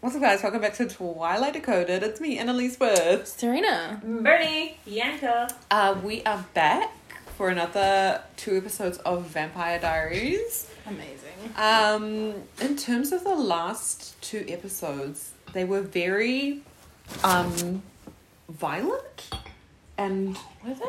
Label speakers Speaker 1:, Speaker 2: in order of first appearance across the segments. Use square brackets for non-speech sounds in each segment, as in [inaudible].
Speaker 1: What's up, guys? Welcome back to Twilight Decoded. It's me, Annalise Worth.
Speaker 2: Serena.
Speaker 3: Bernie, Bianca.
Speaker 1: Uh, we are back for another two episodes of Vampire Diaries.
Speaker 2: Amazing.
Speaker 1: Um, in terms of the last two episodes, they were very um, violent and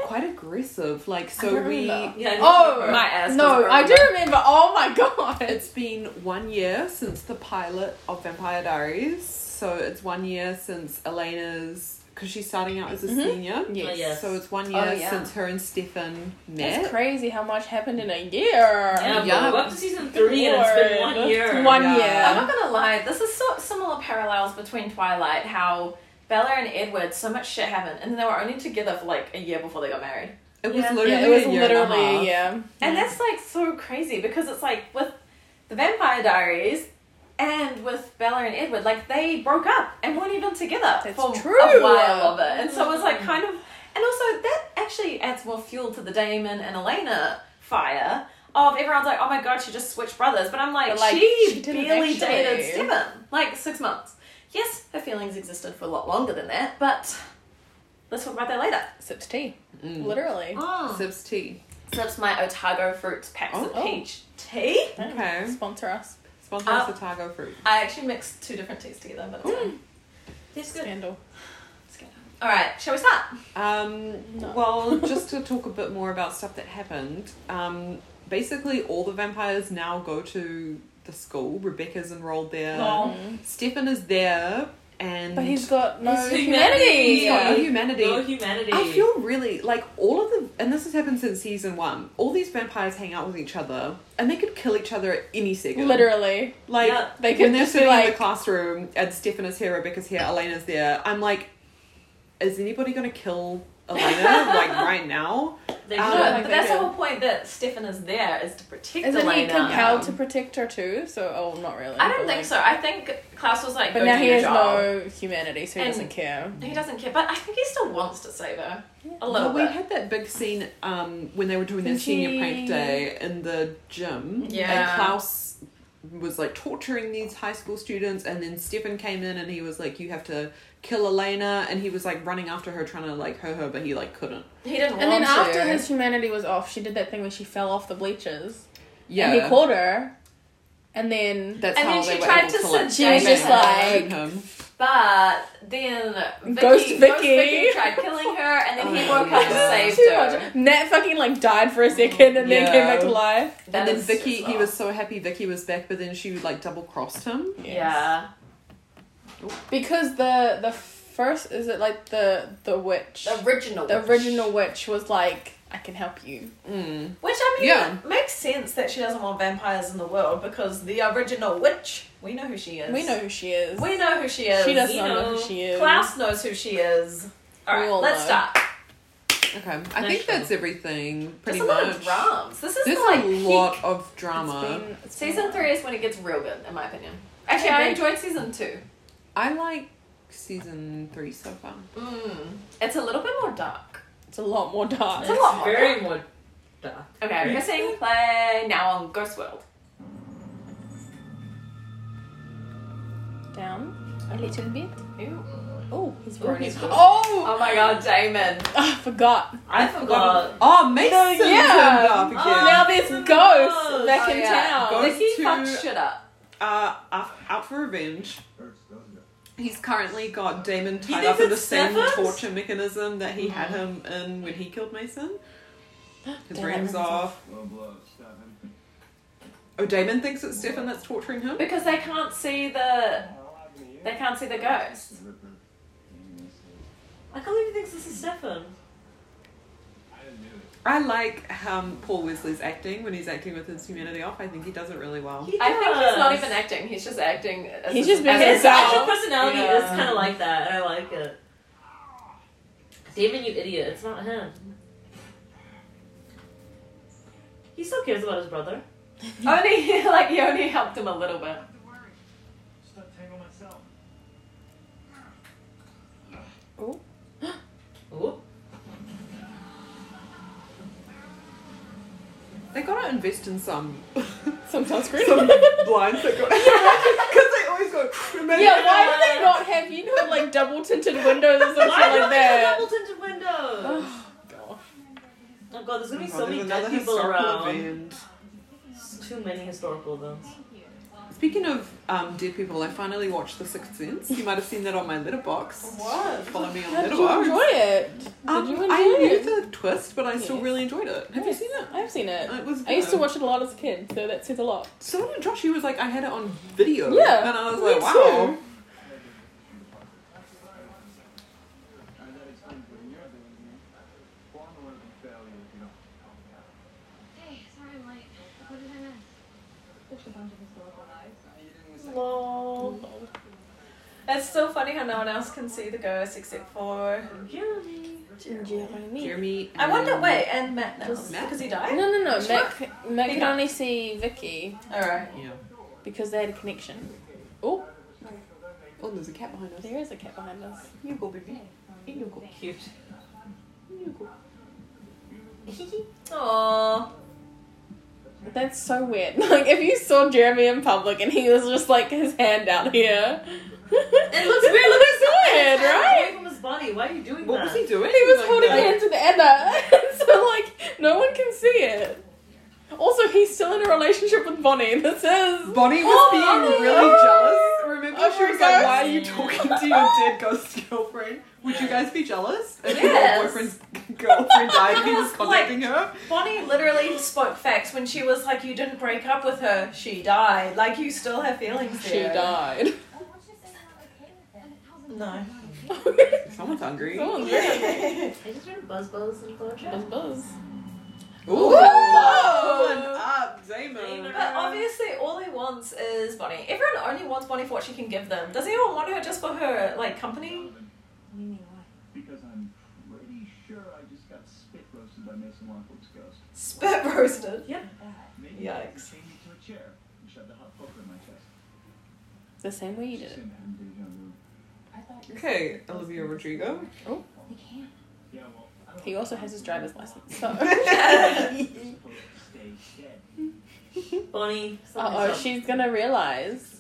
Speaker 1: quite aggressive. Like, so
Speaker 2: don't
Speaker 1: we.
Speaker 2: remember.
Speaker 3: Yeah,
Speaker 2: Oh,
Speaker 3: my ass.
Speaker 2: No,
Speaker 3: doesn't
Speaker 2: I do
Speaker 3: remember.
Speaker 2: remember. Oh my god.
Speaker 1: It's been one year since the pilot of Vampire Diaries. So it's one year since Elena's. Because she's starting out as a
Speaker 2: Mhm.
Speaker 1: senior.
Speaker 2: yes.
Speaker 3: Oh, yes.
Speaker 1: So it's one year
Speaker 2: Oh, yeah.
Speaker 1: since her and Stefan met.
Speaker 2: It's crazy how much happened in a year.
Speaker 3: Yeah, but
Speaker 1: Yeah.
Speaker 3: we're up to season three and it's been one
Speaker 2: Lord.
Speaker 3: year.
Speaker 2: One
Speaker 1: Yeah.
Speaker 4: I'm
Speaker 2: year.
Speaker 4: not gonna lie, this is so similar parallels between Twilight, how Bella and Edward, so much shit happened, and then they were only together for like a year before they got married.
Speaker 1: It was
Speaker 3: Yeah.
Speaker 1: literally
Speaker 2: yeah, it was
Speaker 1: a year
Speaker 2: literally
Speaker 1: and a half.
Speaker 2: yeah.
Speaker 4: And that's like so crazy because it's like with the Vampire Diaries and with Bella and Edward, like they broke up and weren't even together
Speaker 2: That's
Speaker 4: for
Speaker 2: true. Mm-hmm.
Speaker 4: a while of it. And so it was like kind of, and also that actually adds more fuel to the Damon and Elena fire. Of everyone's like, oh my god, she just switched brothers, but I'm like,
Speaker 2: But, like,
Speaker 4: she,
Speaker 2: she didn't
Speaker 4: barely
Speaker 2: actually.
Speaker 4: dated Stephen, like six months. Yes, her feelings existed for a lot longer than that, but let's talk about that later.
Speaker 2: Sips tea.
Speaker 1: Mm.
Speaker 3: Oh,
Speaker 2: Literally.
Speaker 1: Sips tea.
Speaker 4: Slips my Otago fruits packs
Speaker 1: Oh.
Speaker 4: of peach tea.
Speaker 1: Okay.
Speaker 2: Sponsor us.
Speaker 3: Uh,
Speaker 1: Sponsor us the Targo fruit.
Speaker 4: I actually mixed two different teas together, but it's fine.
Speaker 3: It's good.
Speaker 2: Scandal.
Speaker 4: It's good. All right, shall we start?
Speaker 1: Um,
Speaker 2: No. [laughs]
Speaker 1: Well, just to talk a bit more about stuff that happened. Um, basically, all the vampires now go to the school. Rebecca's enrolled there.
Speaker 3: Lol.
Speaker 2: Mm.
Speaker 1: Stefan is there, and
Speaker 2: But he's got no
Speaker 3: His
Speaker 2: humanity.
Speaker 1: he's got no
Speaker 3: Yeah.
Speaker 1: humanity.
Speaker 3: No humanity.
Speaker 1: I feel really like all of the, and this has happened since season one. All these vampires hang out with each other, and they could kill each other at any second.
Speaker 2: Literally.
Speaker 1: like
Speaker 3: Yeah.
Speaker 2: They
Speaker 1: when
Speaker 2: could
Speaker 1: they're
Speaker 2: just be
Speaker 1: sitting in the
Speaker 2: like
Speaker 1: classroom and Stefan is here, Rebecca's here, Elena's there. I'm like, is anybody gonna kill Elena
Speaker 4: [laughs]
Speaker 1: like right now?
Speaker 3: They
Speaker 1: Um,
Speaker 4: No,
Speaker 3: should.
Speaker 1: like
Speaker 4: but
Speaker 2: they
Speaker 4: that's
Speaker 2: do.
Speaker 4: the whole point that Stefan is there is to protect
Speaker 2: Isn't he
Speaker 4: Elena.
Speaker 2: compelled to protect her too? So oh not really.
Speaker 4: I don't
Speaker 2: but,
Speaker 4: think
Speaker 2: like-
Speaker 4: so. I think Klaus was like,
Speaker 2: But
Speaker 4: go
Speaker 2: now
Speaker 4: do
Speaker 2: he
Speaker 4: your
Speaker 2: has
Speaker 4: job.
Speaker 2: no humanity, so he
Speaker 4: And-
Speaker 2: doesn't care.
Speaker 4: He doesn't care, but I think he still wants to save her a little
Speaker 1: But we
Speaker 4: bit.
Speaker 1: had that big scene um, when they were doing their
Speaker 2: Didn't
Speaker 1: senior
Speaker 2: she-
Speaker 1: prank day in the gym.
Speaker 4: Yeah.
Speaker 1: And Klaus was like torturing these high school students, and then Stefan came in and he was like, "You have to kill Elena," and he was like running after her, trying to like hurt her, but he like couldn't.
Speaker 4: He didn't
Speaker 2: And then
Speaker 4: want to.
Speaker 2: after his humanity was off, she did that thing where she fell off the bleachers.
Speaker 1: Yeah.
Speaker 2: And he called her. And
Speaker 1: [laughs]
Speaker 2: then
Speaker 1: That's
Speaker 4: And
Speaker 1: how
Speaker 4: then
Speaker 1: they
Speaker 4: she
Speaker 1: were
Speaker 4: tried
Speaker 1: able
Speaker 4: to
Speaker 1: to like,
Speaker 4: seduce
Speaker 1: shoot
Speaker 2: him.
Speaker 1: him.
Speaker 4: But then Vicky,
Speaker 2: Ghost Vicky.
Speaker 4: tried killing her, and then he
Speaker 1: Oh,
Speaker 4: woke up
Speaker 2: [laughs]
Speaker 4: and
Speaker 1: yeah.
Speaker 4: saved
Speaker 2: Too
Speaker 4: her.
Speaker 2: much. Nat fucking like died for a second and
Speaker 1: Yeah.
Speaker 2: then came back to life.
Speaker 4: That
Speaker 1: and then
Speaker 4: is
Speaker 1: Vicky,
Speaker 4: just
Speaker 1: he
Speaker 4: wrong.
Speaker 1: was so happy Vicky was back, but then she like double crossed him.
Speaker 4: yeah.
Speaker 2: Because the the first is it like the the witch
Speaker 4: The original.
Speaker 2: the original witch was like, I can help you.
Speaker 1: Mm.
Speaker 4: Which I mean,
Speaker 1: Yeah.
Speaker 4: makes sense that she doesn't want vampires in the world because the original witch, we know who she is.
Speaker 2: We know who she is.
Speaker 4: We know who she is.
Speaker 2: She does
Speaker 4: We
Speaker 2: not know who she is.
Speaker 4: Klaus knows who she is. All
Speaker 2: We
Speaker 4: right,
Speaker 2: all
Speaker 4: let's
Speaker 2: know.
Speaker 4: start.
Speaker 1: Okay, I think
Speaker 3: National.
Speaker 1: that's everything. Pretty
Speaker 4: There's a
Speaker 1: much.
Speaker 4: lot of drums. This is
Speaker 1: There's
Speaker 4: like
Speaker 1: a
Speaker 4: peak-
Speaker 1: lot of
Speaker 2: It's
Speaker 1: drama.
Speaker 2: been- it's been a
Speaker 4: Season
Speaker 2: while.
Speaker 4: three is when it gets real good, in my opinion. Actually, I
Speaker 2: Okay.
Speaker 4: enjoyed season two.
Speaker 1: I like season three so far.
Speaker 4: Mm. It's a little bit more dark.
Speaker 2: It's a lot more dark.
Speaker 4: It's a lot more.
Speaker 3: very more dark.
Speaker 4: Okay,
Speaker 3: Right.
Speaker 4: missing play now on Ghost World.
Speaker 2: Down a little bit.
Speaker 4: Ew.
Speaker 2: Oh, he's
Speaker 4: Ooh,
Speaker 2: already.
Speaker 4: he's-
Speaker 1: Oh,
Speaker 4: Oh my god, Damon.
Speaker 2: I forgot.
Speaker 3: Um, I forgot.
Speaker 1: oh, Mason
Speaker 2: No, yeah.
Speaker 1: turned up again.
Speaker 3: Oh.
Speaker 2: now there's
Speaker 3: it's a
Speaker 2: ghosts back
Speaker 4: Oh,
Speaker 2: in
Speaker 4: yeah.
Speaker 2: town.
Speaker 1: Ghost-
Speaker 4: Vicky
Speaker 1: to-
Speaker 4: fucked shit up.
Speaker 1: Uh, out, out for revenge. He's currently got Damon tied
Speaker 3: think
Speaker 1: up in the
Speaker 3: it's
Speaker 1: same
Speaker 3: Stefan's?
Speaker 1: torture mechanism that he had him in when he killed Mason. His
Speaker 2: Damn,
Speaker 1: brain was
Speaker 2: Damon's
Speaker 1: off. Oh, Damon thinks it's Stefan that's torturing him.
Speaker 4: Because they can't see the they can't see the ghosts.
Speaker 3: I can't believe he thinks this is Stefan.
Speaker 1: I like um, Paul Wesley's acting when he's acting with his humanity off. I think he does it really well.
Speaker 3: He
Speaker 4: I think he's not
Speaker 3: does.
Speaker 4: even acting. He's just acting. As
Speaker 2: He's just being
Speaker 4: as
Speaker 3: His
Speaker 2: himself.
Speaker 3: actual personality
Speaker 1: Yeah.
Speaker 3: is kind of like that. I like it. Damon, you idiot! It's not him. He still cares about his brother.
Speaker 4: Only [laughs] like he only helped him a little bit.
Speaker 3: Ooh.
Speaker 1: They gotta invest in some
Speaker 2: [laughs] Some
Speaker 1: [laughs]
Speaker 2: sunscreen. [laughs]
Speaker 1: some blinds that go because they always go. maybe
Speaker 2: Yeah, why do they not have you know like double tinted windows or something
Speaker 3: Why do
Speaker 2: like
Speaker 3: we have
Speaker 2: that?
Speaker 3: double tinted windows?
Speaker 2: Gosh.
Speaker 3: Oh god, there's gonna be
Speaker 1: Oh,
Speaker 3: so
Speaker 1: there's
Speaker 3: many
Speaker 1: another
Speaker 3: dead people
Speaker 1: historical
Speaker 3: around.
Speaker 1: event.
Speaker 3: It's Too many historical events.
Speaker 1: Speaking of um, dead people, I finally watched The Sixth Sense. You might have seen that on my letterbox.
Speaker 4: What?
Speaker 1: Follow me on
Speaker 2: How did you enjoy
Speaker 1: letterbox.
Speaker 2: it? Did
Speaker 1: Um,
Speaker 2: you enjoy
Speaker 1: I
Speaker 2: it?
Speaker 1: knew the twist, but I still
Speaker 2: Yes.
Speaker 1: really enjoyed it. Have
Speaker 2: Yes,
Speaker 1: you seen it? Uh,
Speaker 2: I've seen it.
Speaker 1: It was.
Speaker 2: I used to
Speaker 1: good.
Speaker 2: watch it a lot as a kid, so that says a lot.
Speaker 1: Someone in Josh, he was like, I had it on video. And
Speaker 2: Yeah,
Speaker 1: I was
Speaker 2: me
Speaker 1: like, wow.
Speaker 5: Hey, sorry I'm late. What did I miss? Just a bunch of historical lies.
Speaker 4: Lol. It's so funny how no one else can see the ghost except for Jeremy.
Speaker 1: Jeremy.
Speaker 4: I wonder.
Speaker 1: and-
Speaker 4: Wait, and Matt now
Speaker 1: Just Matt?
Speaker 4: because he
Speaker 2: No,
Speaker 4: died.
Speaker 2: no, no.
Speaker 4: Mac-
Speaker 2: Mac, Mac
Speaker 4: could
Speaker 2: could only see Vicky
Speaker 4: All right.
Speaker 1: Yeah.
Speaker 2: because they had a connection. Oh,
Speaker 1: Oh, there's a cat behind us.
Speaker 2: there is a cat behind us.
Speaker 1: You go, baby. In you go.
Speaker 3: Cute.
Speaker 1: You go.
Speaker 4: Aww.
Speaker 2: That's so weird. [laughs] Like if you saw Jeremy in public and he was just like his hand out here, [laughs]
Speaker 3: It looks weird. Look at
Speaker 2: It's weird, [laughs] right?
Speaker 3: Away from his body. Why are you doing
Speaker 1: What
Speaker 3: that?
Speaker 1: was he doing?
Speaker 2: He was
Speaker 1: Like
Speaker 2: holding
Speaker 1: that?
Speaker 2: hands with Anna, [laughs] so like no one can see it. Also, he's still in a relationship with Bonnie. [laughs] This is
Speaker 1: Bonnie was
Speaker 2: Oh,
Speaker 1: being
Speaker 2: Bonnie.
Speaker 1: really
Speaker 2: Oh.
Speaker 1: jealous. [laughs] Remember,
Speaker 2: Oh,
Speaker 1: she
Speaker 2: for
Speaker 1: was like,
Speaker 2: ghosts?
Speaker 1: "Why are you talking to [laughs] your dead ghost girlfriend? Would you guys be jealous if
Speaker 4: Yes.
Speaker 1: your boyfriend's [laughs] girlfriend died and he [laughs] was
Speaker 4: Like-
Speaker 1: contacting her?"
Speaker 4: Bonnie literally spoke facts when she was like, "You didn't break up with her. She died. Like you still have feelings
Speaker 2: she
Speaker 4: there." [laughs]
Speaker 2: died.
Speaker 5: Oh, let's just say you're not okay with it.
Speaker 1: [laughs]
Speaker 4: No.
Speaker 5: [laughs]
Speaker 1: Someone's hungry.
Speaker 2: Someone's
Speaker 3: I just heard buzz buzz and buzz.
Speaker 2: Buzz buzz.
Speaker 1: Ooh,
Speaker 2: Whoa.
Speaker 1: pulling up, Damon.
Speaker 3: Damon.
Speaker 4: But obviously, all he wants is Bonnie. Everyone only wants Bonnie for what she can give them. Does anyone want her just for her like company?
Speaker 5: What do you mean, why?
Speaker 6: Because I'm pretty sure I just got spit roasted by Mason Lockwood's ghost.
Speaker 4: Spit roasted.
Speaker 6: Maybe I can
Speaker 4: Yikes.
Speaker 6: chain me to a chair and shove the hot poker in my chest.
Speaker 2: The same way you did it.
Speaker 6: Same happened to Deja Vu.
Speaker 5: I thought you
Speaker 1: Okay, Olivia Rodrigo. [laughs]
Speaker 5: They can't.
Speaker 6: Yeah, well, I don't
Speaker 2: He also has his driver's license. So.
Speaker 1: [laughs]
Speaker 6: You're supposed to stay dead.
Speaker 3: Bonnie.
Speaker 2: Uh oh, she's gonna realize.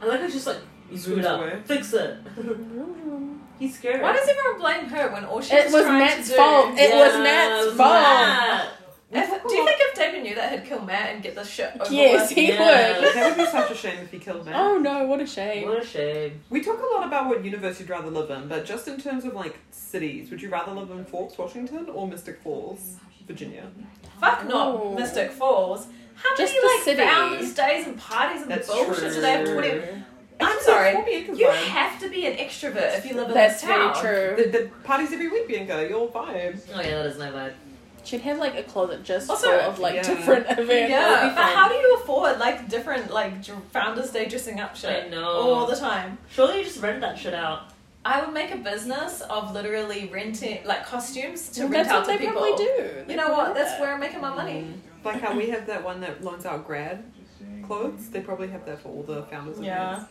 Speaker 3: I like how she's like. You screwed
Speaker 1: Moves
Speaker 3: up.
Speaker 1: away.
Speaker 3: Fix it. [laughs] He's scared.
Speaker 4: Why does everyone blame her when all she
Speaker 2: It was
Speaker 4: trying
Speaker 2: Matt's
Speaker 4: to do?
Speaker 2: fault. It was Matt's
Speaker 3: it was
Speaker 2: fault.
Speaker 3: Matt.
Speaker 4: If, do you think if Damon knew that, he'd kill Matt and get this shit over
Speaker 2: Yes,
Speaker 4: with?
Speaker 2: he
Speaker 3: Yeah.
Speaker 2: would.
Speaker 1: That would be such a shame if he killed Matt.
Speaker 2: Oh no, what a shame.
Speaker 3: What a shame.
Speaker 1: We talk a lot about what universe you'd rather live in, but just in terms of like cities, would you rather live in Forks, Washington, or Mystic Falls, Virginia?
Speaker 4: Fuck not
Speaker 2: Ooh.
Speaker 4: Mystic Falls. How
Speaker 2: Just the
Speaker 4: many like
Speaker 2: city.
Speaker 4: rounds, days, and parties and
Speaker 1: That's
Speaker 4: bullshit
Speaker 1: true.
Speaker 4: do they have to whatever? I'm
Speaker 1: Actually,
Speaker 4: sorry.
Speaker 1: Fort Bianca's
Speaker 4: You
Speaker 1: vibe.
Speaker 4: have to be an extrovert if you live in
Speaker 2: That's
Speaker 4: this town.
Speaker 2: very true.
Speaker 1: The, the parties every week, Bianca. Your vibe.
Speaker 3: Oh yeah, that is my vibe.
Speaker 2: She'd have like a closet just
Speaker 4: Also-
Speaker 2: full of like
Speaker 1: Yeah.
Speaker 2: different events. That would
Speaker 4: Yeah,
Speaker 2: be
Speaker 4: but
Speaker 2: fun.
Speaker 4: how do you afford like different like dr- Founders Day dressing up
Speaker 3: I
Speaker 4: shit
Speaker 3: know.
Speaker 1: Oh,
Speaker 4: all the time?
Speaker 3: Surely you just rent that shit out.
Speaker 1: [laughs]
Speaker 4: I would make a business of literally renting like costumes to
Speaker 2: Well,
Speaker 4: rent
Speaker 2: That's
Speaker 4: out
Speaker 2: what
Speaker 4: to
Speaker 2: they
Speaker 4: people.
Speaker 2: probably do. They
Speaker 4: You know what?
Speaker 2: probably
Speaker 4: That's
Speaker 2: do
Speaker 4: where I'm making my money.
Speaker 2: Mm.
Speaker 1: Like how we have that one that loans out grad
Speaker 6: Just saying.
Speaker 1: clothes. They probably have that for all the founders. and
Speaker 4: Yeah.
Speaker 1: grants.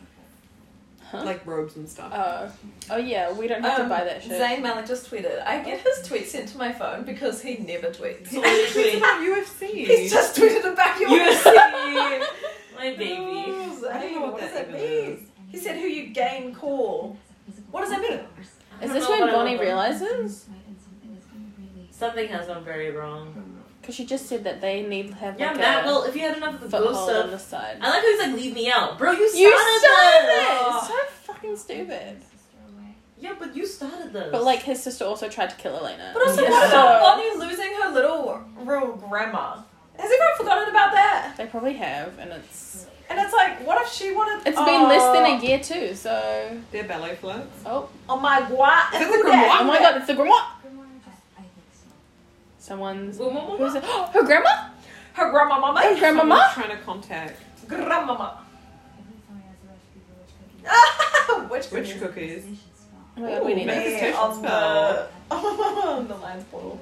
Speaker 1: like robes and stuff.
Speaker 2: that. Oh, oh yeah, we don't have to
Speaker 4: Um,
Speaker 2: buy that shit.
Speaker 4: Zayn Malik just tweeted. I get his tweets sent to my phone because he
Speaker 3: [laughs]
Speaker 4: never tweets.
Speaker 3: So what do you
Speaker 1: It's
Speaker 3: tweet?
Speaker 1: about UFC.
Speaker 4: He's just tweeted about you.
Speaker 3: [laughs] UFC. My baby.
Speaker 4: Oh,
Speaker 1: I don't
Speaker 4: Zayn,
Speaker 1: know
Speaker 4: what,
Speaker 1: what
Speaker 4: does
Speaker 1: that
Speaker 4: that
Speaker 1: even
Speaker 4: mean?
Speaker 1: is.
Speaker 4: He said, "Who you gain call." What does that mean?
Speaker 3: I
Speaker 2: Is
Speaker 3: don't
Speaker 2: this
Speaker 3: know
Speaker 2: when
Speaker 3: what I
Speaker 2: Bonnie
Speaker 3: love.
Speaker 2: realizes?
Speaker 3: Something has gone very wrong.
Speaker 2: Because she just said that they need to have
Speaker 3: Yeah,
Speaker 2: like
Speaker 3: Matt.
Speaker 2: a
Speaker 3: Well, if you had enough of the ghost
Speaker 2: foothold on
Speaker 3: stuff,
Speaker 2: the side.
Speaker 3: I like how he's like, "Leave me out, bro. You started,
Speaker 2: You
Speaker 3: this."
Speaker 2: started it. So fucking stupid.
Speaker 3: Yeah, but you started this.
Speaker 2: But like his sister also tried to kill Elena.
Speaker 4: But also,
Speaker 3: Yeah.
Speaker 4: what about Bonnie losing her little real grandma? Has everyone forgotten about that?
Speaker 2: They probably have, and it's
Speaker 4: And it's like, what if she wanted?
Speaker 2: it's
Speaker 4: It's
Speaker 2: been less than a year too. So
Speaker 1: They're ballet flats.
Speaker 2: oh
Speaker 4: Oh my god!
Speaker 1: Is it the grandma?
Speaker 2: oh my god, it's the grandma.
Speaker 5: Why
Speaker 2: Someone's
Speaker 3: Well, well, well,
Speaker 2: who's it? [gasps] her grandma?
Speaker 4: Her grandma
Speaker 2: Her
Speaker 4: mama.
Speaker 1: Someone's
Speaker 2: grandmama?
Speaker 1: trying to contact
Speaker 4: Grandmama. [laughs] Ah! Which
Speaker 1: witch cookies.
Speaker 2: Oh my god, we
Speaker 1: Ooh,
Speaker 2: need
Speaker 1: man.
Speaker 2: it.
Speaker 1: Manifestation
Speaker 4: on the
Speaker 1: spell.
Speaker 4: on the [laughs] lion's portal.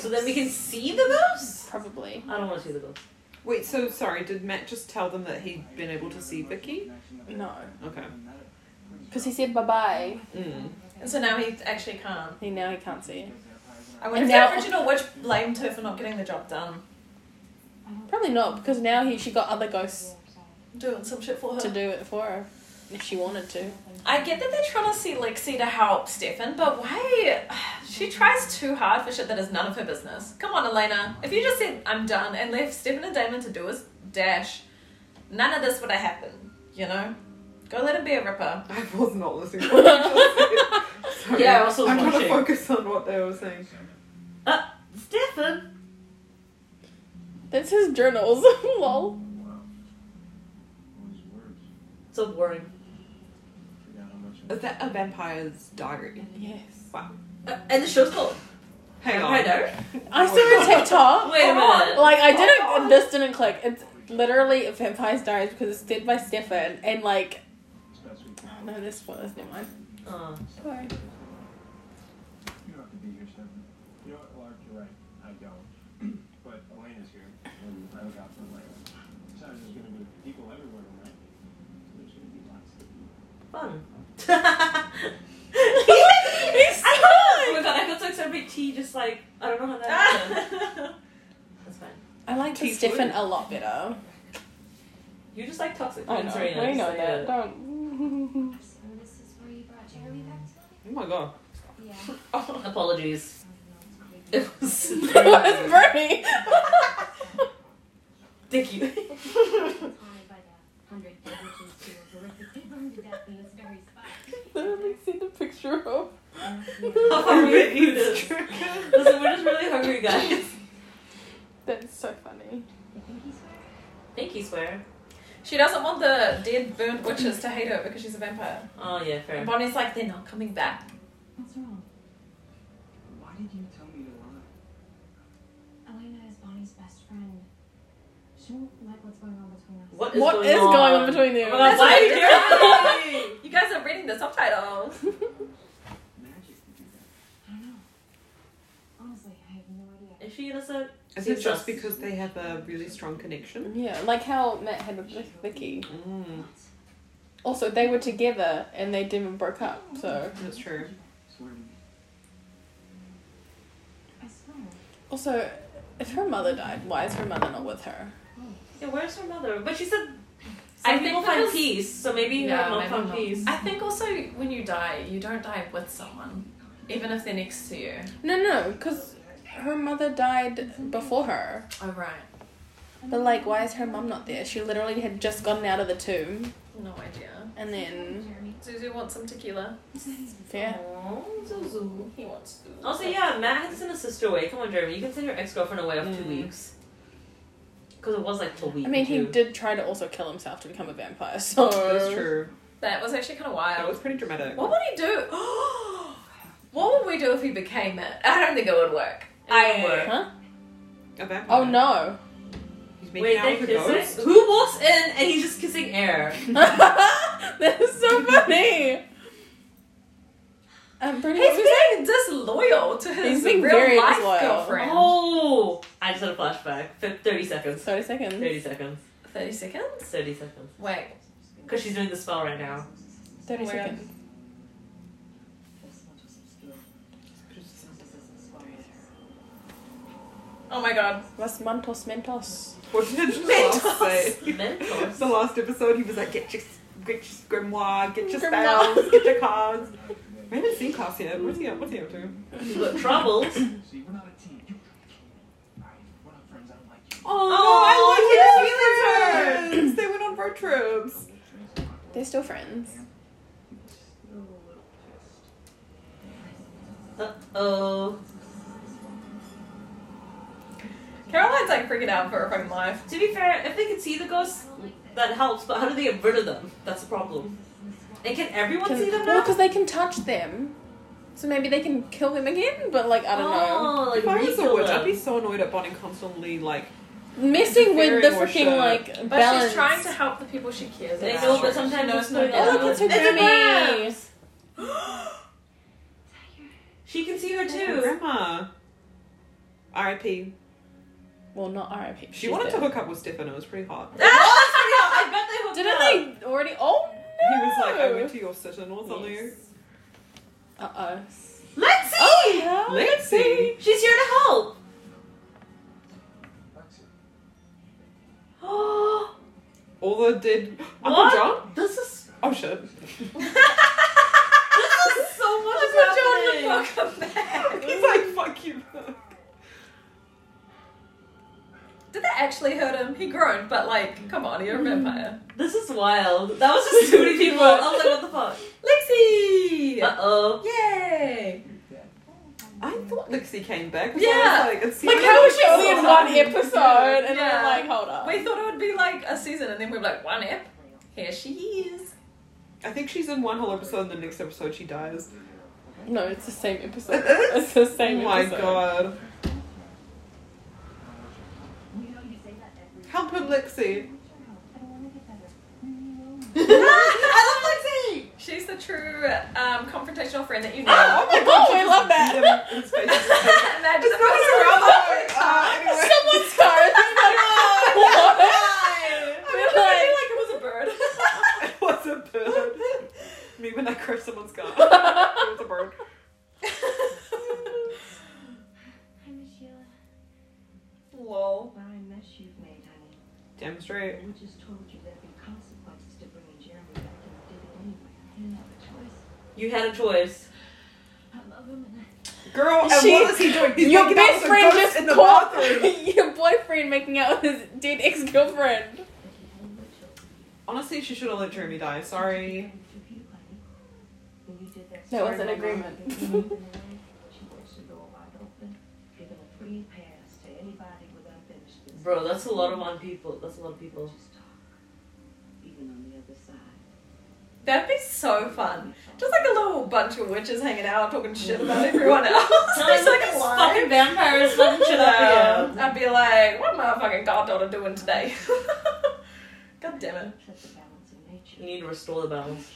Speaker 3: so then we can see the ghost.
Speaker 2: Probably.
Speaker 3: I don't want to see the ghost.
Speaker 1: Wait, so sorry. Did Matt just tell them that he'd been able to see Vicky?
Speaker 2: No,
Speaker 1: Okay.
Speaker 2: because he said bye bye.
Speaker 1: Mm.
Speaker 4: And so now he actually can't.
Speaker 2: And now he can't see.
Speaker 4: I wonder if
Speaker 2: now-
Speaker 4: the original witch blamed her for not getting the job done.
Speaker 2: Probably not, because now he she got other ghosts
Speaker 4: Doing some shit for
Speaker 2: to do it for her if she wanted to.
Speaker 4: I get that they're trying to see Lexi to help Stefan, but why? [sighs] She tries too hard for shit that is none of her business. Come on, Elena. If you just said, I'm done, and left Stefan and Damon to do his dash, none of this would have happened, you know? Go let him be a ripper.
Speaker 1: I was not listening. To what you just said. Sorry.
Speaker 3: Yeah, I also was
Speaker 1: I'm trying to
Speaker 3: watching.
Speaker 1: focus on what they were saying.
Speaker 3: Uh, Stefan!
Speaker 2: That's his journals. [laughs] Lol.
Speaker 3: So boring.
Speaker 1: Is that a vampire's diary?
Speaker 2: Yes.
Speaker 3: Uh, and the show's called
Speaker 1: Hang on.
Speaker 3: Vampire
Speaker 2: I saw a TikTok.
Speaker 3: Wait a minute.
Speaker 2: Like I didn't. This didn't click. It's literally Vampire's Diaries because it's said by Stefan and like. Oh no, this one is never [laughs] mind.
Speaker 3: Oh.
Speaker 2: Sorry.
Speaker 6: You don't have to be here, Stefan. You know what, Lark, you're right. I don't. but Elena's here, and I look out for Elena. Besides, there's going to be people everywhere tonight. There's going to be lots of people.
Speaker 3: [laughs] Fun.
Speaker 4: He's
Speaker 3: Oh my
Speaker 4: stuck!
Speaker 3: god, I feel so excited about T just like, I don't know how that happened. [laughs] That's fine.
Speaker 2: I like the
Speaker 1: Teeth
Speaker 2: Stefan
Speaker 1: wood.
Speaker 2: a lot better.
Speaker 3: You just like toxic
Speaker 2: I know.
Speaker 3: friends, Serena.
Speaker 2: We
Speaker 3: Just
Speaker 2: know
Speaker 3: say
Speaker 2: that. [laughs]
Speaker 3: it.
Speaker 2: Don't.
Speaker 5: So this is where you brought Jeremy back to life?
Speaker 1: Oh my god.
Speaker 5: Yeah.
Speaker 3: Apologies. [laughs] It [laughs] was
Speaker 2: it was Bernie.
Speaker 3: Thank you.
Speaker 5: It's haunted by the hundred damages to a horrifically burned to death in this very spot.
Speaker 2: Literally seen the picture of.
Speaker 3: How [laughs] far we eat this? [laughs] Listen, we're just really hungry, guys.
Speaker 2: That's so funny.
Speaker 3: Thank you, swear.
Speaker 4: She doesn't want the dead, burnt witches to hate her because she's a vampire.
Speaker 3: Oh, yeah,
Speaker 4: And
Speaker 3: fair.
Speaker 4: Bonnie's like, they're not coming back.
Speaker 5: What's wrong?
Speaker 6: Why did you tell me to lie?
Speaker 5: Elena is Bonnie's best friend. She won't like what's going on between us.
Speaker 3: What is,
Speaker 2: What
Speaker 3: going,
Speaker 2: is
Speaker 3: on?
Speaker 2: going on between them?
Speaker 3: Oh my god,
Speaker 4: That's
Speaker 3: why
Speaker 4: what
Speaker 3: are you
Speaker 4: I
Speaker 3: doing that?
Speaker 4: You guys are reading the subtitles.
Speaker 6: Magic to do that.
Speaker 5: I don't know. Honestly, I have no idea.
Speaker 3: Is she innocent?
Speaker 1: Is it
Speaker 3: Seems
Speaker 1: just
Speaker 3: us.
Speaker 1: because they have a really strong connection?
Speaker 2: Yeah, like how Matt had with Vicky.
Speaker 1: Mm,
Speaker 2: Also, they were together and they didn't broke up, so.
Speaker 1: that's true.
Speaker 6: Swear to me.
Speaker 5: I swear.
Speaker 2: Also, if her mother died, why is her mother not with her?
Speaker 3: Yeah, where's her mother? But she said
Speaker 4: I
Speaker 3: some
Speaker 4: think
Speaker 3: people find
Speaker 4: because-
Speaker 3: peace, so maybe
Speaker 4: Yeah,
Speaker 3: her mom
Speaker 4: maybe
Speaker 3: found
Speaker 4: not.
Speaker 3: peace.
Speaker 4: I think also when you die, you don't die with someone, even if they're next to you.
Speaker 2: No, no, because her mother died before her.
Speaker 4: Oh, right.
Speaker 2: But, like, why is her mum not there? She literally had just gotten out of the tomb
Speaker 4: No idea.
Speaker 2: and then.
Speaker 5: Jeremy.
Speaker 4: Zuzu wants some tequila.
Speaker 2: Yeah.
Speaker 3: Aww, Zuzu.
Speaker 4: He wants to.
Speaker 3: Also, Oh, yeah, Matt had to send his sister away. Come on, Jeremy, you can send your ex girlfriend away after two
Speaker 1: Mm.
Speaker 3: weeks. Because it was like a week.
Speaker 2: I mean,
Speaker 3: or
Speaker 2: he
Speaker 3: two.
Speaker 2: did try to also kill himself to become a vampire, so.
Speaker 1: That's true.
Speaker 4: That was actually kind of
Speaker 1: That
Speaker 4: wild.
Speaker 1: was pretty dramatic.
Speaker 4: What would he do? [gasps] what would we do if he became it? I don't think it would work.
Speaker 3: It would work.
Speaker 2: Huh?
Speaker 1: A vampire.
Speaker 2: Oh no. [laughs]
Speaker 1: He's
Speaker 3: Wait,
Speaker 1: making out
Speaker 3: they
Speaker 1: with a ghost.
Speaker 3: kissing? [laughs] Who walks in and he's just kissing air?
Speaker 2: that is so funny! Um, Brittany, what
Speaker 4: He's
Speaker 2: was that?
Speaker 4: being disloyal to his
Speaker 2: He's being
Speaker 4: real
Speaker 2: very
Speaker 4: life
Speaker 2: disloyal.
Speaker 4: girlfriend.
Speaker 3: Oh! I just had a flashback. F- 30 seconds.
Speaker 2: 30 seconds.
Speaker 3: 30 seconds.
Speaker 4: 30 seconds?
Speaker 3: 30 seconds.
Speaker 4: Wait.
Speaker 3: Because she's doing the spell right now.
Speaker 2: 30
Speaker 4: Wait.
Speaker 2: seconds.
Speaker 4: Oh my god.
Speaker 2: Los Mantos Mentos.
Speaker 1: What did Mentos say?
Speaker 3: Mentos.
Speaker 1: The last episode, he was like, "Get your, get your grimoire, get your
Speaker 2: Grimoire.
Speaker 1: spells, get your cards." We haven't seen Cass yet. What's he up? What's he up to?
Speaker 3: You've got troubles.
Speaker 6: See, we're not a team. You All right, we're not friends. I don't like you.
Speaker 1: Oh,
Speaker 3: Oh,
Speaker 1: no, I like
Speaker 3: yes,
Speaker 1: his feelings. They went on road trips.
Speaker 2: They're still friends.
Speaker 6: Still a little pissed.
Speaker 3: Uh oh.
Speaker 4: Caroline's like freaking out for her fucking life.
Speaker 3: To be fair, if they could see the ghosts, that helps, but how do they get rid of them? That's the problem. And can everyone see them now?
Speaker 2: because they can touch them. So maybe they can kill them again, but like, I don't
Speaker 3: oh,
Speaker 1: If I
Speaker 3: like
Speaker 1: was a
Speaker 3: refill
Speaker 1: witch, I'd be
Speaker 3: them.
Speaker 1: so annoyed at Bonnie constantly like.
Speaker 2: know. Messing with the
Speaker 1: Interfering or
Speaker 2: freaking
Speaker 1: shit.
Speaker 2: like
Speaker 4: But
Speaker 2: balance.
Speaker 4: she's trying to help the people she cares
Speaker 3: They
Speaker 4: about.
Speaker 3: know, but sometimes
Speaker 4: She knows
Speaker 3: it's
Speaker 4: no
Speaker 3: not
Speaker 2: Oh,
Speaker 4: better.
Speaker 2: look, it's her
Speaker 3: It's a
Speaker 2: Grammy.
Speaker 3: [gasps] She can see her too.
Speaker 1: Grandma. R.I.P.
Speaker 2: Well, not
Speaker 1: She
Speaker 2: RIP. she's
Speaker 1: wanted to
Speaker 2: dead.
Speaker 1: hook up with Stefan. It was pretty hot.
Speaker 3: [laughs] Oh, I bet they hooked up.
Speaker 2: Didn't they already? Oh
Speaker 1: He
Speaker 2: no!
Speaker 1: was like, "I went to your sit-in or something."
Speaker 2: Uh oh.
Speaker 3: Let's see.
Speaker 2: Oh yeah.
Speaker 1: Let's see.
Speaker 3: She's here to help.
Speaker 6: Lexi,
Speaker 1: Alda did Uncle
Speaker 3: What?
Speaker 1: John?
Speaker 3: [gasps] This is
Speaker 1: Oh shit.
Speaker 3: so much is
Speaker 4: John
Speaker 3: happening.
Speaker 4: would welcome back.
Speaker 1: He's [laughs] like,
Speaker 2: [laughs]
Speaker 1: fuck you.
Speaker 4: Did that actually hurt him? He groaned, but like, come on, you're a
Speaker 3: Mm-hmm.
Speaker 4: vampire.
Speaker 3: This is wild. That was just too many people. I was like, what
Speaker 4: Lexi!
Speaker 3: the fuck? Uh oh.
Speaker 4: Yay!
Speaker 1: I thought Lixie came back.
Speaker 4: Yeah.
Speaker 1: I was like, it's
Speaker 2: Like,
Speaker 1: the
Speaker 2: how
Speaker 1: end of
Speaker 2: was
Speaker 1: the
Speaker 2: she
Speaker 1: show. [laughs]
Speaker 2: only in one episode? And
Speaker 4: Yeah.
Speaker 2: then, like, hold up.
Speaker 4: We thought it would be like a season, and then we were like, one ep. Here she is.
Speaker 1: I think she's in one whole episode, and the next episode she dies.
Speaker 2: No, it's the same
Speaker 1: It
Speaker 2: episode.
Speaker 1: is?
Speaker 2: [laughs] It's the same
Speaker 1: oh my
Speaker 2: episode.
Speaker 1: god.
Speaker 5: You know you say that every
Speaker 1: Help him,
Speaker 2: [laughs]
Speaker 1: Lixie.
Speaker 5: I'm sure help. I don't want to get better.
Speaker 1: [laughs]
Speaker 4: I love Lexi! She's the true um, confrontational friend that you know.
Speaker 3: Ah!
Speaker 1: Oh
Speaker 2: [laughs]
Speaker 1: my god.
Speaker 2: Oh, we love that.
Speaker 1: Beat him in his face.
Speaker 4: Imagine
Speaker 1: It's not around the
Speaker 2: [laughs]
Speaker 1: way. Uh, anyway.
Speaker 2: Someone's car.
Speaker 4: We're like, like it was a bird. [laughs]
Speaker 1: It was a bird. Me when I crushed someone's car. It was a bird.
Speaker 5: Hi, Miss Sheila.
Speaker 4: Lol.
Speaker 5: Well, I mess you've made, honey.
Speaker 1: Damn straight.
Speaker 5: We just told you there'd be consequences to bringing Jeremy back, and you did it anyway. You didn't have a choice.
Speaker 3: You had a choice.
Speaker 5: I love him, and I
Speaker 1: Girl, and
Speaker 2: She-
Speaker 1: what is he doing? [laughs] He's
Speaker 2: Your
Speaker 1: making out
Speaker 2: best
Speaker 1: with a
Speaker 2: friend
Speaker 1: ghost
Speaker 2: just
Speaker 1: in the
Speaker 2: caught
Speaker 1: bathroom.
Speaker 2: [laughs] your boyfriend making out with his dead ex-girlfriend.
Speaker 1: Honestly, she should have let Jeremy die. Sorry.
Speaker 2: That was an agreement.
Speaker 3: Bro, that's a lot of on people. That's a lot of people.
Speaker 4: That'd be so fun. Just like a little bunch of witches hanging out talking shit about
Speaker 3: Mm-hmm. [laughs]
Speaker 4: everyone else. Just like a line.
Speaker 3: fucking vampires fucking shit up
Speaker 4: Um, I'd be like, what motherfucking goddaughter doing today? [laughs] God damn it.
Speaker 3: You need to restore the
Speaker 4: Um,
Speaker 3: balance.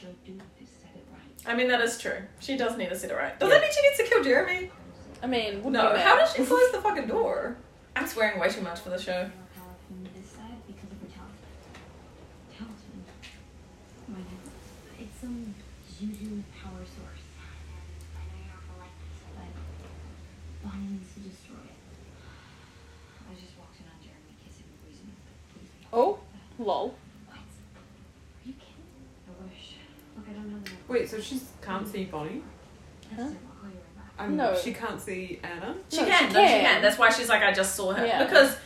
Speaker 4: I mean, that is true. She does need to set it right. Does
Speaker 3: Yeah.
Speaker 4: that mean she needs to kill Jeremy?
Speaker 2: I mean, wouldn't
Speaker 4: No.
Speaker 2: be
Speaker 4: How
Speaker 2: bad.
Speaker 4: does she close the fucking door? I'm swearing way too much for the show.
Speaker 5: It's some juju power source. I know you're for like this, but Bonnie needs to destroy it. I just walked in on Jeremy kissing the poison.
Speaker 2: Oh, lol.
Speaker 5: What? Are you kidding? I wish. Look, I don't know the
Speaker 1: Wait, so she can't see Bonnie?
Speaker 5: answer. I'll call you right back.
Speaker 1: Um,
Speaker 2: No.
Speaker 1: She can't see Anna?
Speaker 4: She
Speaker 2: No,
Speaker 4: can.
Speaker 2: she
Speaker 4: No, she
Speaker 2: can.
Speaker 4: can. That's why she's like, I just saw her
Speaker 2: Yeah.
Speaker 4: because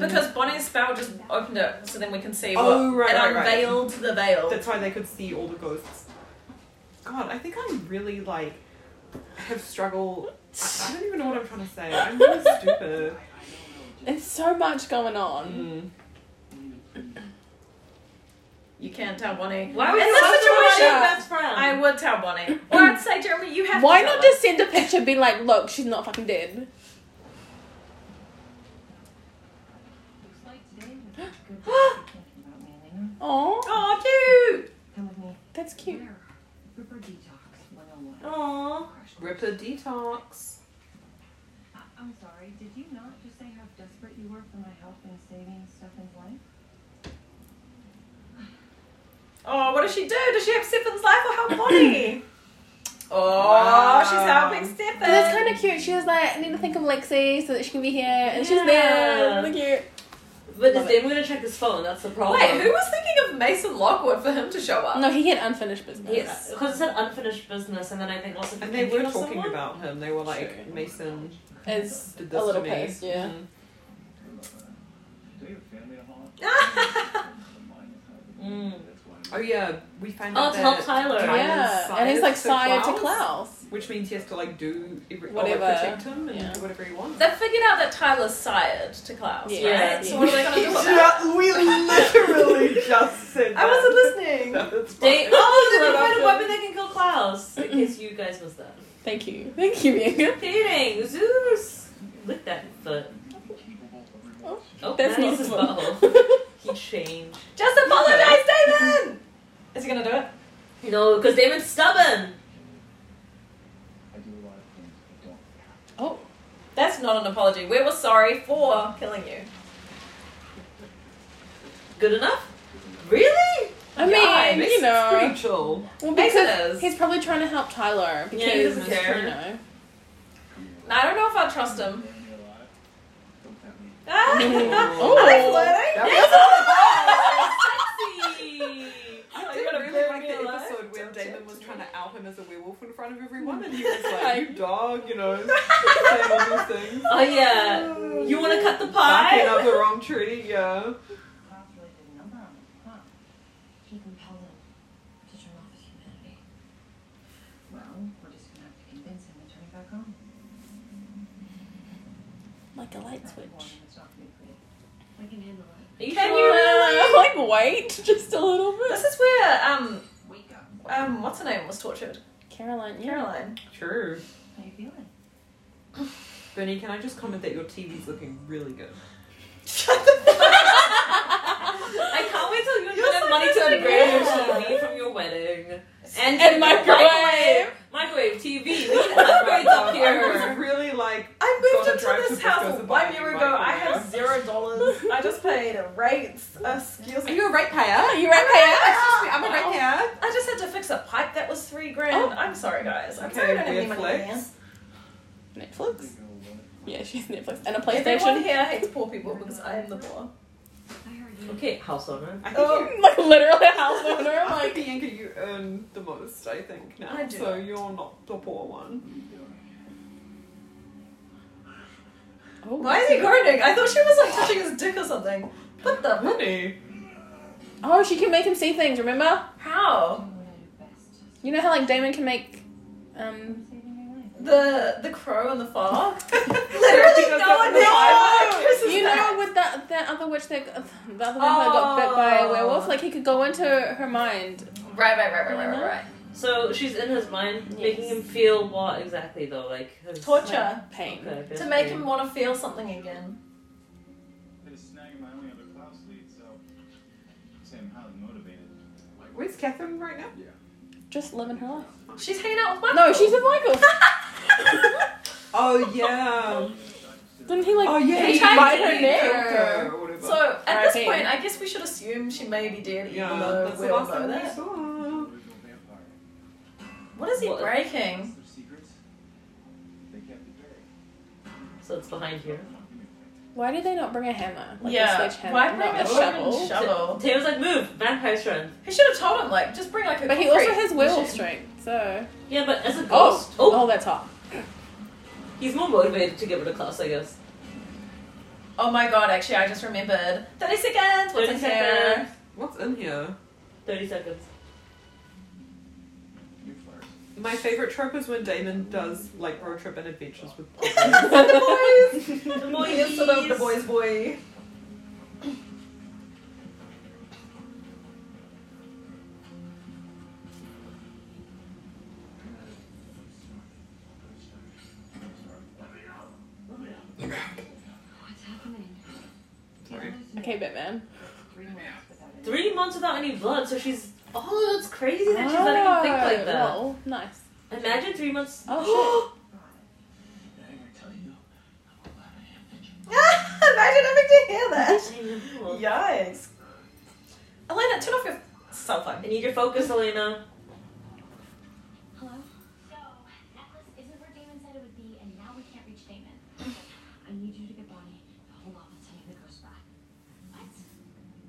Speaker 4: because Bonnie's spell just opened it, so then we can see.
Speaker 1: Mm. Oh,
Speaker 4: what,
Speaker 1: right,
Speaker 4: It
Speaker 1: right, right.
Speaker 4: unveiled the veil.
Speaker 1: That's why they could see all the ghosts. God, I think I really, like, have struggled. I, I don't even know what I'm trying to say. I'm really stupid.
Speaker 2: There's so much going on.
Speaker 1: Mm.
Speaker 4: You can't tell Bonnie.
Speaker 3: Why would
Speaker 4: In
Speaker 3: you
Speaker 4: this
Speaker 3: want to be
Speaker 4: situation,
Speaker 3: my best friend?
Speaker 4: I would tell Bonnie. Or I'd say, Jeremy, you have
Speaker 2: Why
Speaker 4: to tell
Speaker 2: not
Speaker 4: her.
Speaker 2: just send a picture being like, look, she's not fucking dead?
Speaker 5: Looks like today was a good day for thinking about me, Elena.
Speaker 2: Oh,
Speaker 4: Oh, cute.
Speaker 5: Come with me.
Speaker 2: that's cute.
Speaker 5: Where? Ripper Detox
Speaker 4: Oh.
Speaker 5: 101.
Speaker 3: Aww.
Speaker 5: Crush.
Speaker 1: Ripper detox.
Speaker 5: I- Uh, I'm sorry, did you not just say how desperate you were for my help in saving Stefan's life?
Speaker 4: Oh, what does she do? Does she have Stefan's life or help Bonnie? oh,
Speaker 1: Wow.
Speaker 4: she's helping Stefan.
Speaker 2: But that's kind of cute. She was like, I need to think of Lexi so that she can be here, and she's
Speaker 3: Yeah.
Speaker 2: there. Really cute.
Speaker 3: But
Speaker 2: Love
Speaker 3: is Damon gonna check his phone? That's the problem.
Speaker 4: Wait, who was thinking of Mason Lockwood for him to show up?
Speaker 2: No, he had unfinished business.
Speaker 3: Yes, because it said unfinished business, and then I think also.
Speaker 1: And they
Speaker 3: thinking
Speaker 1: were
Speaker 3: of
Speaker 1: talking
Speaker 3: someone?
Speaker 1: about him. They were like,
Speaker 2: Sure.
Speaker 1: Mason
Speaker 2: Is
Speaker 1: did this
Speaker 2: a little
Speaker 1: to me.
Speaker 2: pissed, yeah.
Speaker 1: Mm.
Speaker 6: Do you have family at home? Mine is not. [laughs]
Speaker 3: Mm.
Speaker 6: That's why.
Speaker 1: Oh yeah, we found
Speaker 3: Oh,
Speaker 1: out
Speaker 3: to
Speaker 1: that
Speaker 3: help Tyler.
Speaker 1: Tyler's
Speaker 2: Yeah, and he's
Speaker 1: sired
Speaker 2: like
Speaker 1: to
Speaker 2: sire
Speaker 1: Klaus,
Speaker 2: to Klaus.
Speaker 1: which means he has to like do every, whatever,
Speaker 2: Whatever.
Speaker 1: like, protect him and
Speaker 2: Yeah.
Speaker 1: do whatever he wants.
Speaker 4: They figured out that Tyler's sired to Klaus,
Speaker 2: Yeah.
Speaker 4: right? So what are they going to do about that?
Speaker 1: Ju- we literally [laughs] just said.
Speaker 4: I wasn't listening.
Speaker 1: that. [laughs] That's
Speaker 3: They,
Speaker 1: fine.
Speaker 3: [laughs] oh, did they
Speaker 2: What
Speaker 3: find a
Speaker 2: about
Speaker 3: weapon that can kill Klaus? In case you guys missed that.
Speaker 2: Thank you. [laughs] Thank you, Bianca.
Speaker 3: Kidding, Zeus. Lick that foot.
Speaker 6: Capable of remorse.
Speaker 3: Oh,
Speaker 2: That's
Speaker 3: that is his
Speaker 2: useful.
Speaker 3: butthole. He changed.
Speaker 4: Just apologize, Damon! Is he going to do it?
Speaker 3: No, because Damon's stubborn.
Speaker 6: I do a lot of things I don't.
Speaker 2: Oh,
Speaker 4: That's not an apology. We were sorry for killing you.
Speaker 3: Good enough? Really?
Speaker 2: [laughs] I
Speaker 4: Yikes,
Speaker 2: mean,
Speaker 4: it's
Speaker 2: you know,
Speaker 1: Pretty chill.
Speaker 2: well,
Speaker 4: Mason
Speaker 2: because
Speaker 4: is.
Speaker 2: he's probably trying to help Tyler because
Speaker 3: he doesn't
Speaker 2: you
Speaker 3: care.
Speaker 2: know.
Speaker 4: I don't know if I trust him.
Speaker 6: Learn me a lot. Don't tell me.
Speaker 3: [laughs]
Speaker 1: Oh.
Speaker 2: Am I flirting?
Speaker 1: That
Speaker 2: Yes,
Speaker 1: was-
Speaker 3: Sexy.
Speaker 1: I
Speaker 3: Oh,
Speaker 1: did
Speaker 3: you wanna
Speaker 1: really
Speaker 3: burn
Speaker 1: like
Speaker 3: me
Speaker 1: the
Speaker 3: alive?
Speaker 1: episode where
Speaker 3: Don't
Speaker 1: Damon
Speaker 3: you?
Speaker 1: was trying to out him as a werewolf in front of everyone, and he was
Speaker 2: I-
Speaker 1: like, "You dog," you know, saying all these things.
Speaker 3: Oh yeah. You want to cut the
Speaker 1: Barking up
Speaker 3: pie?
Speaker 1: the wrong tree, yeah.
Speaker 5: Calculated number on it, huh? He compelled him to turn off his humanity. Well, we're just gonna have to convince him to turn it back on.
Speaker 2: Like a light
Speaker 5: Not warn
Speaker 2: switch.
Speaker 5: him, It's not gonna be pretty. We can handle it.
Speaker 3: Are you
Speaker 2: Can
Speaker 3: sure?
Speaker 2: you really like wait [laughs] just a little bit?
Speaker 4: This is where um
Speaker 5: Wake up.
Speaker 4: um what's her name was tortured.
Speaker 2: Caroline, yeah.
Speaker 4: Caroline.
Speaker 1: True.
Speaker 5: How you feeling?
Speaker 1: Bernie, can I just comment that your TV's looking really good?
Speaker 3: I can't wait till you
Speaker 4: You're
Speaker 3: have
Speaker 4: so
Speaker 3: money to
Speaker 4: disagreeable.
Speaker 3: upgrade your TV from your wedding and,
Speaker 2: And [laughs] microwave.
Speaker 3: microwave TV. We need upgrades
Speaker 1: I
Speaker 3: up
Speaker 1: was
Speaker 3: here.
Speaker 1: really like,
Speaker 4: I
Speaker 1: Gotta
Speaker 4: moved into
Speaker 1: drive to
Speaker 4: this
Speaker 1: Frisco
Speaker 4: house
Speaker 1: to buy
Speaker 4: one year
Speaker 1: a
Speaker 4: ago. I have
Speaker 1: microwave.
Speaker 4: zero dollars. I just paid a rate. Uh, excuse
Speaker 1: are
Speaker 4: me.
Speaker 1: you a ratepayer?
Speaker 2: Are you right
Speaker 1: Ah!
Speaker 2: there?
Speaker 1: I'm a ratepayer.
Speaker 4: I just had to fix a pipe that was three grand. I'm sorry, guys. I'm sorry I don't have any
Speaker 1: Okay,
Speaker 4: money.
Speaker 1: weird
Speaker 4: man.
Speaker 2: Netflix? Yeah, she's Netflix. And a [laughs]
Speaker 4: Everyone
Speaker 2: PlayStation.
Speaker 4: here hates poor people because I am the poor.
Speaker 5: I heard you.
Speaker 3: Okay, house owner.
Speaker 1: I think you,
Speaker 2: Oh, like literally a house
Speaker 4: [laughs]
Speaker 2: owner.
Speaker 1: I
Speaker 2: Like
Speaker 1: think Bianca, you earn the most, I think, now.
Speaker 4: I do.
Speaker 1: So you're not the poor one.
Speaker 2: oh,
Speaker 4: Why is he groaning? I thought she was like touching his dick or something. What the?
Speaker 1: Bernie.
Speaker 2: Oh, she can make him see things, remember?
Speaker 4: How?
Speaker 5: What I do best.
Speaker 2: You know how like Damon can make
Speaker 4: [laughs]
Speaker 2: um
Speaker 5: Saving my life.
Speaker 4: The the crow and the fog.
Speaker 1: She
Speaker 4: Literally,
Speaker 1: goes
Speaker 4: no
Speaker 1: up
Speaker 4: one
Speaker 1: the
Speaker 4: knows.
Speaker 1: high
Speaker 4: what actress is
Speaker 2: you
Speaker 4: that.
Speaker 2: know with that that other witch that the other one that got bit by a
Speaker 4: Oh.
Speaker 2: werewolf, like he could go into her mind.
Speaker 4: Right, right, right, right, right, right, right.
Speaker 3: So she's in his mind, making him feel what exactly though, like his
Speaker 4: Torture
Speaker 2: Pain.
Speaker 3: Okay, okay,
Speaker 4: to make
Speaker 3: okay.
Speaker 4: him want to feel something again.
Speaker 6: They snagged my only other class lead, so say I'm highly motivated.
Speaker 1: Where's Catherine right now?
Speaker 2: Just living her life.
Speaker 4: She's hanging out with
Speaker 2: No,
Speaker 4: Michael.
Speaker 2: she's with Michael.
Speaker 1: Oh, yeah.
Speaker 2: Didn't he like
Speaker 1: oh, yeah.
Speaker 4: He
Speaker 1: you
Speaker 4: tried
Speaker 1: bite
Speaker 4: to
Speaker 1: her
Speaker 4: eat
Speaker 1: neck.
Speaker 4: her.
Speaker 1: or whatever.
Speaker 4: [laughs] so at
Speaker 2: Right,
Speaker 4: this
Speaker 2: hey.
Speaker 4: point, I guess we should assume she may be dead, even
Speaker 1: yeah,
Speaker 4: though
Speaker 1: that's
Speaker 4: we
Speaker 1: the
Speaker 4: all
Speaker 1: last
Speaker 4: know
Speaker 1: time we
Speaker 4: that.
Speaker 1: saw.
Speaker 6: Original vampire.
Speaker 4: What is he
Speaker 3: What?
Speaker 4: breaking?
Speaker 6: Their secrets. They kept it very.
Speaker 3: So it's behind here.
Speaker 2: Why did they not bring a hammer? Like
Speaker 4: yeah.
Speaker 2: a sledgehammer.
Speaker 4: Why bring
Speaker 2: not
Speaker 4: a
Speaker 2: a
Speaker 1: fucking
Speaker 2: shovel.
Speaker 4: shovel?
Speaker 3: Taylor's like, move, vampire strength.
Speaker 4: He should have told him like just bring like a.
Speaker 2: But he also
Speaker 4: concrete
Speaker 2: has werewolf
Speaker 4: machine.
Speaker 2: strength, so
Speaker 3: Yeah, but as a
Speaker 2: oh,
Speaker 3: ghost, oh,
Speaker 2: oh, that's hot.
Speaker 3: he's more motivated to give it a class, I guess.
Speaker 4: Oh my god! Actually, I just [laughs] remembered. Thirty seconds. What's
Speaker 3: 30
Speaker 4: in here?
Speaker 3: seconds.
Speaker 1: What's in here?
Speaker 3: Thirty seconds.
Speaker 6: New flowers.
Speaker 1: My favorite trope is when Damon does like road trip and adventures
Speaker 4: [laughs]
Speaker 1: with.
Speaker 3: The
Speaker 4: Boy,
Speaker 3: boys.
Speaker 4: is sort of the boys' boy.
Speaker 5: What's happening?
Speaker 1: Sorry.
Speaker 5: Taylor's
Speaker 2: Okay, Batman.
Speaker 5: Three months without it.
Speaker 3: Three months without any blood, so she's. Oh, that's crazy that she's letting him think like that.
Speaker 2: Well, Oh, nice.
Speaker 3: Imagine three months.
Speaker 2: Oh
Speaker 6: Did I ever tell you how glad I am that you
Speaker 4: Imagine having to hear that.
Speaker 3: I know.
Speaker 4: Yikes. Elena, turn off your cell phone.
Speaker 3: I need your focus, Elena.
Speaker 5: Hello?
Speaker 7: So, Atlas isn't where Damon said it would be, and now we can't reach Damon.
Speaker 5: I need you to get Bonnie to hold off on sending the ghost back.
Speaker 7: What?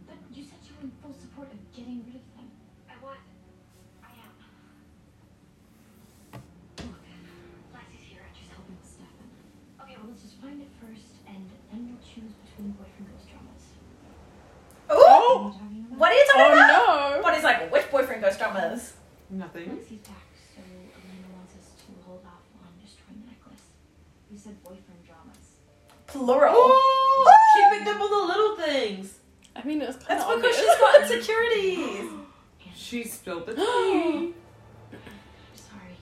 Speaker 5: But you said you were in full support of getting rid of them.
Speaker 7: I was. I am.
Speaker 5: Look, Lassie's here. I'm just helping with stuff. Okay, well, let's just find it first, and then we'll choose between boyfriend ghost dramas.
Speaker 4: Oh!
Speaker 5: What are you
Speaker 2: shit.
Speaker 4: What are you talking
Speaker 5: talking about?
Speaker 4: about?
Speaker 2: Oh no.
Speaker 4: Bonnie's like, which boyfriend ghost dramas?
Speaker 1: Nothing.
Speaker 5: Once he's back, so Elena wants us to hold off on destroying the necklace. You said boyfriend dramas.
Speaker 4: Plural. Oh!
Speaker 3: She picked up all the little things.
Speaker 2: I mean, it was kind
Speaker 4: That's
Speaker 2: of
Speaker 4: because
Speaker 2: obvious.
Speaker 4: she's got insecurities.
Speaker 1: She spilled the
Speaker 4: [gasps]
Speaker 1: tea.
Speaker 5: I'm sorry.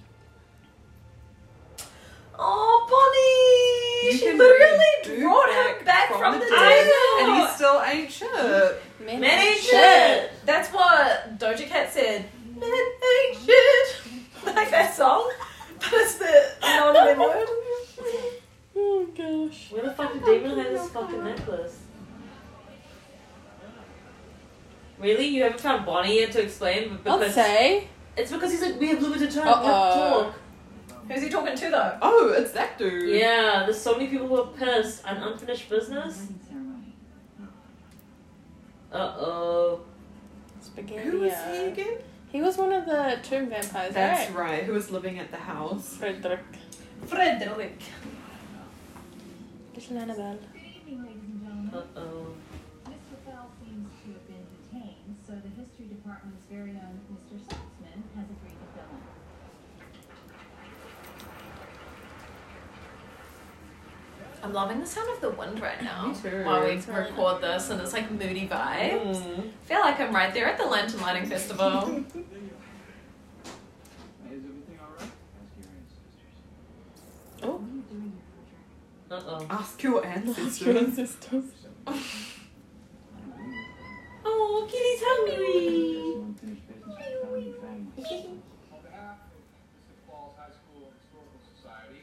Speaker 4: Oh, Bonnie!
Speaker 1: You
Speaker 4: she
Speaker 1: can
Speaker 4: literally
Speaker 1: bring
Speaker 4: brought him back from, the dead.
Speaker 1: dead, and he's still ain't shit.
Speaker 2: Man,
Speaker 4: Men ain't
Speaker 2: shit.
Speaker 4: shit. That's what Doja Cat said. Men ain't shit. [laughs] Like that song, but it's the non men word.
Speaker 2: Oh gosh.
Speaker 3: Where the fuck did Damon hide this fucking necklace? Really? You haven't found Bonnie yet to explain? But
Speaker 2: I'll
Speaker 3: because
Speaker 2: say.
Speaker 3: It's because he's like, we have limited time. We have to
Speaker 2: Uh-oh.
Speaker 3: talk.
Speaker 6: were.
Speaker 4: Who's he talking to though?
Speaker 1: Oh, it's that dude.
Speaker 3: Yeah, there's so many people who are pissed. An unfinished business?
Speaker 5: Wedding ceremony.
Speaker 2: Mm-hmm.
Speaker 3: Uh oh.
Speaker 2: Spaghetti. uh,
Speaker 1: Who was he again?
Speaker 2: He was one of the tomb vampires,
Speaker 1: That's
Speaker 2: right?
Speaker 1: right. Who was living at the house?
Speaker 2: Frederick.
Speaker 4: Frederick.
Speaker 2: Little Annabelle.
Speaker 5: Good evening, ladies and gentlemen.
Speaker 3: Uh oh.
Speaker 5: Mr. Fell seems to have been detained, so the history department's very own Mr. Saltzman has agreed to fill in.
Speaker 4: I'm loving the sound of the wind right now.
Speaker 1: Me too.
Speaker 4: While we
Speaker 1: It's really
Speaker 4: record this and it's like moody vibes. Feel like I'm right there at the Lantern Lighting Festival.
Speaker 6: Is everything alright? Ask your ancestors.
Speaker 5: What are you
Speaker 1: Ask
Speaker 3: Uh oh.
Speaker 5: doing here, Frederick?
Speaker 1: your ancestors.
Speaker 3: Oh, kitty's hungry.
Speaker 6: Some unfinished business with founding families. On behalf of Sioux Falls High School Historical Society,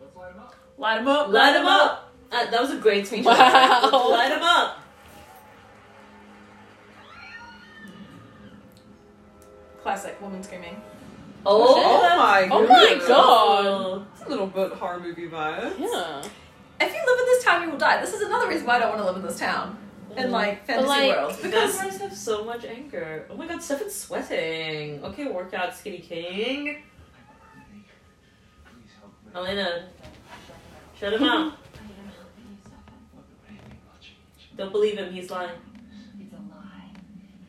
Speaker 6: let's light them up.
Speaker 4: Light him up.
Speaker 3: Light him up. Uh, that was a great speech.
Speaker 4: [laughs]
Speaker 2: Wow.
Speaker 3: Light him up.
Speaker 4: Classic woman screaming.
Speaker 3: Oh,
Speaker 1: Oh
Speaker 3: that's-
Speaker 1: my
Speaker 2: Oh my
Speaker 1: goodness.
Speaker 2: God.
Speaker 1: It's a little bit horror movie vibes.
Speaker 2: Yeah.
Speaker 4: If you live in this town, you will die. This is another reason why I don't want to live in this town. In like fantasy
Speaker 2: like-
Speaker 4: world.
Speaker 3: Because guys have so much anger. Oh my god, Stefan's sweating. Okay, workout, skinny king.
Speaker 6: Please help me.
Speaker 3: Elena, shut him up.
Speaker 4: [laughs]
Speaker 5: I am helping you, Stefan.
Speaker 6: Look, anything will change.
Speaker 3: Don't believe him, he's lying.
Speaker 5: It's a lie.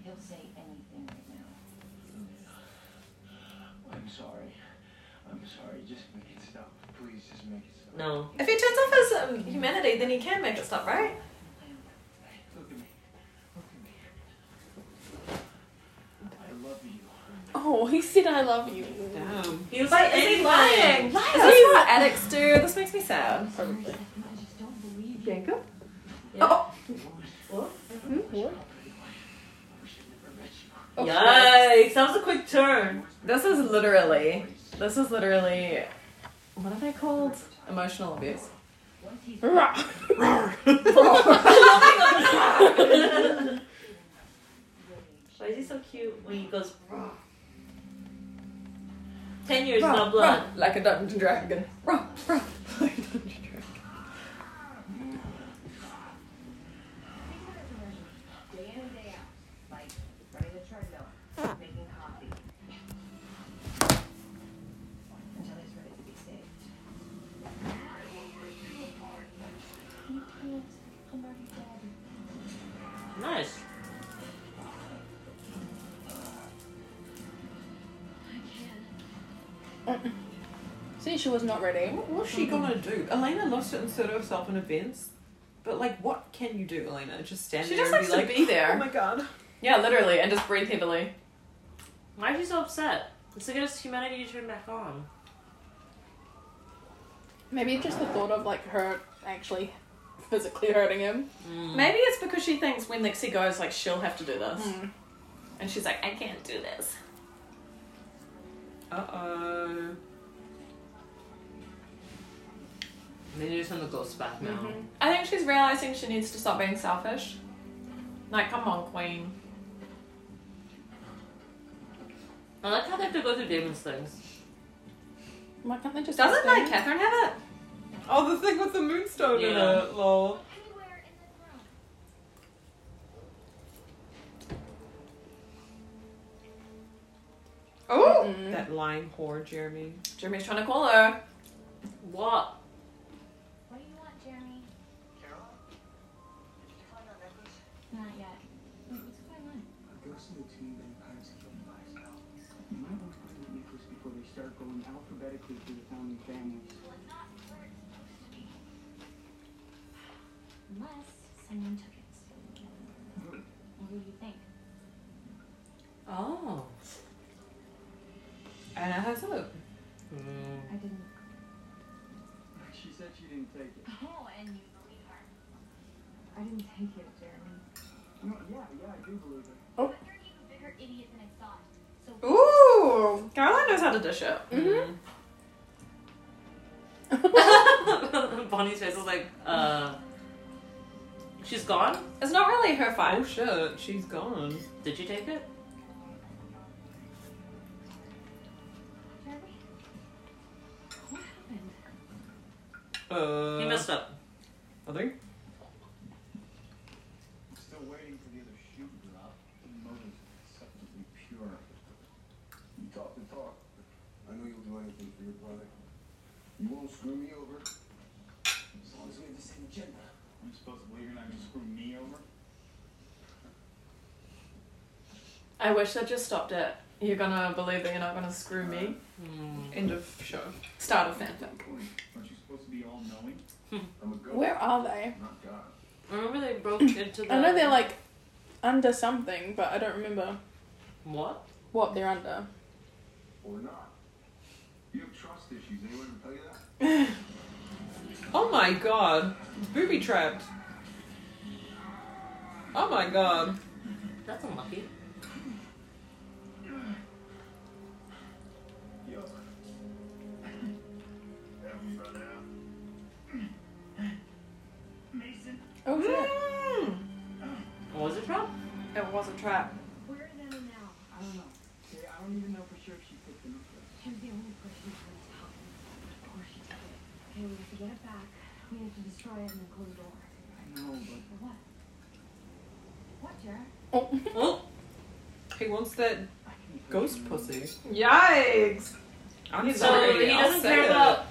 Speaker 5: He'll say anything right now.
Speaker 6: I'm sorry. I'm sorry. Just make it stop. Please, just make it stop.
Speaker 3: No.
Speaker 4: If he turns off his um, humanity, then he can make it stop, right?
Speaker 6: Hey, look at me. Look at me. I love you.
Speaker 2: Oh, he said I love you.
Speaker 1: Damn.
Speaker 3: He was
Speaker 4: But
Speaker 3: like,
Speaker 4: is he
Speaker 3: "Hey,
Speaker 4: lying? Is
Speaker 2: Liar.
Speaker 4: this what addicts do? This makes me sad.
Speaker 5: I'm sorry, Stefan. I just don't believe you.
Speaker 1: Jacob?
Speaker 3: Yeah.
Speaker 4: Oh.
Speaker 3: What?
Speaker 2: What?
Speaker 6: I should never met you.
Speaker 3: Yikes, that was a quick turn.
Speaker 4: This is literally, this is literally, what are they called? Emotional abuse.
Speaker 5: Once he's
Speaker 2: Rah.
Speaker 3: Why is he so cute when he goes, "Bruh." Ten years, not blood.
Speaker 4: Rah, like a dungeon dragon. Rah, rah, like a dungeon dragon.
Speaker 5: day in and day out, like running a treadmill, making coffee. Until he's ready to be saved.
Speaker 7: You can't. I'm already dead.
Speaker 3: Nice.
Speaker 2: See, she was not ready.
Speaker 1: What was she gonna do? Elena loves to insert herself in events, but like, what can you do, Elena? Just stand
Speaker 4: She
Speaker 1: there
Speaker 4: just
Speaker 1: and
Speaker 4: likes
Speaker 1: be
Speaker 4: to
Speaker 1: like, oh
Speaker 4: be there.
Speaker 1: my god.
Speaker 4: Yeah, literally, and just breathe heavily.
Speaker 3: Why is he so upset? It's the goodest humanity to turn back on.
Speaker 2: Maybe just the thought of like her actually physically hurting him.
Speaker 4: Maybe it's because she thinks when Lexi goes, like, she'll have to do this.
Speaker 2: Mm. Hmm.
Speaker 4: And she's like, I can't do this.
Speaker 1: Uh oh.
Speaker 3: They just want to go back now.
Speaker 4: I think she's realizing she needs to stop being selfish. Like, come on, queen.
Speaker 3: I like how they have to go through Damon's things.
Speaker 2: Why can't they just
Speaker 4: Doesn't,
Speaker 2: explain
Speaker 4: like,
Speaker 2: it?
Speaker 4: Catherine have it?
Speaker 1: Oh, the thing with the moonstone
Speaker 3: Yeah.
Speaker 1: in it, lol.
Speaker 7: Anywhere in this room.
Speaker 1: Oh! That lying whore, Jeremy.
Speaker 4: Jeremy's trying to call her.
Speaker 3: What?
Speaker 7: What do you want, Jeremy?
Speaker 5: Not yet. What's going on?
Speaker 6: A ghost of the tomb vampires killed by spell. You might want to coordinate this before they start going alphabetically through the founding families.
Speaker 7: Well, it's not where it's supposed to be.
Speaker 5: Unless someone took it. Well, who do you think?
Speaker 3: Oh.
Speaker 1: And it has a
Speaker 3: Mm. [laughs]
Speaker 5: I didn't.
Speaker 6: She said she didn't take it.
Speaker 7: Oh, and you believe her.
Speaker 5: I didn't take it, Jeremy.
Speaker 6: No, yeah, yeah, I do believe it.
Speaker 7: But you're an even bigger idiot than I thought. So
Speaker 4: Ooh! Mm. Caroline knows how to dish it.
Speaker 2: Hmm.
Speaker 3: Bonnie's face is like, uh. She's gone?
Speaker 4: It's not really her
Speaker 1: Oh
Speaker 4: fault.
Speaker 1: shit, she's gone.
Speaker 3: Did you take it?
Speaker 7: Jeremy?
Speaker 3: He
Speaker 8: Uh,
Speaker 3: messed up.
Speaker 8: I think.
Speaker 6: Still waiting for the other shoe to drop. The motive is substantively pure. You talk the talk. I know you'll do anything for your brother. You won't screw me over. As long as we have the same agenda. You supposed to believe you're not gonna screw me over?
Speaker 4: I wish they just stopped it. You're gonna believe that you're not gonna screw me.
Speaker 6: Uh,
Speaker 4: End of show. Start of fanfic.
Speaker 6: Aren't you supposed to be all knowing? [laughs] I'm a goat,
Speaker 2: [laughs] Where are they?
Speaker 6: not God.
Speaker 3: Remember they broke into the.
Speaker 2: I know they're like under something, but I don't remember
Speaker 3: What?
Speaker 2: what they're under.
Speaker 6: Or not. You have trust issues. Anyone ever tell you that?
Speaker 8: Oh my god. It's booby trapped. Oh my god.
Speaker 3: That's unlucky.
Speaker 6: [laughs] Yo. Help me, brother. [clears throat] Mason.
Speaker 4: Mm-hmm.
Speaker 2: Oh shit.
Speaker 1: Hmm.
Speaker 3: What was it from?
Speaker 4: It was a trap.
Speaker 5: Where is Anna now?
Speaker 6: I don't know. See, I don't even know for sure if she picked them up.
Speaker 5: She was the only person who wanted to help him. Of course she did. Okay, we have to get it back. We have to destroy it and then close the door.
Speaker 6: I know, but
Speaker 5: For what? What, Jared?
Speaker 3: Oh,
Speaker 8: He wants that
Speaker 6: I can
Speaker 8: ghost pussy.
Speaker 4: Yikes!
Speaker 8: I'm
Speaker 3: so
Speaker 8: sorry.
Speaker 3: he
Speaker 8: I'll
Speaker 3: doesn't
Speaker 8: say
Speaker 3: care
Speaker 8: it.
Speaker 3: about.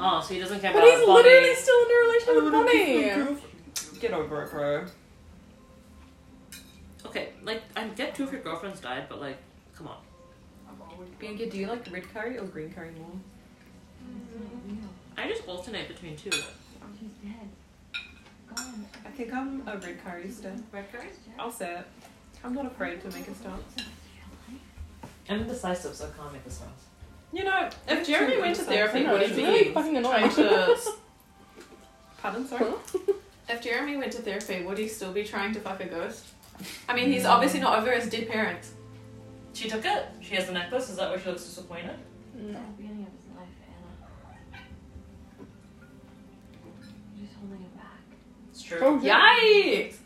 Speaker 3: Oh, so he doesn't care
Speaker 2: But
Speaker 3: about
Speaker 2: he's
Speaker 3: Bonnie.
Speaker 2: literally still in a relationship with
Speaker 8: Oh,
Speaker 2: Bonnie.
Speaker 8: goof. Get over it, bro.
Speaker 3: Okay, like I get two of your girlfriends died, but like, come on.
Speaker 6: I've always
Speaker 8: Bianca, do you like red curry or green curry more? Mm-hmm.
Speaker 5: No,
Speaker 3: I just alternate between two.
Speaker 5: she's dead. Gone.
Speaker 8: I think I'm a red curry stand.
Speaker 3: Red curry.
Speaker 8: I'll say it. I'm not afraid to make a start.
Speaker 3: I'm indecisive, so I can't make this house.
Speaker 8: You know, if
Speaker 4: Jeremy
Speaker 8: Jeremy went to therapy,
Speaker 2: No,
Speaker 8: would
Speaker 2: it's
Speaker 8: he
Speaker 2: really
Speaker 8: be?
Speaker 2: fucking
Speaker 4: Trying
Speaker 2: annoying.
Speaker 4: to. [laughs]
Speaker 8: Pardon, sorry.
Speaker 4: If Jeremy went to therapy, would he still be trying to fuck a ghost? I mean, he's obviously not over his dead parents.
Speaker 3: She took it. She has the necklace. Is that why she looks disappointed?
Speaker 2: No.
Speaker 5: At the beginning of his life, Anna. You're just holding him back.
Speaker 3: It's true.
Speaker 2: Oh yeah.
Speaker 4: Yikes!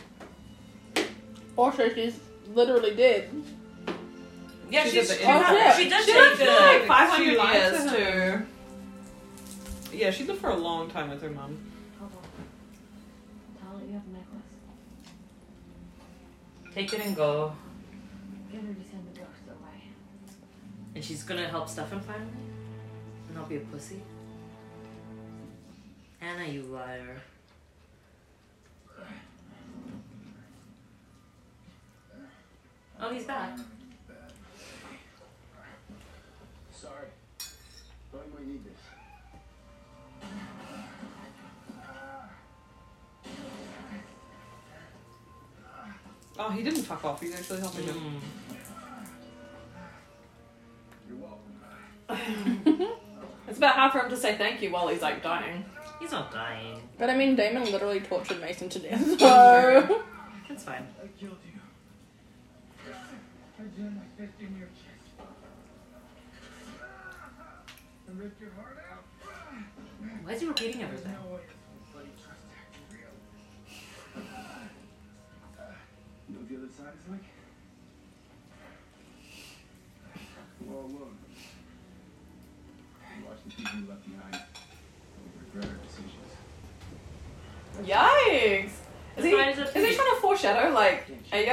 Speaker 2: Also, she's literally dead.
Speaker 3: Yeah,
Speaker 8: She
Speaker 3: she's,
Speaker 8: did
Speaker 3: she,
Speaker 8: the
Speaker 2: internet.
Speaker 3: had, she did
Speaker 4: She
Speaker 3: take
Speaker 4: lived for like
Speaker 3: it.
Speaker 8: She
Speaker 4: 500
Speaker 8: lied
Speaker 4: years
Speaker 8: to
Speaker 4: too.
Speaker 8: him. Yeah, she lived for a long time with her mum.
Speaker 5: Hold on. Tell her you have a necklace.
Speaker 3: Take it and go.
Speaker 5: Get her to send the ghost away.
Speaker 3: And she's gonna help Stefan finally? And not be a pussy? Anna, you liar. Oh, he's back.
Speaker 6: bad. Sorry. But we need this.
Speaker 8: Oh, he didn't fuck off. He's actually helping him.
Speaker 3: Mm.
Speaker 6: You're welcome.
Speaker 4: It's about hard for him to say thank you while he's like dying.
Speaker 3: He's not dying.
Speaker 2: But I mean, Damon literally tortured Mason to [laughs] death, so.
Speaker 3: That's fine.
Speaker 6: I killed you. I jammed my fist in your chest. I ripped your heart out.
Speaker 3: Why is he repeating
Speaker 6: There's
Speaker 3: everything?
Speaker 6: no way this was bloody trust act is real. You know what the other side is like? We're all alone. We watch the people we left behind. We regret our decisions.
Speaker 4: Yikes! Is he,
Speaker 3: That's why
Speaker 4: is
Speaker 3: he's
Speaker 4: he
Speaker 3: a-
Speaker 4: trying to foreshadow, like, hey yo,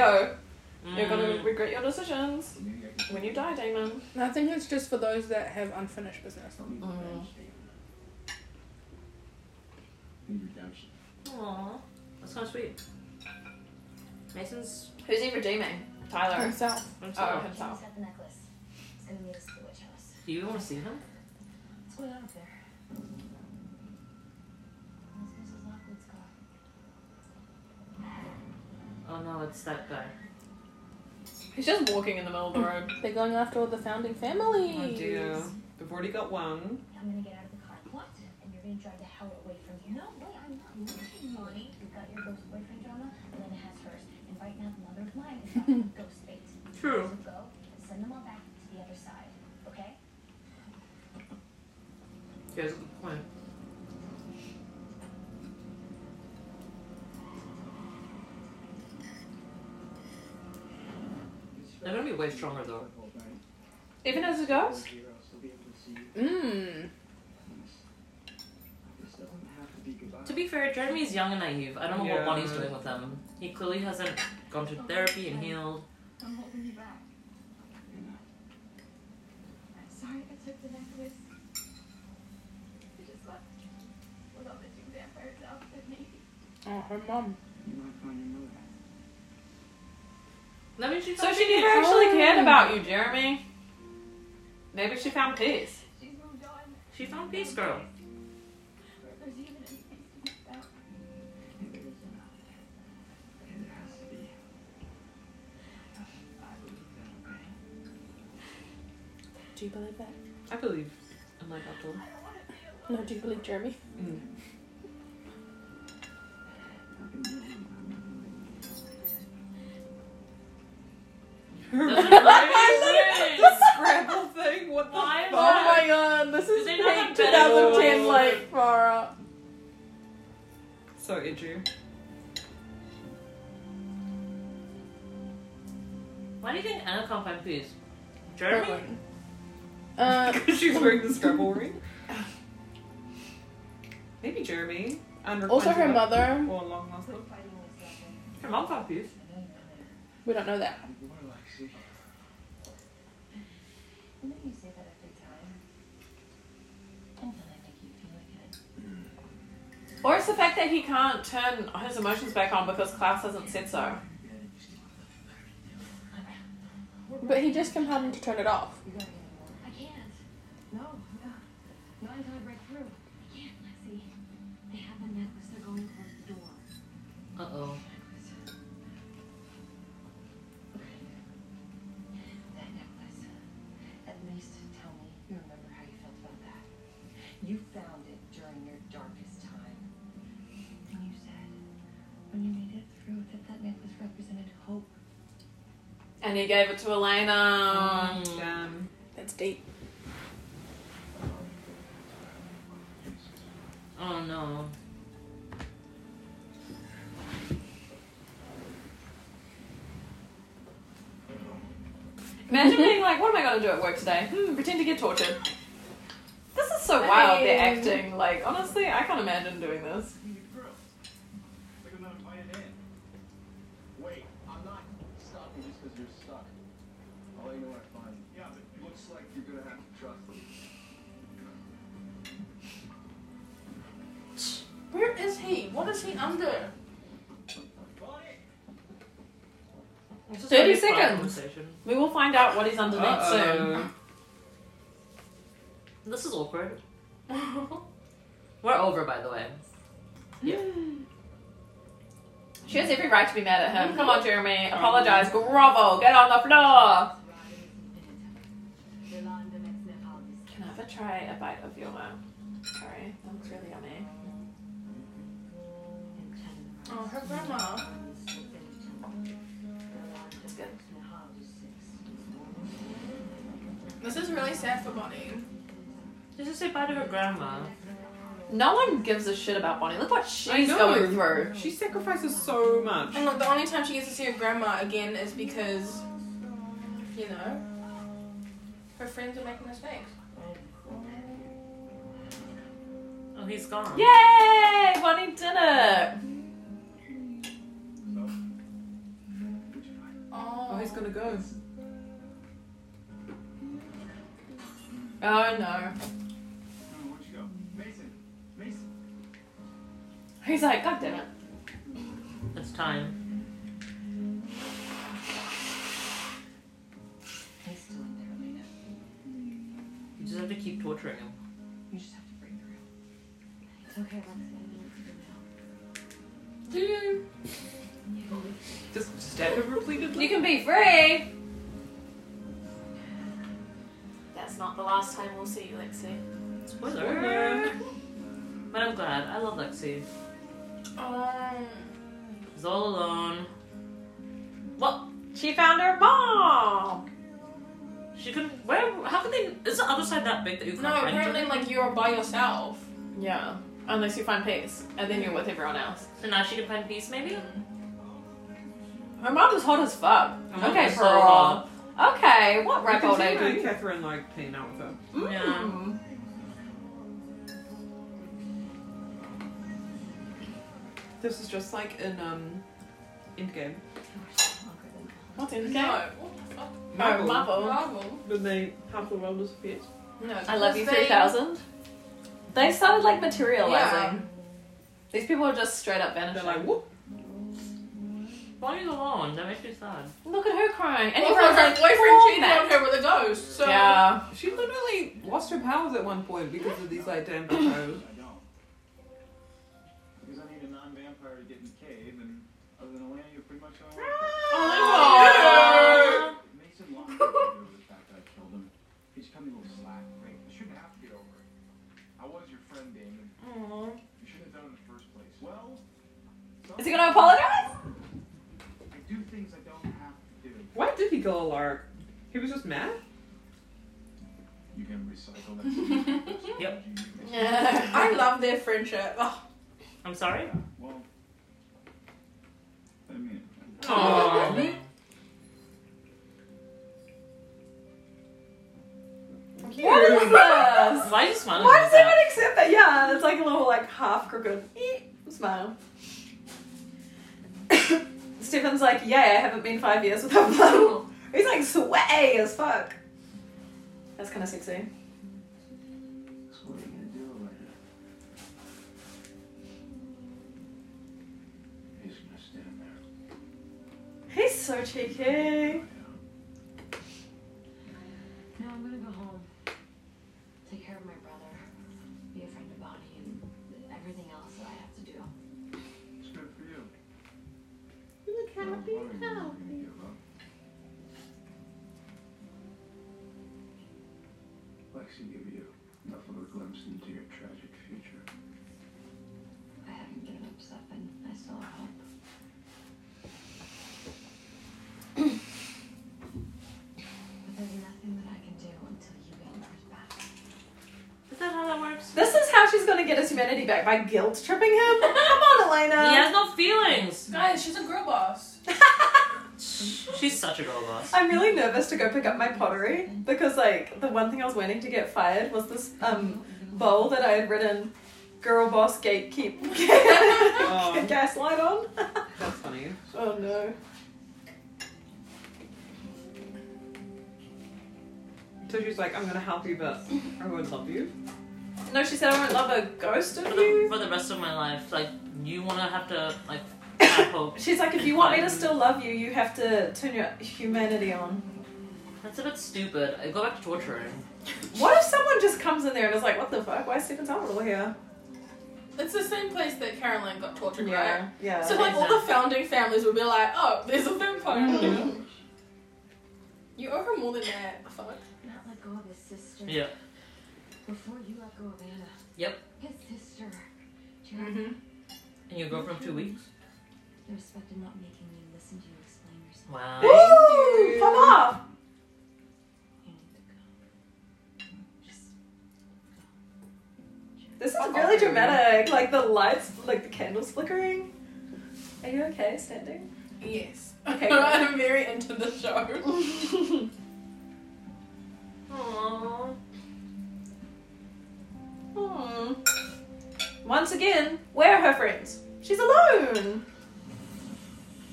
Speaker 4: you're gonna
Speaker 3: Mm.
Speaker 4: regret your decisions
Speaker 6: But maybe I can
Speaker 4: when you die, Damon?
Speaker 2: I think it's just for those that have unfinished business.
Speaker 6: Don't need revenge, David. Need redemption.
Speaker 3: Aww. That's kind of sweet. Mason's.
Speaker 4: Who's he redeeming? Tyler.
Speaker 2: Himself.
Speaker 4: Oh,
Speaker 3: Do
Speaker 7: James
Speaker 4: himself.
Speaker 7: had the necklace. It's gonna lead us to the witch house.
Speaker 3: you even want to see him?
Speaker 5: What's going on up there? That's Mrs. Lockwood's car.
Speaker 3: Oh no, it's that guy.
Speaker 4: He's just walking in the middle of the road.
Speaker 2: They're going after all the founding families.
Speaker 8: Oh dear. We've already got one.
Speaker 7: I'm gonna get out of the car. What? And you're gonna drive the hell away from here. No way, I'm not leaving Bonnie. You've got your ghost boyfriend drama, Elena has hers. And right now the mother of mine is got ghost fate.
Speaker 3: True.
Speaker 7: So go and send them all back to the other side. Okay?
Speaker 3: Yeah, that's a good point. They're gonna be way stronger though.
Speaker 4: Even as a ghost?
Speaker 6: Heroes will be able to see
Speaker 2: Mmm.
Speaker 6: things. This doesn't
Speaker 3: To be fair, Jeremy's young and naive. I don't know
Speaker 8: Yeah.
Speaker 3: what Bonnie's doing with him. He clearly hasn't gone to therapy and healed.
Speaker 5: I'm holding you back. I'm sorry I took the necklace. I just left without the two vampires out that maybe.
Speaker 2: Oh, her mom.
Speaker 6: You might find your mother.
Speaker 4: That means she
Speaker 2: So
Speaker 4: so
Speaker 2: she
Speaker 4: she
Speaker 2: didn't
Speaker 4: never actually
Speaker 2: know.
Speaker 4: cared about you, Jeremy. Maybe she found peace.
Speaker 5: She's moved on.
Speaker 3: She found peace, girl.
Speaker 5: If There's even any peace to be found.
Speaker 6: There is not. And there has to be. I believe that, okay?
Speaker 2: Do you believe that?
Speaker 3: I believe in my doctor.
Speaker 2: No, do you believe Jeremy?
Speaker 1: Scrabble thing. What the?
Speaker 3: Why
Speaker 2: Oh
Speaker 3: is
Speaker 2: my god, this is
Speaker 3: Did they not
Speaker 2: peak
Speaker 3: have better
Speaker 2: 2010
Speaker 3: rules?
Speaker 2: like far up.
Speaker 1: So edgy.
Speaker 3: Why do you think Anna can't find peace? Jeremy?
Speaker 2: Uh, I
Speaker 1: Because [laughs] she's wearing the Scrabble ring. Maybe Jeremy. And
Speaker 2: Also her mother.
Speaker 1: Or long last
Speaker 5: Quit fighting this level.
Speaker 3: Her mom found peace.
Speaker 2: we don't know that.
Speaker 6: More like see.
Speaker 5: I know you say that every time. And then I make you feel like
Speaker 4: Or it's the fact that he can't turn his emotions back on because class hasn't said so.
Speaker 2: But he just can him to turn it off.
Speaker 5: You gotta get
Speaker 7: I
Speaker 5: more.
Speaker 7: can't.
Speaker 5: No, no. Not until I break through.
Speaker 7: I can't, Lexi. They have the necklace. They're going to close the door.
Speaker 3: Uh oh.
Speaker 5: That necklace. At least tell me you remember how you felt about that. You found it during your darkest time. And you said when you made it through that that necklace represented hope.
Speaker 4: And he gave it to Elena. Mm.
Speaker 1: Damn.
Speaker 2: That's deep.
Speaker 3: Oh no.
Speaker 4: Imagine being like, what am I going to do at work today? Hmm, pretend to get tortured. This is so wild, they're
Speaker 2: Hey.
Speaker 4: acting. Like, honestly, I can't imagine doing this.
Speaker 6: Like I'm not invited in. Wait, I'm not stopping just because you're stuck. I'll let you know when I find you. Yeah, but it looks like you're gonna have to trust me.
Speaker 2: Where is he? What is he under?
Speaker 3: This is
Speaker 4: 30
Speaker 3: gonna be a fun
Speaker 4: seconds.
Speaker 3: conversation.
Speaker 4: We will find out what he's underneath
Speaker 1: Uh-oh.
Speaker 3: This is awkward.
Speaker 4: soon.
Speaker 3: We're over, by the way.
Speaker 4: She has every right to be mad at him. Come
Speaker 2: Mm-hmm.
Speaker 4: on, Jeremy. Apologize. Grovel. Get on the floor. Can I have a try a bite of your mom? Sorry, that looks really yummy. Oh, her grandma. It's good.
Speaker 2: This is really sad for Bonnie.
Speaker 3: Did you say bye to her grandma?
Speaker 4: No one gives a shit about Bonnie. Look what
Speaker 1: I
Speaker 4: she's
Speaker 1: know.
Speaker 4: going through.
Speaker 1: She sacrifices so much.
Speaker 2: And look, the only time she gets to see her grandma again is because, you know, her friends are making mistakes.
Speaker 3: Oh, he's gone.
Speaker 4: Yay! Bonnie did it.
Speaker 1: Oh, he's gonna go.
Speaker 4: Oh no.
Speaker 6: Oh, where'd you go? Mason! Mason!
Speaker 4: He's like, God damn it.
Speaker 3: It's time.
Speaker 5: He's still in there, Elena.
Speaker 3: You just have to keep torturing him.
Speaker 5: You just have to break through. It's okay, Lexi. I
Speaker 4: Do
Speaker 5: need you now.
Speaker 4: you?
Speaker 1: Just stab him repeatedly.
Speaker 4: You can be free. That's not the last time we'll see you, Lexi.
Speaker 3: Spoiler. [laughs] But I'm glad. I love Lexi.
Speaker 2: Um,
Speaker 3: She's all alone. What?
Speaker 4: She found her bomb.
Speaker 3: She can. Where? How can they? Is the other side that big that you can't
Speaker 2: no,
Speaker 3: find
Speaker 2: apparently,
Speaker 3: it?
Speaker 2: like you're by yourself.
Speaker 4: Yeah. Unless you find peace, and then you're with everyone else.
Speaker 3: So now she can find peace, maybe.
Speaker 2: Mm.
Speaker 4: Her mom is hot as fuck.
Speaker 3: mom
Speaker 4: okay,
Speaker 3: is
Speaker 4: for
Speaker 3: so
Speaker 4: a while. Okay, what
Speaker 1: I
Speaker 4: ripe
Speaker 1: can
Speaker 4: old
Speaker 1: see why
Speaker 4: lady?
Speaker 1: Catherine like paying out with her.
Speaker 3: Yeah.
Speaker 4: Mm.
Speaker 1: This is just like in um, Endgame.
Speaker 2: What's in the game?
Speaker 4: No.
Speaker 2: Oh, Marvel.
Speaker 4: Marvel.
Speaker 1: When they half the world disappeared.
Speaker 4: No.
Speaker 2: I
Speaker 4: I love
Speaker 2: because
Speaker 4: you
Speaker 2: they-
Speaker 4: 3000. They started like materializing.
Speaker 2: Yeah.
Speaker 4: These people are just straight up
Speaker 1: They're
Speaker 4: vanishing.
Speaker 1: like, whoop.
Speaker 8: Bonnie's alone. That makes me sad.
Speaker 4: Look at her crying. And
Speaker 2: And
Speaker 4: everyone's
Speaker 2: her
Speaker 4: like,
Speaker 2: boyfriend
Speaker 4: "Poor
Speaker 2: cheated
Speaker 4: Matt."
Speaker 2: on her with a ghost. So
Speaker 4: Yeah.
Speaker 1: She literally lost her powers at one point because of these like
Speaker 4: [laughs]
Speaker 1: damn vampires. [laughs]
Speaker 6: I don't. Because I need a non-vampire to get in the cave, and other than Elena, you're pretty much all.
Speaker 4: Aww.
Speaker 6: It makes it longer to the fact that I killed him. He's coming a little slack, right? I shouldn't have to get over it. I was your friend, Damon. You shouldn't have done it in the first place. Well,
Speaker 4: Is he gonna apologize?
Speaker 6: I do things I don't have to do.
Speaker 1: Why did he go Alaric? He was just
Speaker 4: [laughs]
Speaker 1: mad.
Speaker 6: You can recycle that.
Speaker 8: Yep.
Speaker 4: [laughs]
Speaker 2: I love their friendship. Oh,
Speaker 8: I'm sorry.
Speaker 6: Well, I mean,
Speaker 8: Aww.
Speaker 4: What is this?
Speaker 8: Why is smiling?
Speaker 4: Why
Speaker 8: like
Speaker 4: does anyone
Speaker 8: that?
Speaker 4: accept that? Yeah, it's like a little like half crooked eek, smile. [coughs] Stephen's like, yay, I haven't been five years without blood. He's like sway as fuck. That's kind of sexy.
Speaker 6: so what are you gonna do about it? He's gonna stand there.
Speaker 4: He's so cheeky.
Speaker 5: No, I'm gonna go home. Take care of my brother. Be a friend to Bonnie and everything else that I have to do.
Speaker 6: It's good for you. You look happy. happy. Lexi gave you enough of a glimpse into your tragic future.
Speaker 5: I haven't given up, Stefan. I still have hope. but there's nothing that I can do until you get yours back.
Speaker 8: Is that how that works?
Speaker 4: This is how she's gonna get his humanity back by guilt tripping him. Come on, Elena.
Speaker 8: He has no feelings.
Speaker 2: guys, she's a girl boss.
Speaker 8: She's such a girl boss.
Speaker 4: I'm really nervous to go pick up my pottery because like the one thing I was waiting to get fired was this um bowl that I had written girl boss gatekeep [laughs]
Speaker 1: Oh.
Speaker 4: gaslight on.
Speaker 1: That's funny.
Speaker 4: oh no.
Speaker 1: So she's like, I'm gonna help you, but I won't love you.
Speaker 4: No, she said I won't love a ghost of
Speaker 8: For the,
Speaker 4: you.
Speaker 1: [laughs]
Speaker 8: for the rest of my life, like you wanna have to like have hope.
Speaker 4: She's like, if you want me to still love you, you have to turn your humanity on.
Speaker 8: That's a bit stupid. I go back to torturing.
Speaker 4: What if someone just comes in there and is like, what the fuck? Why is Stephen Salvador here?
Speaker 2: It's the same place that Caroline got tortured, right?
Speaker 4: Yeah.
Speaker 2: So like all the founding families would be like, oh, there's a vampire. here." You owe her more than that. [laughs] Fuck.
Speaker 5: Not let go of his sister.
Speaker 8: Yeah.
Speaker 5: Before you let go of Anna.
Speaker 8: Yep.
Speaker 5: His sister. Jared,
Speaker 2: Mm-hmm.
Speaker 8: And you go from two weeks.
Speaker 5: the respect in not making me listen to you explain yourself.
Speaker 8: Wow.
Speaker 4: Woo! Pop off!
Speaker 5: You need to go. Just
Speaker 4: This is really dramatic. Like the lights, like the candles flickering. Are you okay standing?
Speaker 2: Yes. [laughs]
Speaker 4: Okay.
Speaker 2: I'm very into the show.
Speaker 8: Aww.
Speaker 4: Hmm. Once again, where are her friends? She's alone.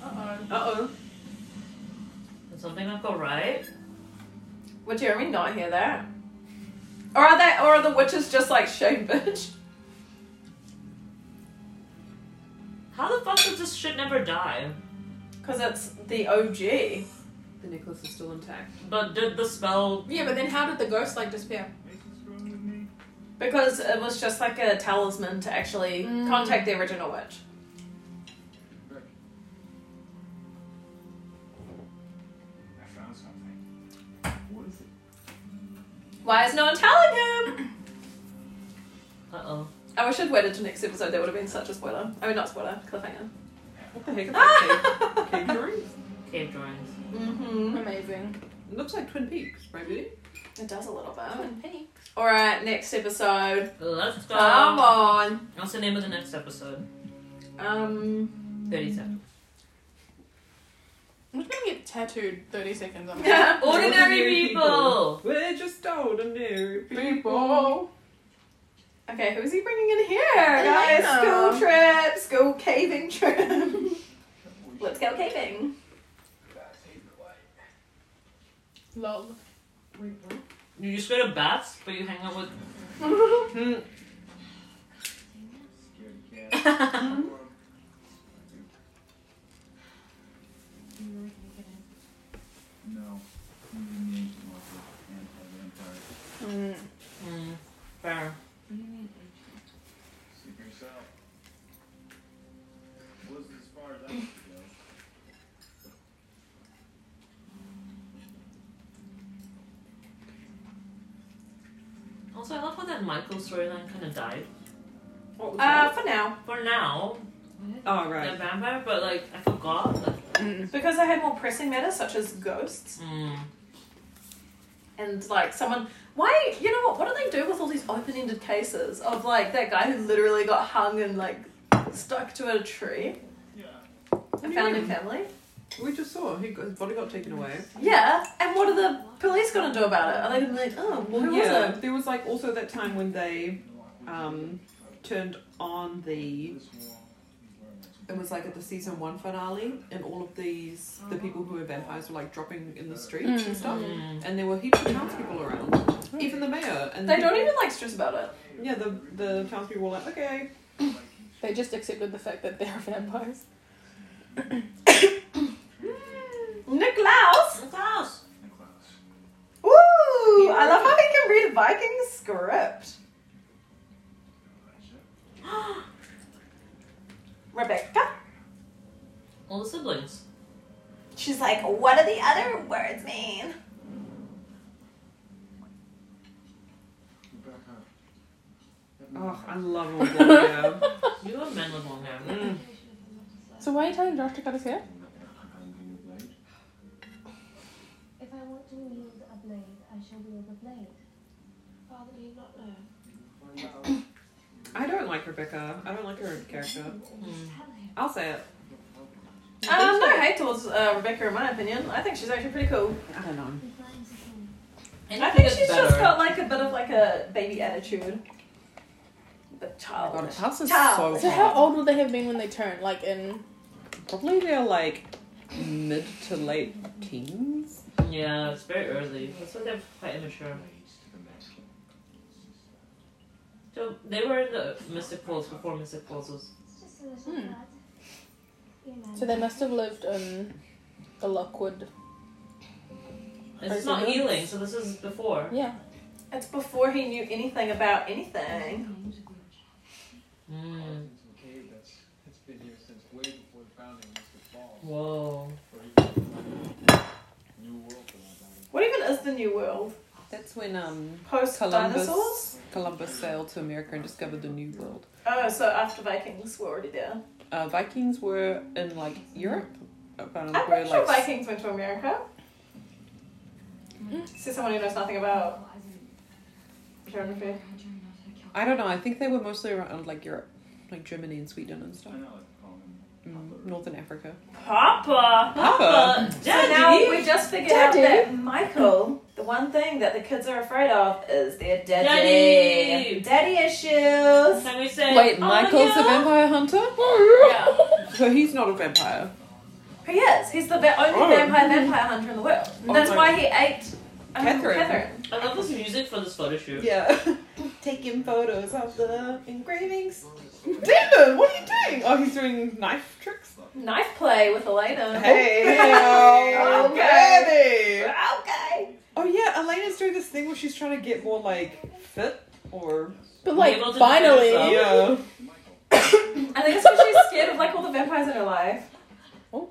Speaker 2: Uh oh.
Speaker 1: Uh oh.
Speaker 8: Did something not go right?
Speaker 4: Would Jeremy not hear that? Or are they? Or are the witches just like shame [laughs] bitch?
Speaker 8: How the fuck does this shit never die?
Speaker 4: Because it's the OG.
Speaker 1: The necklace is still intact.
Speaker 8: But did the spell
Speaker 2: Yeah, but then how did the ghost like disappear?
Speaker 6: Mason's going with me.
Speaker 4: Because it was just like a talisman to actually
Speaker 2: Mm.
Speaker 4: contact the original witch.
Speaker 6: Rick. I found something. What is it?
Speaker 4: Why is no one telling him?
Speaker 8: Uh oh.
Speaker 4: I wish I'd waited to next episode. That would have been such a spoiler. I mean, not spoiler, cliffhanger.
Speaker 1: What the heck
Speaker 4: [laughs]
Speaker 1: is that cave? cave drawings?
Speaker 8: Cave drawings.
Speaker 4: Mm-hmm.
Speaker 2: Amazing.
Speaker 1: It looks like Twin Peaks, right?
Speaker 4: It does a little
Speaker 2: Oh,
Speaker 4: bit.
Speaker 2: and Penny.
Speaker 4: All right, next episode.
Speaker 8: Let's go.
Speaker 4: Come on.
Speaker 8: What's the name of the next episode?
Speaker 4: Um.
Speaker 8: 30 seconds.
Speaker 2: I'm just gonna get tattooed 30 seconds [laughs] on my
Speaker 4: [laughs] Yeah.
Speaker 8: Ordinary
Speaker 1: Ordinary
Speaker 8: people!
Speaker 1: We're just ordinary
Speaker 2: people.
Speaker 4: Okay, who's he bringing in here, guys?
Speaker 9: Elena.
Speaker 4: School trip, school caving trip. [laughs]
Speaker 9: Let's go caving.
Speaker 4: Lol.
Speaker 10: Wait, what?
Speaker 3: You just go to bats, but you hang
Speaker 8: [laughs]
Speaker 3: out with. Hmm.
Speaker 6: Scared cat.
Speaker 8: Hmm,
Speaker 9: Why
Speaker 10: You really gonna get in?
Speaker 6: No. You didn't need to work with anti-vampire.
Speaker 4: Mm.
Speaker 3: Hmm. Fair.
Speaker 10: What do you mean, ancient?
Speaker 6: See for yourself. Was as far as I could go.
Speaker 3: Also, I love how that Michael storyline kind of died.
Speaker 1: What was
Speaker 4: Uh, for now.
Speaker 3: For now,
Speaker 10: What?
Speaker 1: Oh,
Speaker 3: the
Speaker 1: right.
Speaker 3: vampire, but like, I forgot. Like,
Speaker 4: Because I had more pressing matters such as ghosts
Speaker 8: Hmm.
Speaker 3: mm.
Speaker 4: and like someone. Why? You know what? What do they do with all these open ended cases of like that guy who literally got hung and like stuck to a tree
Speaker 6: Yeah.
Speaker 4: and found a family?
Speaker 1: We just saw he got, his body got taken away.
Speaker 4: Yeah, and what are the police gonna do about it? Are they gonna be like, oh, well, who was it?
Speaker 1: There was like also that time when they um, turned on the.
Speaker 6: This wall is where I'm
Speaker 1: It was like at the [coughs] season one finale, and all of these the people who were vampires were like dropping in the streets and stuff, and there were heaps of townspeople around, even the mayor. And
Speaker 4: They don't even like stress about it.
Speaker 1: Yeah, the the townspeople were like, okay,
Speaker 4: They just accepted the fact that
Speaker 2: [laughs]
Speaker 4: they're vampires. Nicklaus!
Speaker 3: Klaus!
Speaker 6: in class.
Speaker 4: Woo! I love how he can read Viking script. Rebecca?
Speaker 3: All the siblings.
Speaker 4: She's like, what do the other words mean?
Speaker 6: Rebecca.
Speaker 1: oh, I love [laughs] all that. yeah.
Speaker 3: You love men with long hair.
Speaker 1: Mm.
Speaker 4: So why are you telling Josh to cut his hair?
Speaker 6: I'm being a blade.
Speaker 5: If I want to wield a blade, I shall wield a blade. Father did not know.
Speaker 6: Find out.
Speaker 1: [coughs] I don't like Rebecca. I don't like her character.
Speaker 5: Tell him.
Speaker 1: I'll say it.
Speaker 4: Um, no hate towards uh, Rebecca, in my opinion. I think she's actually pretty cool.
Speaker 1: I don't know.
Speaker 5: He finds his own.
Speaker 4: I think
Speaker 3: Anything
Speaker 4: she's
Speaker 3: that's
Speaker 4: just
Speaker 3: better.
Speaker 4: got like a bit of like a baby attitude. But child.
Speaker 1: God, house is
Speaker 4: Child.
Speaker 1: so.
Speaker 2: So how
Speaker 1: hard.
Speaker 2: old would they have been when they turned? Like in
Speaker 1: Probably they're like mid to late teens.
Speaker 3: Yeah, it's very early. That's why they're quite immature. So they were in the Mystic Falls before Mystic Falls was.
Speaker 5: It's just a little
Speaker 2: Hmm.
Speaker 5: blood. You know.
Speaker 2: so they must have lived in the Lockwood.
Speaker 3: It's
Speaker 2: Is
Speaker 3: not
Speaker 2: it?
Speaker 3: healing, so this
Speaker 1: Mm.
Speaker 3: is before.
Speaker 2: Yeah.
Speaker 4: It's before he knew anything about anything.
Speaker 3: Mm.
Speaker 6: It's a cave that's that's been here since way before the founding of Mr. Falls.
Speaker 3: Whoa.
Speaker 6: Or even New World for that matter.
Speaker 4: What even is the new world?
Speaker 1: That's when um
Speaker 4: Post
Speaker 1: Columbus
Speaker 4: dinosaurs?
Speaker 1: Columbus sailed to America and discovered the New World.
Speaker 4: Oh, so after Vikings were already there.
Speaker 1: Uh, Vikings were in like Europe. Apparently,
Speaker 4: I'm
Speaker 1: were,
Speaker 4: pretty sure
Speaker 1: like,
Speaker 4: Vikings went to America. See someone who knows nothing about
Speaker 10: Oh, I wouldn't.
Speaker 4: geography.
Speaker 10: I try not to count.
Speaker 1: I don't know. I think they were mostly around like Europe, like Germany and Sweden and stuff.
Speaker 6: I know, like, call him
Speaker 1: Mm,
Speaker 6: Papa.
Speaker 1: Northern Africa.
Speaker 4: Papa!
Speaker 1: Papa.
Speaker 4: So now we just figured
Speaker 2: Daddy.
Speaker 4: out that Michael, the one thing that the kids are afraid of is their daddy.
Speaker 3: Daddy.
Speaker 4: Daddy issues.
Speaker 3: Can we say?
Speaker 1: Wait,
Speaker 3: "Oh,
Speaker 1: Michael's
Speaker 3: yeah."
Speaker 1: a vampire hunter.
Speaker 4: Yeah.
Speaker 1: So he's not a vampire.
Speaker 4: He is. He's the va-
Speaker 1: Oh.
Speaker 4: only vampire vampire hunter in the world. And that's
Speaker 1: Oh my-
Speaker 4: why he ate um,
Speaker 1: Catherine.
Speaker 4: Catherine.
Speaker 3: I love this music for this photo shoot.
Speaker 1: Yeah. Taking photos of the engravings. Damon, what are you doing? Oh, he's doing knife tricks.
Speaker 4: Knife play with Elena.
Speaker 1: oh,
Speaker 4: Okay.
Speaker 1: Betty.
Speaker 4: [laughs] Okay.
Speaker 1: Oh yeah, Elena's doing this thing where she's trying to get more like fit or
Speaker 2: But like
Speaker 3: able to do
Speaker 2: finally
Speaker 3: this,
Speaker 1: yeah.
Speaker 4: I think it's because she's scared of like all the vampires in her life.
Speaker 1: Oh.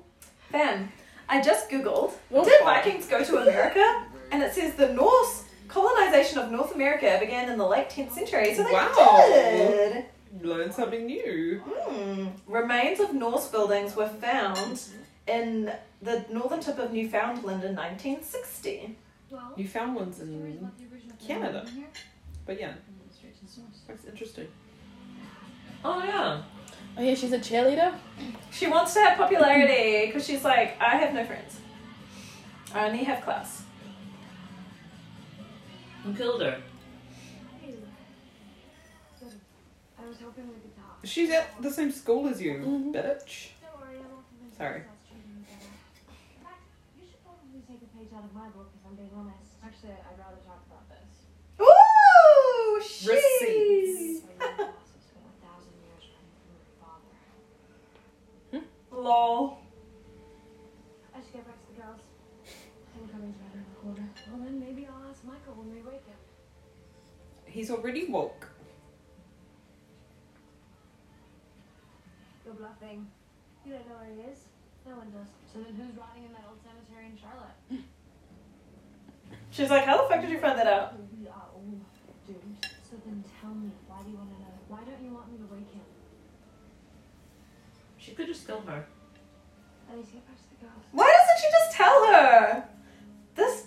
Speaker 4: Then I just googled.
Speaker 2: Oh.
Speaker 4: Did Vikings go to America? And it says the Norse colonization of North America began in the late 10th century. So they
Speaker 1: Wow.
Speaker 4: did.
Speaker 1: Learn something new.
Speaker 4: Hmm. Remains of Norse buildings were found in the northern tip of Newfoundland in 1960.
Speaker 5: Well,
Speaker 1: Newfoundland's
Speaker 5: stories
Speaker 1: in
Speaker 5: about the original
Speaker 1: Canada.
Speaker 5: family here,
Speaker 1: but yeah,
Speaker 5: and then straight to the source.
Speaker 1: that's interesting.
Speaker 3: Oh yeah.
Speaker 2: Oh yeah, she's a cheerleader.
Speaker 4: She wants to have popularity because she's like, I have no friends. I only have class.
Speaker 3: Who killed her?
Speaker 5: Hey, what a was hoping we could talk.
Speaker 1: She's at the same school as you,
Speaker 4: Mm-hmm.
Speaker 2: Mhm.
Speaker 1: bitch.
Speaker 5: Don't worry, I won't convince
Speaker 1: Sorry.
Speaker 5: you that's treating you better. In fact, you should probably take a page out of my book if I'm being honest. Actually, I'd rather talk about [laughs] this.
Speaker 4: Ooh,
Speaker 1: Receipts.
Speaker 4: she's
Speaker 5: My real boss has spent a thousand years running from her father.
Speaker 4: lol.
Speaker 5: I should get back to the girls. Homecoming's right around the corner. Well, then maybe I'll ask Michael when we wake him.
Speaker 1: He's already woke.
Speaker 5: You're bluffing. You don't know where he is. No one does. So then who's rotting in that old cemetery in Charlotte?
Speaker 4: She's like, how the fuck did you find that out?
Speaker 5: We are all doomed. So then tell me, why do you want to know? Why don't you want me to wake him?
Speaker 3: She could just kill her.
Speaker 5: I need to get back to the girls.
Speaker 4: Why doesn't she just tell her? This.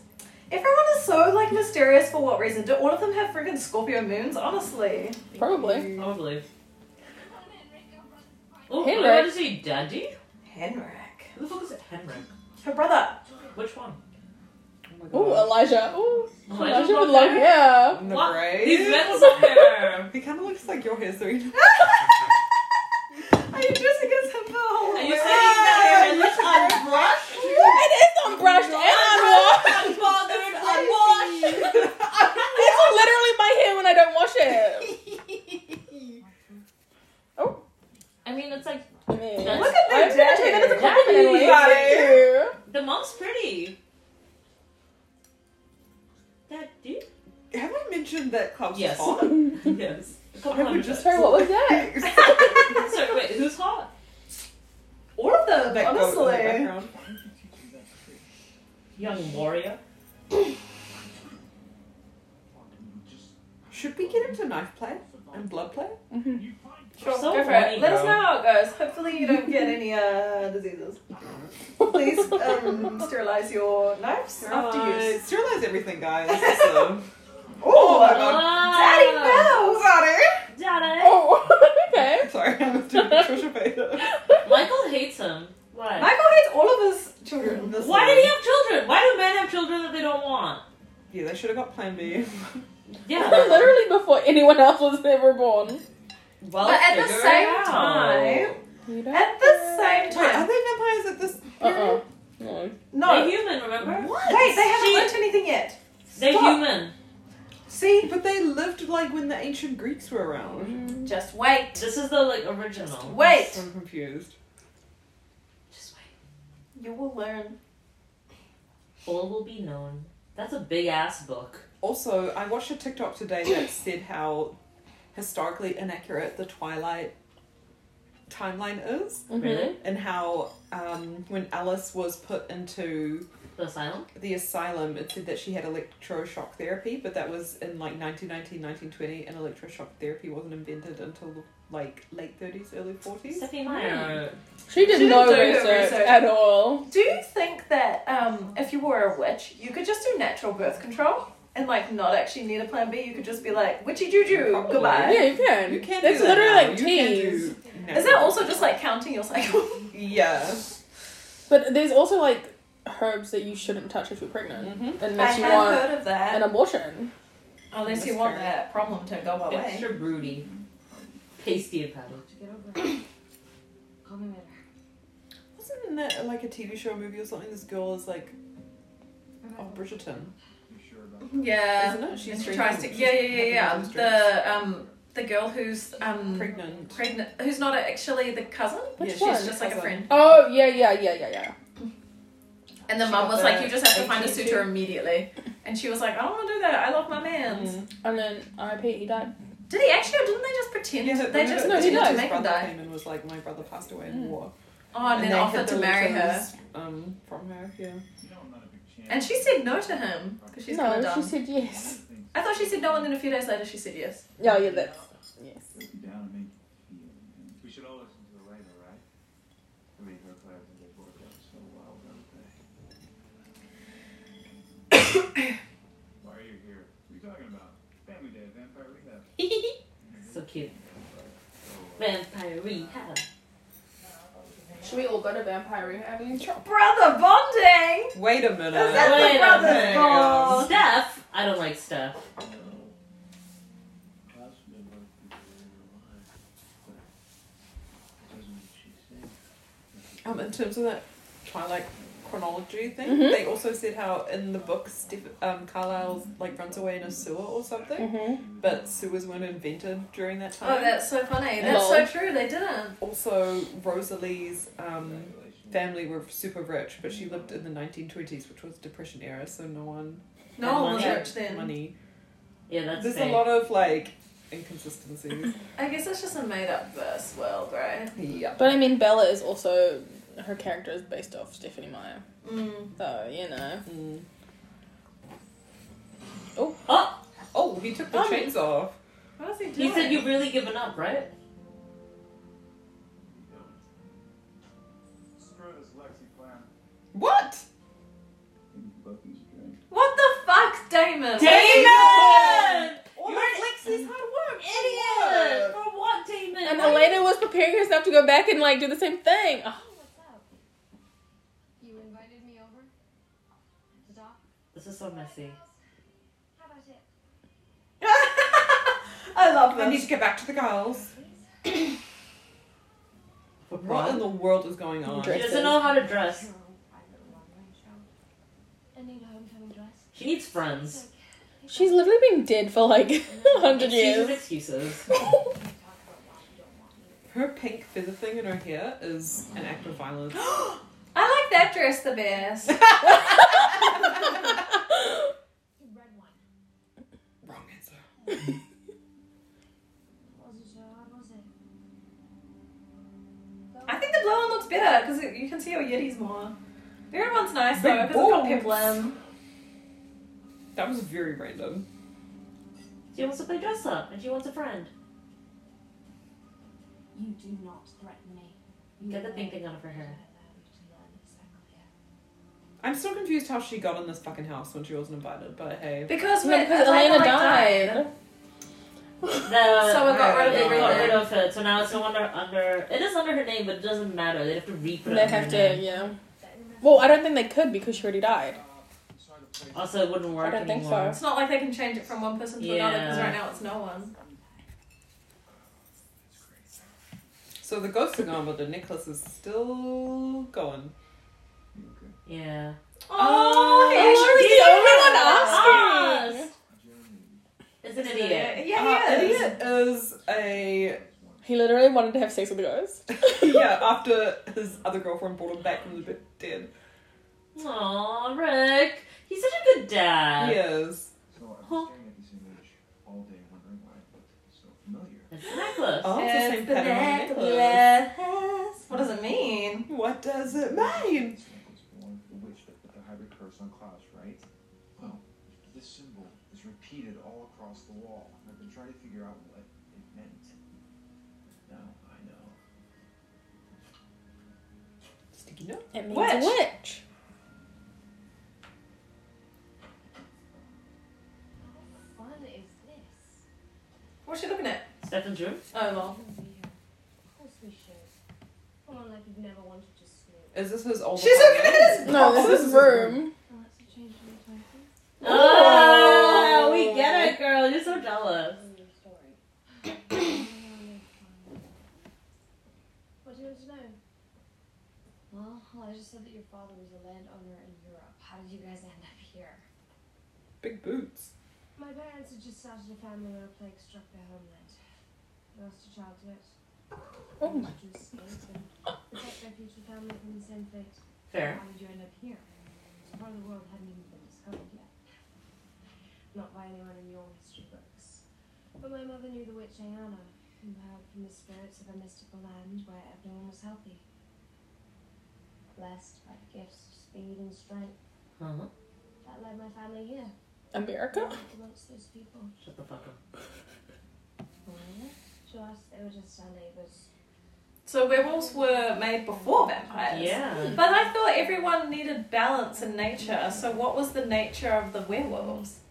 Speaker 4: Everyone is so like mysterious for what reason? Do all of them have freaking Scorpio moons? Honestly.
Speaker 2: Probably.
Speaker 3: Probably.
Speaker 5: Come in, Rico, run.
Speaker 3: Oh,
Speaker 2: Henrik.
Speaker 3: I want to say daddy?
Speaker 4: Henrik.
Speaker 3: Who the fuck is Henrik?
Speaker 4: Her brother.
Speaker 3: Which one?
Speaker 1: Oh my
Speaker 2: Ooh, Elijah. Ooh,
Speaker 1: Oh,
Speaker 3: Elijah's
Speaker 2: Elijah with
Speaker 3: not
Speaker 2: long
Speaker 3: there?
Speaker 2: hair.
Speaker 1: And the
Speaker 3: What?
Speaker 1: braids.
Speaker 3: These men's hair.
Speaker 1: He kind of looks like your hair, so he
Speaker 4: Are you dressing as him for the whole
Speaker 3: Are you
Speaker 4: week?
Speaker 3: saying that
Speaker 1: [laughs]
Speaker 3: hair looks unbrushed?
Speaker 2: It is unbrushed and unwashed.
Speaker 3: Unbothered, unwashed.
Speaker 2: It's literally my hair when I don't wash it.
Speaker 3: I mean, it's like
Speaker 2: I mean,
Speaker 3: That's-
Speaker 4: Look at
Speaker 2: I'm
Speaker 4: the
Speaker 2: gonna take that as a
Speaker 4: daddy.
Speaker 2: compliment anyway.
Speaker 1: Daddy.
Speaker 2: Thank
Speaker 3: the mom's pretty. Daddy?
Speaker 1: Have I mentioned that club's
Speaker 3: Yes.
Speaker 1: hot?
Speaker 3: [laughs]
Speaker 4: [laughs]
Speaker 3: Yes.
Speaker 1: I would just
Speaker 2: Sorry, what was
Speaker 1: [laughs]
Speaker 2: that?
Speaker 3: [laughs] Sorry, wait, who's hot?
Speaker 4: All of them,
Speaker 1: That goes in the
Speaker 4: honestly.
Speaker 1: background.
Speaker 3: Young warrior.
Speaker 1: Should we get into knife play and blood play?
Speaker 4: Sure,
Speaker 3: So
Speaker 4: go for
Speaker 3: horny,
Speaker 4: it. Let us
Speaker 1: though.
Speaker 4: know how it goes. Hopefully you don't get any uh, diseases. Please um, sterilize your knives after
Speaker 1: Uh,
Speaker 4: use.
Speaker 1: sterilize everything, [laughs] guys. So.
Speaker 4: Oh,
Speaker 1: my God.
Speaker 4: Daddy
Speaker 3: Wow.
Speaker 4: bells!
Speaker 3: Daddy.
Speaker 2: Oh, [laughs] okay.
Speaker 1: Sorry, I was doing [laughs] Trisha Paytas.
Speaker 3: Michael hates him. Why?
Speaker 4: Michael hates all of his children. This
Speaker 3: Why did he have children? Why do men have children that they don't want?
Speaker 1: Yeah, they should have got Plan [laughs] B.
Speaker 3: [laughs] Yeah.
Speaker 2: literally before anyone else was ever born.
Speaker 3: well,
Speaker 4: But at the
Speaker 3: figure it
Speaker 4: same
Speaker 3: out.
Speaker 4: time,
Speaker 2: You don't?
Speaker 4: at the same
Speaker 1: Wait, are
Speaker 4: time,
Speaker 1: they vampires at this?
Speaker 2: Uh-oh. No.
Speaker 4: no.
Speaker 3: They're human, remember?
Speaker 1: What?
Speaker 4: Wait, they haven't
Speaker 3: She-
Speaker 4: learned anything yet.
Speaker 3: They're
Speaker 4: Stop.
Speaker 3: human.
Speaker 1: See, but they lived like when the ancient Greeks were around.
Speaker 4: Just wait.
Speaker 3: This is the like original.
Speaker 4: Wait.
Speaker 1: I'm confused.
Speaker 3: Just wait.
Speaker 4: You will learn.
Speaker 3: All will be known. That's a big ass book.
Speaker 1: Also, I watched a TikTok today [coughs] that said how historically inaccurate the Twilight timeline is,
Speaker 3: Really?
Speaker 1: and how um, when Alice was put into
Speaker 3: The asylum?
Speaker 1: the asylum, it said that she had electroshock therapy, but that was in like 1919, 1920, and electroshock therapy wasn't invented until like late 30s, early 40s.
Speaker 3: Stephanie Meyer.
Speaker 2: She did
Speaker 4: She
Speaker 2: no
Speaker 4: didn't do her
Speaker 2: research,
Speaker 4: research.
Speaker 2: at all.
Speaker 4: Do you think that um, if you were a witch, you could just do natural birth control and like not actually need a plan B? You could just be like witchy juju,
Speaker 1: Probably.
Speaker 4: goodbye.
Speaker 2: Yeah, you can.
Speaker 1: You can't
Speaker 2: That's
Speaker 1: do that
Speaker 2: literally
Speaker 1: now.
Speaker 2: like
Speaker 1: You can't
Speaker 2: teas.
Speaker 1: do- no.
Speaker 4: Is that also just like counting your cycle?
Speaker 1: [laughs] Yeah.
Speaker 2: But there's also like herbs that you shouldn't touch if you're pregnant
Speaker 1: Mm-hmm.
Speaker 2: unless
Speaker 4: I
Speaker 2: you
Speaker 4: have
Speaker 2: want
Speaker 4: heard of
Speaker 2: an
Speaker 4: that.
Speaker 2: abortion.
Speaker 4: Unless you
Speaker 1: That's
Speaker 4: want
Speaker 1: fair.
Speaker 4: that problem to go away.
Speaker 3: Extra broody. Pasty and patty.
Speaker 5: To get over it. Call me later.
Speaker 1: Wasn't that like a TV show, movie, or something? This girl is like, oh, Bridgerton,
Speaker 6: You sure about
Speaker 4: Yeah.
Speaker 1: isn't it? She's
Speaker 4: And Uh, she
Speaker 1: drinking-
Speaker 4: tries to.
Speaker 1: she's
Speaker 4: Yeah, yeah, yeah,
Speaker 1: having
Speaker 4: yeah. The um, the girl who's um,
Speaker 1: pregnant.
Speaker 4: pregnant, who's not actually the cousin.
Speaker 2: Which
Speaker 1: yeah, she's
Speaker 2: one?
Speaker 4: She's just like a friend.
Speaker 2: Oh yeah, yeah, yeah, yeah, yeah.
Speaker 4: And the
Speaker 1: She
Speaker 4: mum
Speaker 1: got
Speaker 4: was
Speaker 1: the
Speaker 4: like, "You just have to find a
Speaker 1: 18
Speaker 4: suitor immediately." And she was like, "I don't want to do that. I love my man."
Speaker 1: Mm.
Speaker 2: And then R.I.P. He died.
Speaker 4: Did he actually, or didn't they just pretend?
Speaker 1: Yeah,
Speaker 4: they just
Speaker 2: no, he
Speaker 4: pretended to
Speaker 2: died.
Speaker 1: his
Speaker 4: make him
Speaker 1: brother
Speaker 4: die.
Speaker 1: came and was like, my brother passed away in war,
Speaker 4: Oh, and, then
Speaker 1: they
Speaker 4: offered
Speaker 1: hid
Speaker 4: to
Speaker 1: the
Speaker 4: marry her,
Speaker 1: letters, Um, from her, yeah.
Speaker 6: it? You know I'm not a big champ.
Speaker 4: and she said no to him because she's kind
Speaker 2: no,
Speaker 4: of dumb.
Speaker 2: she said yes.
Speaker 4: I thought she said no, and then a few days later she said yes.
Speaker 2: Yeah, yeah, that's yes.
Speaker 6: Break you down and make you feel. man. We should all listen to Elena, right? I mean, her class and they work out so well, don't they? [coughs] Why are you here? What are you talking about? Family Day, Vampire Rehab.
Speaker 3: so cute. Vampire rehab.
Speaker 2: Should we all go to vampire rehab?
Speaker 4: Brother bonding. Oh,
Speaker 1: Wait a minute.
Speaker 4: Is that
Speaker 3: Wait a
Speaker 4: the brother's
Speaker 1: minute.
Speaker 4: bond?
Speaker 3: Steph. I don't like Steph.
Speaker 6: Class member.
Speaker 1: Um, in terms of that Twilight chronology thing,
Speaker 11: Mhm.
Speaker 1: they also said how in the book, Steph- um, Carlisle like runs away in a sewer or something,
Speaker 11: Mm-hmm.
Speaker 1: but sewers weren't invented during that time.
Speaker 4: Oh, that's so funny. That's
Speaker 11: Lol.
Speaker 4: so true. They didn't.
Speaker 1: also, Rosalie's um, family were super rich, but she lived in the 1920s, which was Depression era, so no one
Speaker 4: No one was
Speaker 3: money.
Speaker 4: rich then.
Speaker 1: money.
Speaker 3: Yeah, that's
Speaker 1: There's
Speaker 3: fair.
Speaker 1: a lot of like inconsistencies.
Speaker 4: I guess it's just a made up verse world, right?
Speaker 1: yeah.
Speaker 11: But I mean, Bella is also her character is based off Stephanie Meyer,
Speaker 4: Mm.
Speaker 11: so you know.
Speaker 1: Mm.
Speaker 3: Oh,
Speaker 1: Oh, he took the
Speaker 3: Um,
Speaker 1: chains off.
Speaker 4: What is he doing?
Speaker 3: he said you've really given up, right?
Speaker 6: Screw this Lexi plan.
Speaker 1: What?
Speaker 4: What the fuck, Damon?
Speaker 3: Damon!
Speaker 1: All of
Speaker 3: You're an
Speaker 1: Lexi's hard work.
Speaker 3: Idiot! For what, Damon?
Speaker 11: And
Speaker 3: Why-
Speaker 11: Elena was preparing herself to go back and like do the same thing. Oh,
Speaker 5: What's up? You invited me over? To talk?
Speaker 3: This is so messy.
Speaker 5: How about it?
Speaker 4: I love
Speaker 1: I need
Speaker 4: this.
Speaker 1: to get back to the girls.
Speaker 3: For
Speaker 1: What in
Speaker 3: prom?
Speaker 1: the world is going on?
Speaker 3: She
Speaker 11: Dress.
Speaker 3: doesn't know how to dress.
Speaker 5: Your own private long range show. I need a homecoming dress.
Speaker 3: She needs friends.
Speaker 11: she's literally been dead for like [laughs] hundred
Speaker 3: She uses
Speaker 11: years.
Speaker 3: excuses.
Speaker 5: We can talk about why you don't want me.
Speaker 1: Her pink feather thing in her hair is an act of [gasps] violence.
Speaker 4: I like that dress the best.
Speaker 5: Red wine.
Speaker 1: Wrong answer.
Speaker 5: Wasn't so hard, was it?
Speaker 4: I think the blue one looks better because you can see your yiddies more. The red one's nice though
Speaker 1: Big
Speaker 4: because it's got
Speaker 1: boobs.
Speaker 4: peplum.
Speaker 1: That was very random.
Speaker 3: She wants to play dress up and she wants a friend.
Speaker 5: You do not threaten me. You
Speaker 3: Get the
Speaker 5: will
Speaker 3: pink thing out of her hair.
Speaker 5: not allow you to learn this, Anglia.
Speaker 1: I'm still confused how she got in this fucking house when she wasn't invited, but hey.
Speaker 4: Because when
Speaker 11: No, because Elena died.
Speaker 3: [laughs] The,
Speaker 4: Someone got rid of
Speaker 3: they got
Speaker 4: everything.
Speaker 3: rid of it, so now it's no under under. It is under her name, but it doesn't matter. They have to re put
Speaker 11: [laughs]
Speaker 3: it.
Speaker 11: They
Speaker 3: under
Speaker 11: have
Speaker 3: her
Speaker 11: to,
Speaker 3: name.
Speaker 11: yeah. Well, I don't think they could because she already died.
Speaker 6: Uh, Sorry to play.
Speaker 3: Also, it wouldn't work
Speaker 11: I don't think
Speaker 3: anymore.
Speaker 11: so.
Speaker 4: It's not like they can change it from one person to another because
Speaker 3: Yeah.
Speaker 4: right now it's no one.
Speaker 1: So the ghosts are gone, but the necklace is still going.
Speaker 3: Yeah.
Speaker 4: Oh, he actually
Speaker 11: the
Speaker 4: did.
Speaker 11: only one asking.
Speaker 3: It's an idiot.
Speaker 4: Yeah,
Speaker 1: Uh,
Speaker 4: he Uh-huh. is.
Speaker 1: idiot is a
Speaker 11: He literally wanted to have sex with the ghost.
Speaker 1: yeah. After his other girlfriend brought him back from the bit dead.
Speaker 3: Aw, Rick. He's such a good dad.
Speaker 1: He is.
Speaker 6: So I've
Speaker 3: Huh.
Speaker 6: been staring at this image all day wondering why it looked so familiar.
Speaker 3: It's a necklace.
Speaker 1: Oh, it's the same pattern on the necklace.
Speaker 4: necklace. What does it mean?
Speaker 1: What does it mean?
Speaker 6: This necklace belonged to the witch that put the hybrid curse on Klaus, right? Well, this symbol is repeated all across the wall. and I've been trying to figure out what it meant. Now I know.
Speaker 1: Sticky note.
Speaker 11: It means
Speaker 4: Witch.
Speaker 11: a witch.
Speaker 5: How fun is this?
Speaker 4: What's she looking at?
Speaker 3: Stefan's room.
Speaker 4: Oh, well.
Speaker 5: Of course we should. Come on, like you've never wanted to snoop.
Speaker 1: Is this his old?
Speaker 4: She's looking at his.
Speaker 11: No, this is room.
Speaker 5: Well, that's a change from the title.
Speaker 3: Oh, we get it, girl. You're so jealous.
Speaker 5: Tell me your story. Really fun. What do you want to know? Well, well, I just said that your father was a landowner in Europe. How did you guys end up here?
Speaker 1: Big boots.
Speaker 5: My parents had just started a family when a plague struck their homeland. They lost a child to it.
Speaker 11: Oh my.
Speaker 5: To escape and protect their future family from the same fate.
Speaker 3: Fair.
Speaker 5: How did you end up here? So far, the world hadn't even been discovered yet. Not by anyone in your history books. But my mother knew the witch Ayana, who hailed from the spirits of a mystical land where everyone was healthy. Blessed by the gifts of speed and strength
Speaker 3: Huh?
Speaker 5: that led my family here.
Speaker 11: America?
Speaker 5: Amongst those people.
Speaker 3: Shut the fuck up.
Speaker 5: Why? To us, they were just our neighbours.
Speaker 4: So werewolves were made before vampires.
Speaker 3: Yeah.
Speaker 4: But I thought everyone needed balance in nature. So what was the nature of the werewolves? [coughs]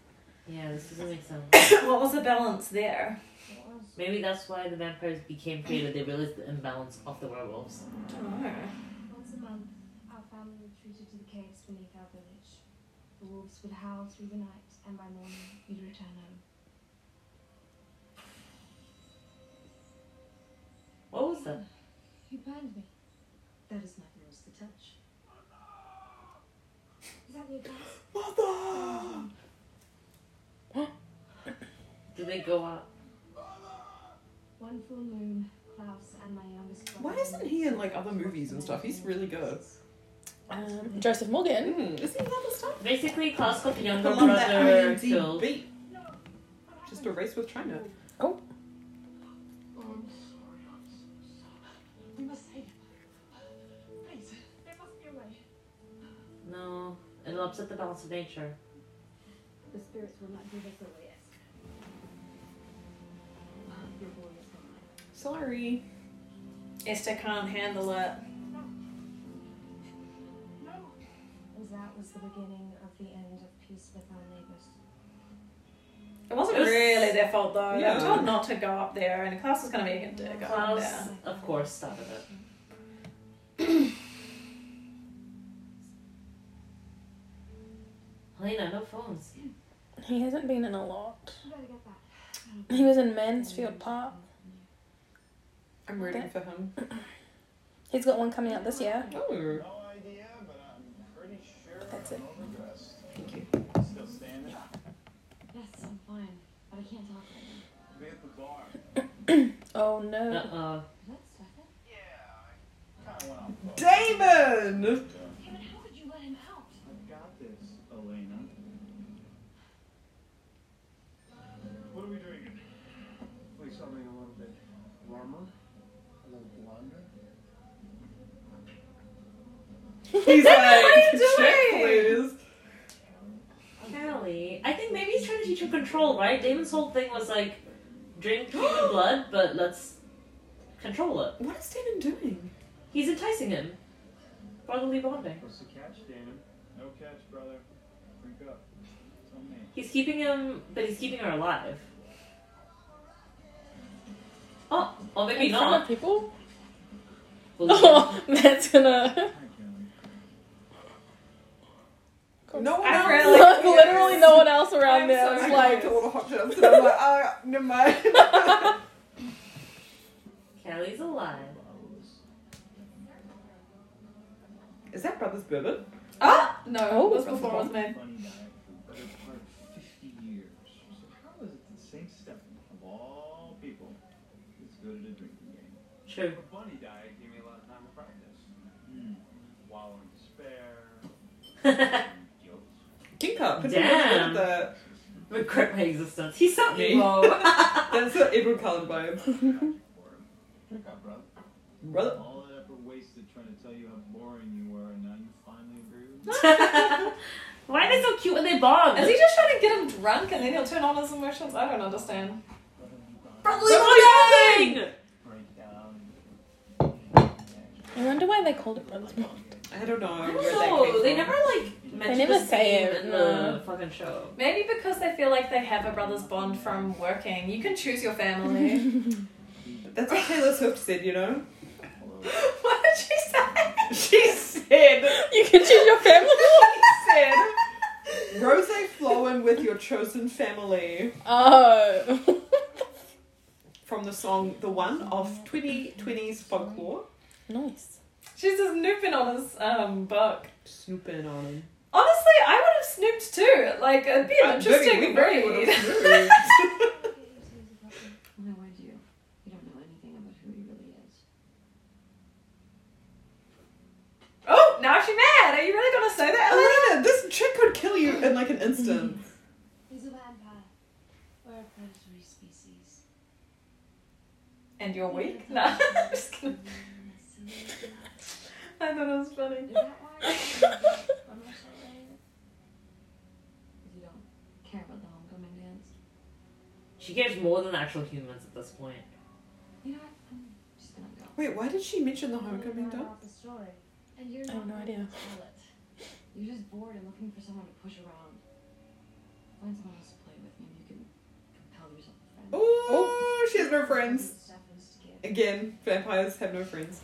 Speaker 3: Yeah, this doesn't make sense.
Speaker 4: what was the balance there?
Speaker 5: It was.
Speaker 3: Maybe that's why the vampires became created. They realized the imbalance of the werewolves.
Speaker 5: Once a month, our family retreated to the caves beneath our village. The wolves would howl through the night, and by morning, we'd return home.
Speaker 3: What was that?
Speaker 5: You burned me. That is my rule.
Speaker 3: Do they go up?
Speaker 5: One full moon, Klaus and my youngest brother.
Speaker 1: Why isn't he in like other movies and stuff? He's really good.
Speaker 11: Um, Joseph Morgan.
Speaker 1: Mm. Is he in other stuff?
Speaker 3: Basically, Klaus got the
Speaker 1: I
Speaker 3: younger
Speaker 1: love that
Speaker 3: brother killed.
Speaker 1: IMDb. Just a race with China.
Speaker 5: Um, we must save him. Please, there must be a way.
Speaker 3: No, it'll upset the balance of nature.
Speaker 5: The spirits will not give us a way escape. Your boy is gone.
Speaker 1: Sorry.
Speaker 4: Esther can't handle it.
Speaker 5: That was the beginning of the end of peace with our neighbors.
Speaker 4: It wasn't
Speaker 3: It was-
Speaker 4: really their fault though. They
Speaker 1: No.
Speaker 4: were told not to go up there, and Klaus is gonna make a dick up
Speaker 3: Klaus,
Speaker 4: there.
Speaker 3: of course, started it. Helena, no phones.
Speaker 11: He hasn't been in a lot.
Speaker 5: You gotta get that.
Speaker 11: He was in Mansfield Park.
Speaker 1: I'm rooting for him.
Speaker 11: He's got one coming out this year.
Speaker 1: Oh.
Speaker 6: No idea, but I'm pretty sure
Speaker 11: That's it.
Speaker 6: I'm overdressed.
Speaker 1: Thank you.
Speaker 6: Still standing?
Speaker 5: Yes, I'm fine, but I can't talk right now.
Speaker 6: Be at the bar.
Speaker 11: Oh
Speaker 3: Uh
Speaker 11: no.
Speaker 3: uh
Speaker 5: Could I stop it?
Speaker 6: Yeah, I kinda went off. the hook.
Speaker 1: Damon!
Speaker 5: Hey, but how could you let him out?
Speaker 6: I've got this, Elena. What are we drinking? Like something a little bit warmer, a little blonder.
Speaker 1: [laughs] [laughs] He's like, check please.
Speaker 3: Callie. I think maybe he's trying to teach her control, right? Damon's whole thing was like, drink human blood, but let's control it.
Speaker 1: What is Damon doing?
Speaker 3: He's enticing him. Brotherly bonding.
Speaker 6: What's the catch, Damon? No catch, brother. Drink up. It's on me.
Speaker 3: He's keeping him, but he's keeping her alive. Oh, or maybe
Speaker 11: in front of
Speaker 2: [laughs]
Speaker 3: not.
Speaker 11: people.
Speaker 3: Well,
Speaker 11: [laughs] Oh, that's gonna.
Speaker 6: [laughs]
Speaker 11: [laughs]
Speaker 6: Hi, Kelly.
Speaker 1: No one
Speaker 4: I
Speaker 1: else.
Speaker 4: really-
Speaker 11: Like, [laughs] literally, no one else around
Speaker 4: I'm
Speaker 11: there. It's
Speaker 4: so
Speaker 1: I
Speaker 11: like,
Speaker 1: like a little hot chips, and I'm like, oh, never mind. [laughs]
Speaker 3: Callie's alive.
Speaker 1: is that Brothers Bourbon?
Speaker 4: Ah, no,
Speaker 11: Oh,
Speaker 4: it was
Speaker 1: that's
Speaker 4: before it
Speaker 1: the
Speaker 4: was made.
Speaker 6: Funny diet for the better part of 50 years. So how is it that St. Stephen, of all people, is good at a drinking game?
Speaker 3: True.
Speaker 6: The bunny diet gave me a lot of time to practice.
Speaker 1: Hmm.
Speaker 6: Wallow in
Speaker 1: [laughs]
Speaker 6: despair, guilt.
Speaker 1: Ginka. Couldn't
Speaker 3: Damn.
Speaker 1: remember the-
Speaker 3: Regret my existence. He's so
Speaker 1: Me.
Speaker 3: emo.
Speaker 1: That's what Edward Cullen vibe.
Speaker 6: Drink up, brother.
Speaker 1: Brother.
Speaker 6: All that effort wasted trying to tell you how boring you were, and now you finally agree with me.
Speaker 3: Why are they so cute when they bond?
Speaker 4: Is he just trying to get him drunk and then he'll turn on his emotions? I don't understand.
Speaker 3: Brotherly bonding?
Speaker 6: Break down.
Speaker 1: [laughs]
Speaker 11: I wonder why they called it Brothers.
Speaker 6: [laughs]
Speaker 11: Bond.
Speaker 1: I don't know.
Speaker 3: I don't
Speaker 1: where that came
Speaker 3: know. They
Speaker 1: from.
Speaker 3: never like mention
Speaker 11: never
Speaker 3: the
Speaker 11: say
Speaker 3: name
Speaker 11: it,
Speaker 3: in
Speaker 11: no.
Speaker 3: the fucking show.
Speaker 4: Maybe because they feel like they have a brother's bond from working. You can choose your [laughs] family.
Speaker 1: That's what Taylor Swift said, you know?
Speaker 4: what did she say?
Speaker 1: She said,
Speaker 4: [laughs]
Speaker 11: You can choose your family.
Speaker 1: said, Rose flowing with your chosen family
Speaker 11: Oh. [laughs]
Speaker 1: from the song The One of 2020's folklore.
Speaker 11: nice.
Speaker 4: She's just snooping on his um, book.
Speaker 1: Snooping on him.
Speaker 4: Honestly, I would have snooped too. Like, it'd be an
Speaker 1: Uh,
Speaker 4: interesting
Speaker 1: Vivi, we
Speaker 4: read.
Speaker 1: really would've snooped.
Speaker 5: Why would you? You don't know anything about who he really is.
Speaker 4: [laughs] Oh, now she's mad. Are you really gonna say that, Elena?
Speaker 1: [laughs] Elena, this chick could kill you in like an instant.
Speaker 5: He's a vampire. We're a predatory species.
Speaker 4: And you're [laughs] weak? No, I'm just kidding. I thought it was funny.
Speaker 5: Is that why I'm not so late? 'Cause you don't care about the homecoming dance?
Speaker 3: She cares more than actual humans at this point.
Speaker 5: You know what? I'm just gonna go.
Speaker 1: Wait, why did she mention the Oh, homecoming
Speaker 5: Learn
Speaker 1: dance?
Speaker 5: about the story, and you're
Speaker 11: I have
Speaker 5: not
Speaker 11: no idea.
Speaker 5: gonna tell it. You're just bored and looking for someone to push around. Find someone else to play with, and you can compel yourself to friends.
Speaker 1: Oh, she has no friends.
Speaker 5: Stuff is scary.
Speaker 1: Again, vampires have no friends.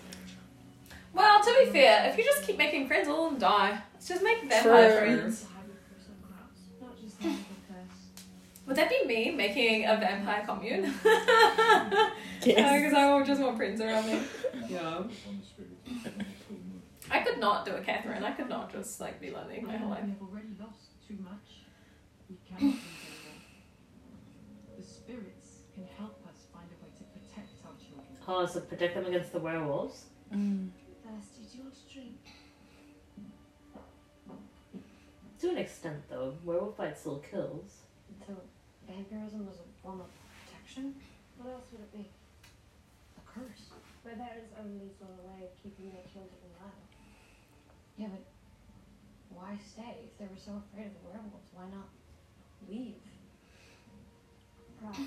Speaker 4: Well, to be fair, if you just keep making friends, all of them die. Let's just make vampire
Speaker 11: True.
Speaker 4: friends.
Speaker 5: Not just the evil curse.
Speaker 4: Would that be me making a vampire [laughs] commune? Because I would just want friends around me.
Speaker 1: Yeah.
Speaker 6: On the spirit. I've
Speaker 4: I could not do a Catherine. I could not just like be lonely my whole life.
Speaker 5: We have already lost too much. We cannot lose anymore. The spirit
Speaker 3: Oh, so protect them against the werewolves.
Speaker 12: Thirsty do you want to drink?
Speaker 3: To an extent, though, werewolf bite still kills.
Speaker 12: So vampirism was a form of protection? What else would it be? A curse.
Speaker 5: But that is only one way of keeping their children alive.
Speaker 12: Yeah, but why stay? If they were so afraid of the werewolves, why not leave?
Speaker 5: Right.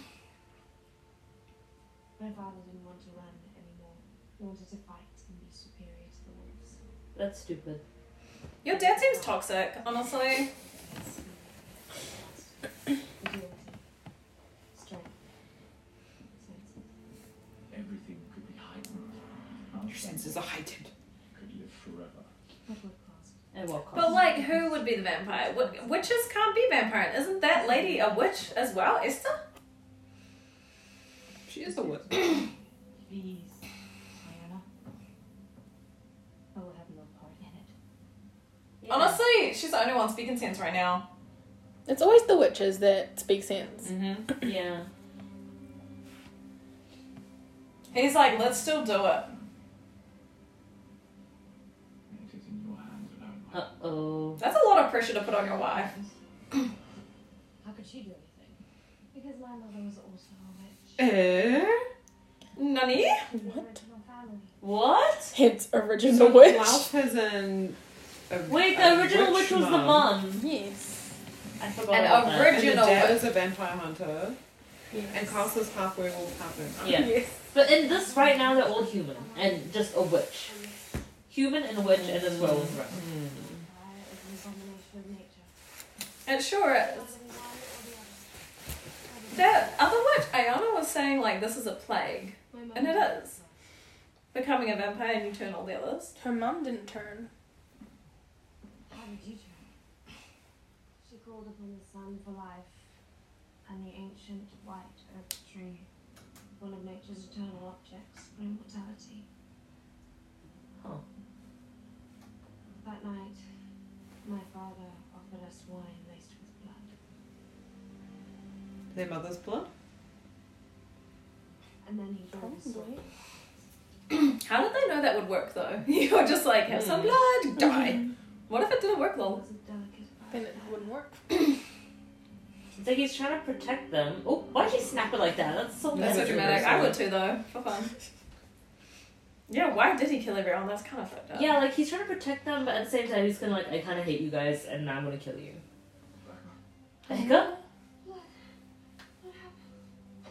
Speaker 12: My father didn't want to run anymore. He wanted to fight and be superior to the wolves.
Speaker 3: That's stupid.
Speaker 4: Your dad seems toxic, honestly.
Speaker 12: Agility. Strength. Sense.
Speaker 6: Everything could be heightened. Our
Speaker 1: Your senses are heightened.
Speaker 6: could live forever.
Speaker 12: What would cause?
Speaker 3: At what cost?
Speaker 4: But like, who would be the vampire? Wi- Witches can't be vampire. Isn't that lady a witch as well, Esther?
Speaker 1: She is a witch.
Speaker 12: Please, Diana. I will have no part in it.
Speaker 3: Yeah.
Speaker 4: Honestly, she's the only one speaking sense right now.
Speaker 2: It's always the witches that speak sense.
Speaker 4: Mm-hmm.
Speaker 3: yeah.
Speaker 4: He's like, let's still do it.
Speaker 6: It is in your hands alone.
Speaker 3: Uh oh.
Speaker 4: That's a lot of pressure to put on your wife.
Speaker 12: How could she do anything?
Speaker 5: Because my mother was also a witch.
Speaker 1: Eh?
Speaker 4: Nani?
Speaker 5: In the
Speaker 2: What?
Speaker 5: original family.
Speaker 3: What?
Speaker 2: Hence original
Speaker 1: So
Speaker 2: witch.
Speaker 1: Lauf is in. a-
Speaker 3: Wait,
Speaker 1: a
Speaker 3: the original witch, was the mum.
Speaker 2: Yes.
Speaker 3: I forgot about
Speaker 4: An
Speaker 3: that.
Speaker 1: And the
Speaker 4: original
Speaker 1: dad
Speaker 4: witch.
Speaker 1: is a vampire hunter.
Speaker 2: Yes.
Speaker 1: And Klaus is half werewolf, half vampire.
Speaker 3: Yeah. But in this right now, they're all human and just a witch. Human and witch and then werewolf. right?
Speaker 5: Fire is an abomination of nature.
Speaker 4: It sure is.
Speaker 5: One or the other.
Speaker 4: That other witch, Ayana, was saying, like, this is a plague.
Speaker 12: My mother
Speaker 4: And it is. Becoming a vampire and you turn all the others.
Speaker 2: Her mum didn't turn.
Speaker 12: How did you turn?
Speaker 5: She called upon the sun for life, and the ancient white oak tree, one of nature's eternal objects for immortality.
Speaker 3: Huh.
Speaker 5: That night, my father offered us wine laced with blood,
Speaker 1: Their mother's blood?
Speaker 5: and then he drove us.
Speaker 2: Probably.
Speaker 4: How did they know that would work, though? [laughs] You're just like, have some blood, die. What if it didn't work,
Speaker 5: It
Speaker 4: lol?
Speaker 5: was a delicate
Speaker 2: Then it wouldn't work.
Speaker 3: It's like he's trying to protect them. Oh, why'd he snap it like that? That's so
Speaker 4: That's so
Speaker 1: That's
Speaker 4: dramatic.
Speaker 1: interesting.
Speaker 4: I would too, though, for fun. Yeah, why did he kill everyone? That's kind of fucked up.
Speaker 3: Yeah, like he's trying to protect them, but at the same time, he's gonna like, I kind of hate you guys, and now I'm gonna kill you. Becca?
Speaker 5: What happened?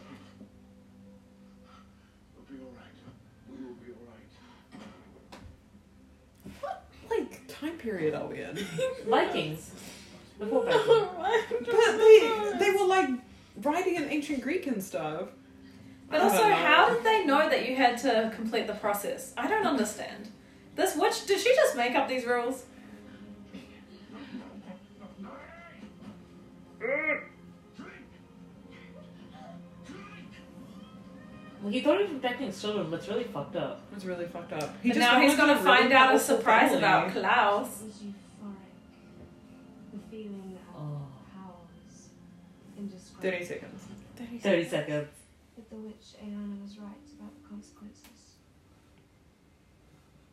Speaker 6: We'll be alright. We will be alright.
Speaker 1: Like, time period are we in?
Speaker 3: Vikings. Before Vikings.
Speaker 1: but they, they were like writing in ancient Greek and stuff.
Speaker 4: But
Speaker 1: I don't
Speaker 4: also,
Speaker 1: know.
Speaker 4: how did they know that you had to complete the process? I don't understand. This witch, did she just make up these rules?
Speaker 3: Well, he thought he was protecting his children, but it's really fucked up.
Speaker 1: It's really fucked up.
Speaker 4: But now
Speaker 1: wanted
Speaker 4: he's gonna
Speaker 1: a
Speaker 4: find
Speaker 1: really
Speaker 4: out a
Speaker 1: powerful
Speaker 4: surprise
Speaker 1: family.
Speaker 4: about Klaus.
Speaker 5: was euphoric. The feeling of
Speaker 3: Oh.
Speaker 5: power was
Speaker 1: 30
Speaker 5: indescribable.
Speaker 1: seconds.
Speaker 3: 30 seconds.
Speaker 5: But the witch Ayana was right about the consequences.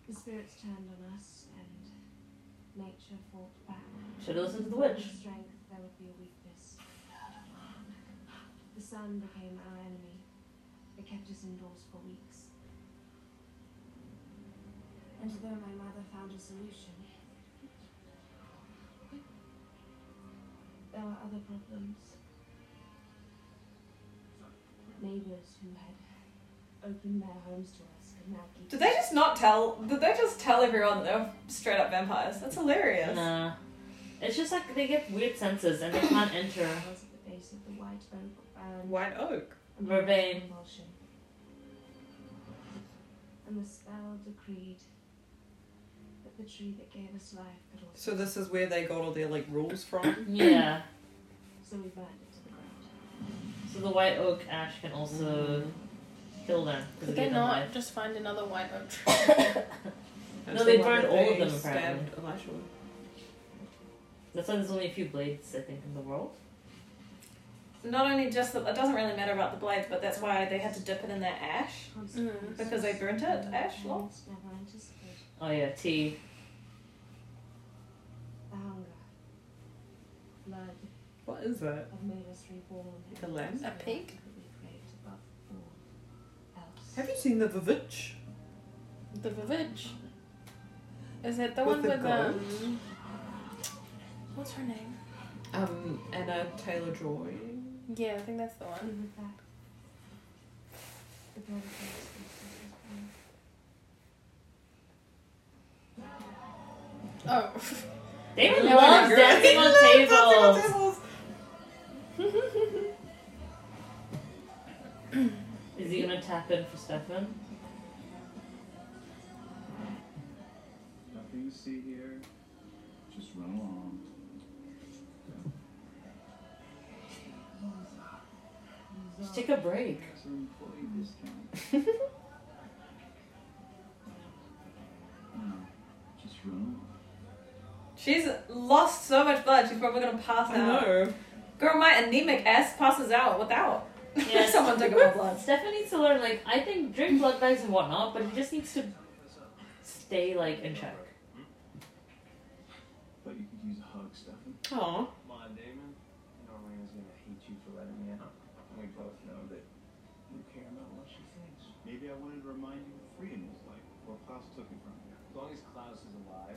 Speaker 5: The spirits turned on us, and nature fought back.
Speaker 3: Should have listened to the
Speaker 5: With
Speaker 3: witch.
Speaker 5: strength, there would be a weakness. The sun became our enemy. It kept us indoors for weeks. And though my mother found a solution, there were other problems. Neighbors who had opened their homes to us could now keep.
Speaker 4: Did they just not tell? Did they just tell everyone that they were straight up vampires? That's hilarious.
Speaker 3: Nah. It's just like they get weird senses and they can't enter.
Speaker 5: I was at the base of the white oak barren
Speaker 1: White Oak.
Speaker 3: Vervain.
Speaker 5: convulsion. And the spell decreed that the tree that gave us life could also.
Speaker 1: So this is where they got all their like rules from.
Speaker 3: Yeah.
Speaker 5: So we burned it to the ground.
Speaker 3: So the white oak ash can also kill them. 'cause
Speaker 2: Could
Speaker 3: they
Speaker 2: they
Speaker 3: gave them
Speaker 2: not
Speaker 3: life.
Speaker 2: just find another white oak tree?
Speaker 1: That's the
Speaker 3: No, they
Speaker 1: one
Speaker 3: burned
Speaker 1: that
Speaker 3: all of
Speaker 1: they
Speaker 3: them,
Speaker 1: Stabbed Elisha with.
Speaker 3: That's why there's only a few blades, I think, in the world.
Speaker 4: not only just that it doesn't really matter about the blades, but that's why they had to dip it in their ash because they burnt it. Ash, lol.
Speaker 3: Oh yeah, tea.
Speaker 5: The hunger, blood
Speaker 1: What is that?
Speaker 5: have made us reborn.
Speaker 1: Like a lamb?
Speaker 4: A pig?
Speaker 5: That we craved above all else.
Speaker 1: Have you seen the Vivitch?
Speaker 11: The village.
Speaker 4: Is it the
Speaker 1: With
Speaker 4: one
Speaker 1: the
Speaker 4: with
Speaker 1: goat?
Speaker 4: um? What's her name?
Speaker 1: Um, Anna Taylor Joy. [laughs]
Speaker 11: Yeah, I think that's the one.
Speaker 5: In fact, the blood of our
Speaker 11: Oh.
Speaker 5: species is born.
Speaker 11: [laughs]
Speaker 3: David
Speaker 11: Yeah,
Speaker 3: loves
Speaker 11: girl.
Speaker 1: [laughs]
Speaker 3: dancing
Speaker 1: He
Speaker 3: on
Speaker 1: loves dancing on
Speaker 3: tables.
Speaker 1: tables.
Speaker 3: Is he gonna tap in for Stefan?
Speaker 6: Nothing to see here. Just run along.
Speaker 3: Just take a break.
Speaker 6: Some employee discount. no, just run along.
Speaker 4: She's lost so much blood. She's probably gonna pass
Speaker 1: I
Speaker 4: out.
Speaker 1: know.
Speaker 4: Girl, my anemic ass passes out without [laughs]
Speaker 3: Yes.
Speaker 4: someone took my blood.
Speaker 3: Stefan needs to learn, like, I think drink blood bags and whatnot, but he just needs to stay, like, in check.
Speaker 6: But you could use a hug, Stefan.
Speaker 1: Aw. [laughs]
Speaker 6: Come on, Damon. Norman is gonna hate you for letting me out. We both know that you care about what she thinks. Maybe I wanted to remind you of freedom is like before Klaus took it from you. As long as Klaus is alive,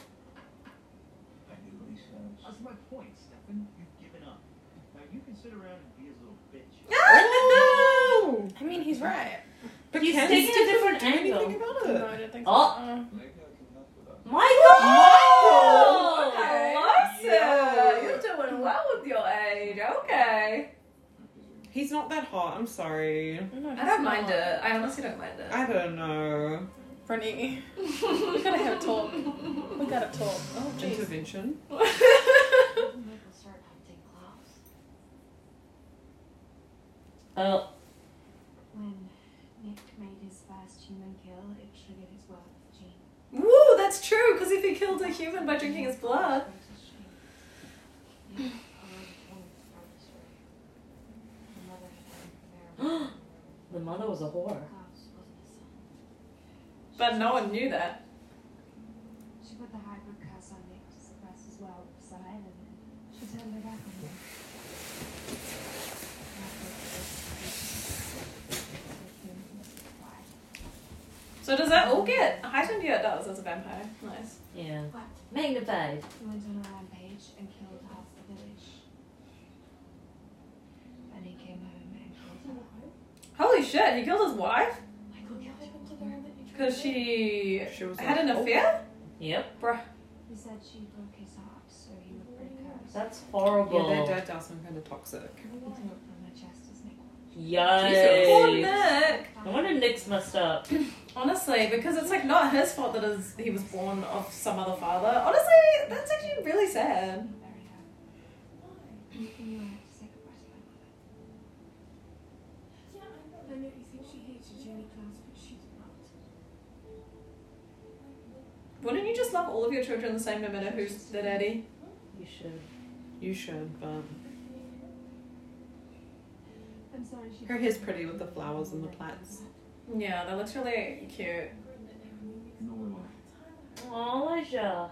Speaker 6: I do what he says. That's my point, Stefan. You've given up. Now you can sit around and be his little bitch.
Speaker 1: Oh!
Speaker 11: I mean, he's
Speaker 1: [laughs]
Speaker 11: right.
Speaker 1: But
Speaker 3: He's
Speaker 1: Ken's
Speaker 3: taking a
Speaker 1: didn't
Speaker 3: different
Speaker 1: do anything
Speaker 3: angle.
Speaker 1: about
Speaker 11: No, Uh,
Speaker 1: it.
Speaker 11: I don't think so.
Speaker 3: Oh.
Speaker 6: Maybe I can help with that.
Speaker 3: Michael!
Speaker 4: Okay.
Speaker 1: Yeah.
Speaker 4: Oh, You're doing well with your age. Okay.
Speaker 1: He's not that hot. I'm sorry.
Speaker 11: No,
Speaker 4: I don't mind it. I honestly don't mind it.
Speaker 1: I don't know.
Speaker 11: Brenny,
Speaker 4: [laughs]
Speaker 11: we gotta have a talk. We gotta talk. Oh, jeez.
Speaker 1: Intervention.
Speaker 5: Michael started hunting Klaus
Speaker 3: Oh,
Speaker 5: when Nick made his first human kill. It triggered his wealth gene.
Speaker 4: Woo, that's true, because if he killed a human by drinking his blood.
Speaker 5: Greatest shame. Nick already told his brother story. The mother had
Speaker 4: [gasps]
Speaker 5: had an affair with him.
Speaker 3: the mother was a whore.
Speaker 5: Klaus wasn't his son.
Speaker 4: But no one knew that.
Speaker 5: She put the hybrid curse on Nick to suppress his well side, and then she turned her back on him.
Speaker 4: So does that all get heightened? Yeah, it does as a vampire. Nice.
Speaker 3: Yeah.
Speaker 5: What?
Speaker 3: Magnified.
Speaker 5: He went on a rampage and killed half the village. And he came home and killed her.
Speaker 4: Holy shit, he killed his wife?
Speaker 5: Michael killed him to the room that you
Speaker 4: Because she
Speaker 1: She was
Speaker 4: had
Speaker 1: like,
Speaker 4: an
Speaker 1: oh.
Speaker 4: affair?
Speaker 3: Yep.
Speaker 5: He said she broke his heart, so he would break hers.
Speaker 3: That's
Speaker 1: Yeah,
Speaker 3: horrible.
Speaker 1: their dad does sound kind of toxic.
Speaker 5: He looked from her chest as Nick
Speaker 4: Jesus, poor
Speaker 3: Yikes.
Speaker 4: Nick.
Speaker 3: No wonder Nick's messed up.
Speaker 4: Honestly, because it's like not his fault that his, he was born of some other father. Honestly, that's actually really sad.
Speaker 5: I'll bury her. Why? You knew I had to say goodbye to my mother.
Speaker 7: I know you think she hates you, Jenny Klaus, but she's not.
Speaker 4: Wouldn't you just love all of your children the same no matter who's the daddy?
Speaker 3: You should.
Speaker 1: You should, but
Speaker 5: I'm sorry she
Speaker 1: her hair's pretty with the flowers and the plaits.
Speaker 4: Yeah, that looks really cute.
Speaker 6: No way. Mom.
Speaker 3: Aw, Elijah.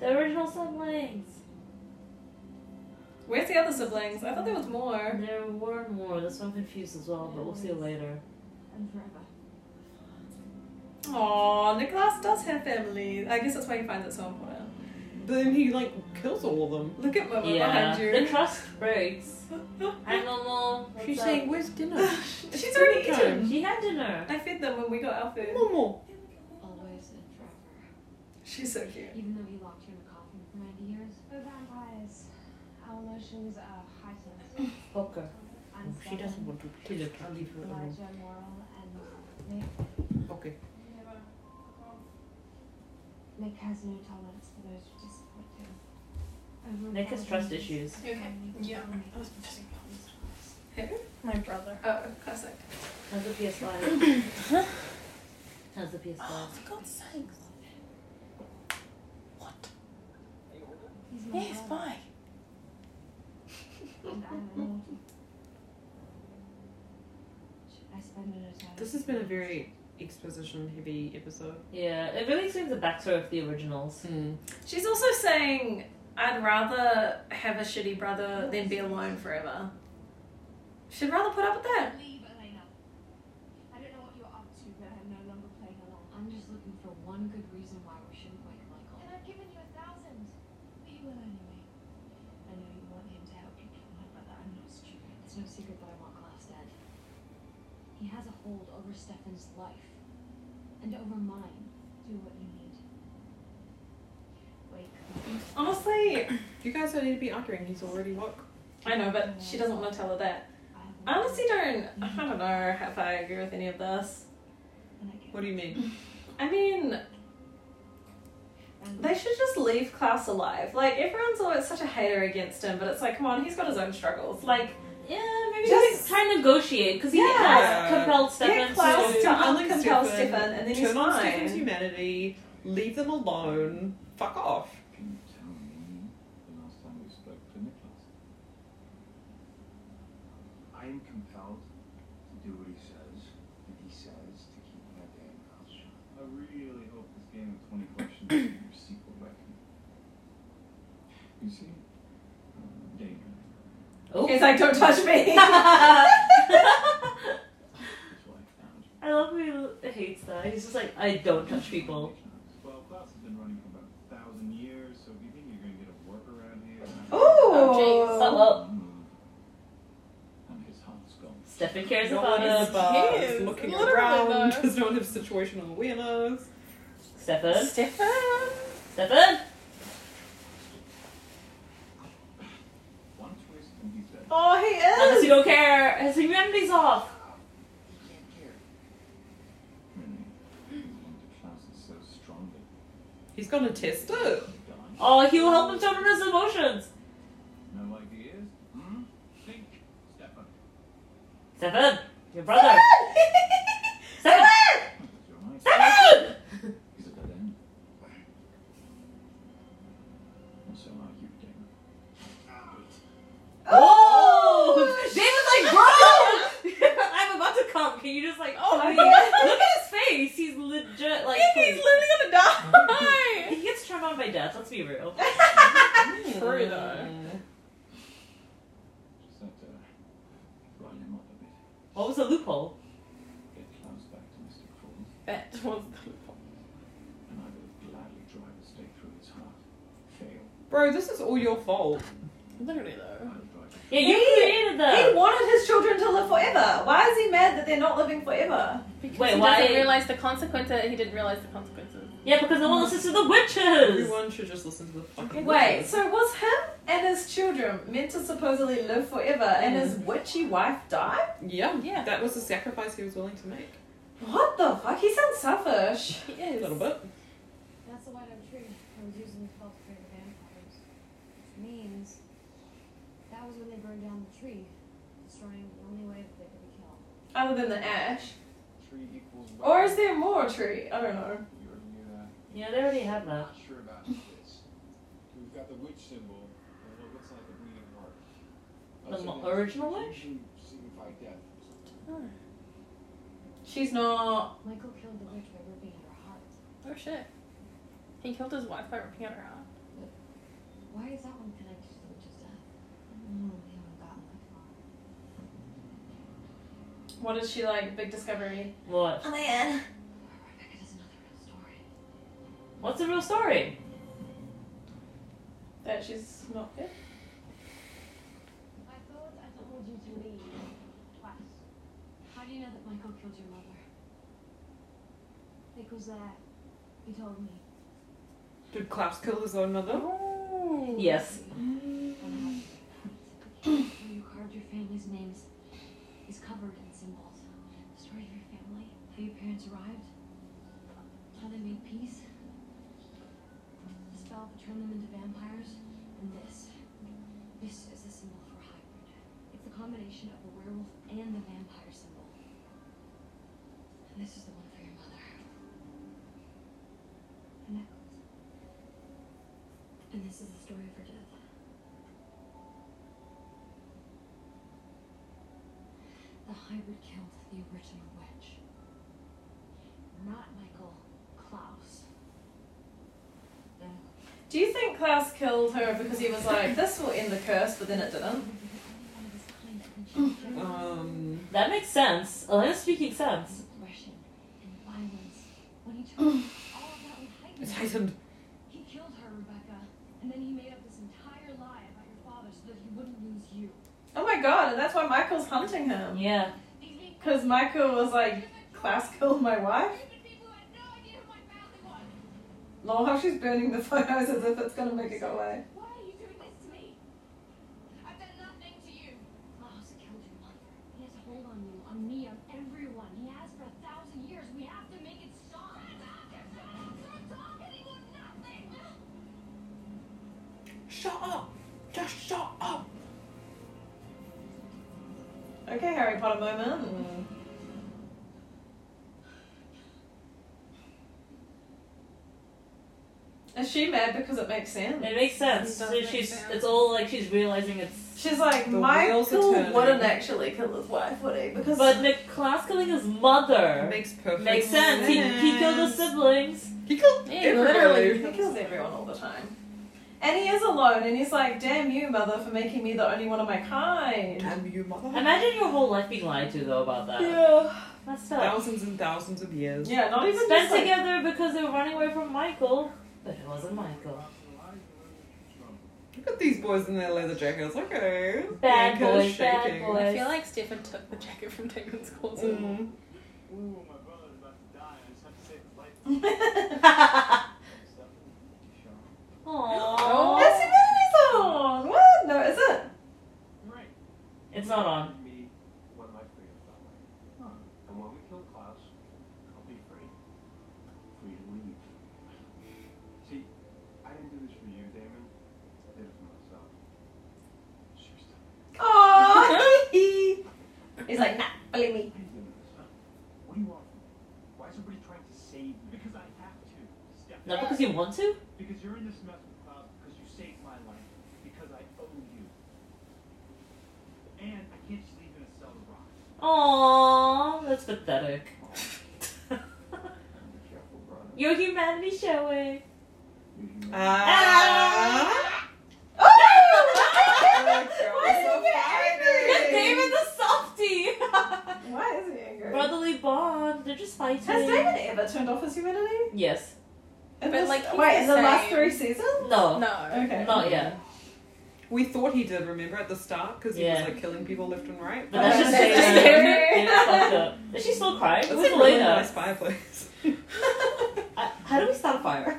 Speaker 3: The original siblings.
Speaker 4: Where's the other siblings? I thought there was more.
Speaker 3: There were more. That's why I'm confused as well, but we'll see later.
Speaker 5: and forever.
Speaker 4: Aw, Nicholas does have family. I guess that's why he finds it so important.
Speaker 1: But then he like kills all of them.
Speaker 4: Look at Momo
Speaker 3: Yeah.
Speaker 4: behind
Speaker 3: The
Speaker 4: you.
Speaker 3: trust breaks. Hi, Momo. What's
Speaker 1: She's
Speaker 3: up?
Speaker 1: saying, "Where's dinner?"
Speaker 4: [laughs] She's already
Speaker 1: dinner time.
Speaker 4: eaten.
Speaker 3: She had dinner.
Speaker 4: I fed them when we got our food.
Speaker 1: Momo.
Speaker 5: Always and forever.
Speaker 4: She's so cute.
Speaker 5: Even though you locked you in a coffin for 90 years? We're vampires. Our emotions are [laughs] heightened.
Speaker 3: Poker.
Speaker 5: I'm
Speaker 1: She doesn't want to. She just I'll leave her alone.
Speaker 5: Elijah, Moral, and Nick.
Speaker 1: Okay.
Speaker 5: Nick has no tolerance for those who disappoint him. Over
Speaker 3: Nick has trust issues.
Speaker 4: Okay. Yeah.
Speaker 11: My brother.
Speaker 4: Oh, classic.
Speaker 3: How's the PS5? [coughs] How's the PS5?
Speaker 11: for God's sake. What?
Speaker 5: He's my
Speaker 11: Yes,
Speaker 5: brother.
Speaker 11: why?
Speaker 5: I spend an entire
Speaker 1: This has been a very exposition heavy episode. Hmm.
Speaker 3: Yeah, it really explains the backstory of the originals.
Speaker 4: She's also saying, I'd rather have a shitty brother than be alone forever. She'd rather put up with that.
Speaker 5: Leave, Elena. I don't know what you're up to, but I'm no longer playing along. I'm just looking for one good reason why we shouldn't wake Michael.
Speaker 7: And I've given you a thousand.
Speaker 5: But you will anyway. I know you want him to help you kill my brother. I'm not stupid. It's no secret that I want Klaus dead. He has a hold over Stefan's life. And over mine. Do what you need. Wake up.
Speaker 4: Honestly,
Speaker 1: You guys don't need to be arguing. He's already woke.
Speaker 4: I know, but she doesn't want to tell her that.
Speaker 5: I have
Speaker 4: I honestly don't, I don't know if I agree with any of this.
Speaker 5: and I can
Speaker 1: What do you mean?
Speaker 4: I mean,
Speaker 5: and
Speaker 4: They should just leave Klaus alive. Like everyone's always such a hater against him, but it's like, come on, he's got his own struggles. Like,
Speaker 3: Yeah, maybe
Speaker 4: Just-
Speaker 3: just try and negotiate because he
Speaker 4: Yeah.
Speaker 3: has compelled
Speaker 4: get
Speaker 3: Stefan
Speaker 4: Klaus
Speaker 3: to.
Speaker 4: to
Speaker 1: Compelling
Speaker 4: uncompel
Speaker 1: Stefan,
Speaker 4: Stefan, and then he's
Speaker 1: Turn on Stefan's
Speaker 4: fine.
Speaker 1: humanity. Leave them alone. Fuck off.
Speaker 6: Can you tell me the last time you spoke to Nicholas? I'm compelled to do what he says, and he says to keep my damn mouth shut. I really hope this game of [coughs] 20 questions is your sequel back. You see? uh, Danger
Speaker 3: Oh,
Speaker 4: He's like, don't touch me.
Speaker 6: is what I found.
Speaker 3: I love who hates that. He's just like, I don't touch people.
Speaker 6: Well, Klaus has been running for about a thousand years, so if you think you're gonna get a work around here, uh,
Speaker 3: Oh, jeez.
Speaker 4: Ooh.
Speaker 3: Well,
Speaker 6: and his heart's gone.
Speaker 3: Stefan cares
Speaker 1: No
Speaker 3: about
Speaker 1: one is
Speaker 3: us.
Speaker 11: Yes,
Speaker 1: looking
Speaker 11: literally
Speaker 1: around.
Speaker 11: though.
Speaker 1: [laughs] Does no one have situational awareness?
Speaker 3: Stefan,
Speaker 4: Stefan.
Speaker 3: Stefan.
Speaker 6: One twist and he's dead.
Speaker 4: Oh, he
Speaker 3: Unless
Speaker 4: is.
Speaker 3: you don't care, his humanity's off.
Speaker 6: Really? Klaus is so strong that
Speaker 1: He's gonna test it.
Speaker 6: he dies.
Speaker 3: Oh, he will help him turn on his emotions.
Speaker 6: No ideas? Hmm? Think, Stefan.
Speaker 3: Stefan, your brother. [laughs] Stefan,
Speaker 6: You're right.
Speaker 4: Oh.
Speaker 3: Stefan.
Speaker 6: He's a dead end. And so are you, Damon.
Speaker 3: Oh, David's like, bro, [laughs] I'm about to come. Can you just like, oh, he- look at his face. He's legit like.
Speaker 4: He's literally gonna die.
Speaker 3: [laughs] He gets turned on by death. Let's be real.
Speaker 11: True though.
Speaker 6: Just have to rile him up a bit.
Speaker 3: What was the loophole?
Speaker 6: Get Klaus back to Mr. Crawley,
Speaker 11: That was [laughs]
Speaker 6: and I will gladly drive a stake through his heart. Fail.
Speaker 4: Oh.
Speaker 1: Bro, this is all your fault.
Speaker 11: literally though.
Speaker 6: I'll drive it.
Speaker 3: Yeah, you
Speaker 4: He-
Speaker 3: created
Speaker 4: He
Speaker 3: that.
Speaker 4: wanted his children to live forever. Why is he mad that they're not living forever?
Speaker 11: Because
Speaker 3: Wait,
Speaker 11: he
Speaker 3: why-
Speaker 11: doesn't realize the consequences. He didn't realize the consequences.
Speaker 3: yeah, because no one listens to the witches.
Speaker 1: Everyone should just listen to the fucking
Speaker 4: Wait,
Speaker 1: witches.
Speaker 4: so was him and his children meant to supposedly live forever, and his witchy wife died?
Speaker 1: Yeah,
Speaker 11: Yeah.
Speaker 1: That was the sacrifice he was willing to make.
Speaker 4: What the fuck? He sounds selfish.
Speaker 11: He
Speaker 1: A
Speaker 11: is.
Speaker 1: little bit.
Speaker 5: That's the white oak tree I was using to cultivate the vampires. Which means that was when they burned down the tree, destroying the only way that they could be killed.
Speaker 4: Other than the ash.
Speaker 6: Tree equals
Speaker 4: Or is there more tree? I don't know.
Speaker 6: You already knew that.
Speaker 3: Yeah, they already have that.
Speaker 6: Not sure about this. We've got the witch symbol, and it looks like a green heart.
Speaker 3: The
Speaker 6: Upside
Speaker 3: mo-
Speaker 6: down.
Speaker 3: original witch?
Speaker 6: Signify death.
Speaker 4: She's not.
Speaker 5: Michael killed the witch by ripping at her heart.
Speaker 11: Oh shit. He killed his wife by ripping out her arm.
Speaker 5: Why is that one connected to the witch's death? Mm, we haven't gotten that far.
Speaker 4: What is she like? Big discovery.
Speaker 3: What?
Speaker 4: Oh man.
Speaker 5: Rebecca doesn't know the real story.
Speaker 3: What's the real story?
Speaker 4: That she's not good.
Speaker 5: I thought I told you to leave twice. How do you know that Michael killed your mother? Nick was there. He told me.
Speaker 1: Did Klaus kill his own mother?
Speaker 3: Yes.
Speaker 5: Where you carved your family's names is covered in symbols. The story of your family, how your parents arrived, how they made peace, the spell that turned them into vampires, and this. This is a symbol for hybrid. It's the combination of the werewolf and the vampire symbol. And this is the one for your mother. A necklace. And this is the story of her death. The hybrid killed the original witch. Not Michael, Klaus. Then
Speaker 4: Do you think Klaus killed her because he was like, this will end the curse, but then it didn't?
Speaker 5: one of his kind eventually joined
Speaker 1: Um,
Speaker 3: That makes sense. Elena's speaking sense.
Speaker 5: aggression and violence. When he told her all of that with Titan,
Speaker 1: Titan.
Speaker 5: he killed her, Rebecca, and then he made up this entire lie about your father so that he wouldn't lose you.
Speaker 4: Oh my god, and that's why Michael's hunting him.
Speaker 3: Yeah.
Speaker 5: These people,
Speaker 4: Because Michael was like, Klaus killed my wife?
Speaker 5: stupid people who had no idea who my family was.
Speaker 4: Lol, how she's burning the photos as if it's gonna make it go away.
Speaker 5: Why are you doing this to me? I've done nothing to you. Klaus killed your mother. He has a hold on you, on me, on everyone. He has for a thousand years. We have to make it stop.
Speaker 1: Shut up! Just shut up!
Speaker 4: Okay, Harry Potter moment. Is she mad because it makes sense?
Speaker 3: It makes sense.
Speaker 4: It does
Speaker 3: So
Speaker 4: make
Speaker 3: she's
Speaker 4: sense.
Speaker 3: it's all like she's realizing it's
Speaker 4: She's like,
Speaker 1: The
Speaker 4: Michael
Speaker 1: wheels are turning."
Speaker 4: wouldn't actually kill his wife, would he? Because
Speaker 3: But Nick Klaus killing his mother
Speaker 1: Makes perfect
Speaker 3: makes sense. He, he killed his siblings.
Speaker 1: He killed
Speaker 11: Yeah,
Speaker 1: everybody.
Speaker 4: literally, he kills everyone all the time. And he is alone, and he's like, damn you, mother, for making me the only one of my kind.
Speaker 1: Damn you, mother.
Speaker 3: Imagine your whole life being lied to though about that.
Speaker 4: Yeah.
Speaker 3: That's tough.
Speaker 1: Thousands and thousands of years.
Speaker 4: Yeah, not even
Speaker 3: Spent
Speaker 4: just like,
Speaker 3: together because they were running away from Michael, but it wasn't
Speaker 6: [laughs]
Speaker 3: Michael.
Speaker 1: Look at these boys in their leather jackets. Okay.
Speaker 3: Bad
Speaker 1: Bianca's
Speaker 3: boys, bad
Speaker 1: shaking.
Speaker 3: boys.
Speaker 11: I feel like Stefan took the jacket from Damon's closet.
Speaker 1: Mm.
Speaker 6: Ooh, my brother's about to die. I just have to save
Speaker 3: [laughs]
Speaker 6: his life. Stuff. Sure.
Speaker 3: Aww.
Speaker 4: Yes, humanity's on! What? No, is it?
Speaker 6: Right.
Speaker 3: It's not on.
Speaker 6: Me, what am I free of that way? And when we kill Klaus, I'll be free. Free to leave. See, I didn't do this for you, Damon. I did it for myself. Sure stuff.
Speaker 4: Aww. he's like, nah, believe
Speaker 6: [laughs]
Speaker 4: me.
Speaker 6: What are you doing this, huh? What do you want from me? Why is everybody trying to save me? Because I have to. Step
Speaker 3: Not
Speaker 6: back.
Speaker 3: because you want to?
Speaker 6: Because you're in this mess with Klaus because you saved my life. Because I owe you. And I can't just leave you in a cell of rocks.
Speaker 3: Aww, that's pathetic. [laughs]
Speaker 6: Be careful, brother.
Speaker 3: Your humanity showing.
Speaker 4: Uh,
Speaker 1: Ah.
Speaker 4: Oh!
Speaker 1: Why
Speaker 3: David the softy!
Speaker 4: Why is he angry?
Speaker 3: Brotherly bond, they're just fighting.
Speaker 4: Has David ever turned off his humanity?
Speaker 3: Yes.
Speaker 4: In
Speaker 11: But,
Speaker 4: this-
Speaker 11: like, he's
Speaker 4: wait, in the
Speaker 11: the
Speaker 4: last
Speaker 11: same.
Speaker 4: three seasons?
Speaker 3: No.
Speaker 11: [laughs] No.
Speaker 4: Okay.
Speaker 3: Not yet.
Speaker 1: We thought he did, remember, at the start, because he
Speaker 3: Yeah.
Speaker 1: was like killing people left and right.
Speaker 3: But that's just
Speaker 4: Okay.
Speaker 3: [laughs]
Speaker 4: That's
Speaker 3: David.
Speaker 4: just David.
Speaker 3: Yeah, it's fucked up. Is she still crying? It
Speaker 1: That's
Speaker 3: was
Speaker 1: a really
Speaker 3: Elena.
Speaker 1: nice fireplace. [laughs]
Speaker 3: I- How do we start a fire?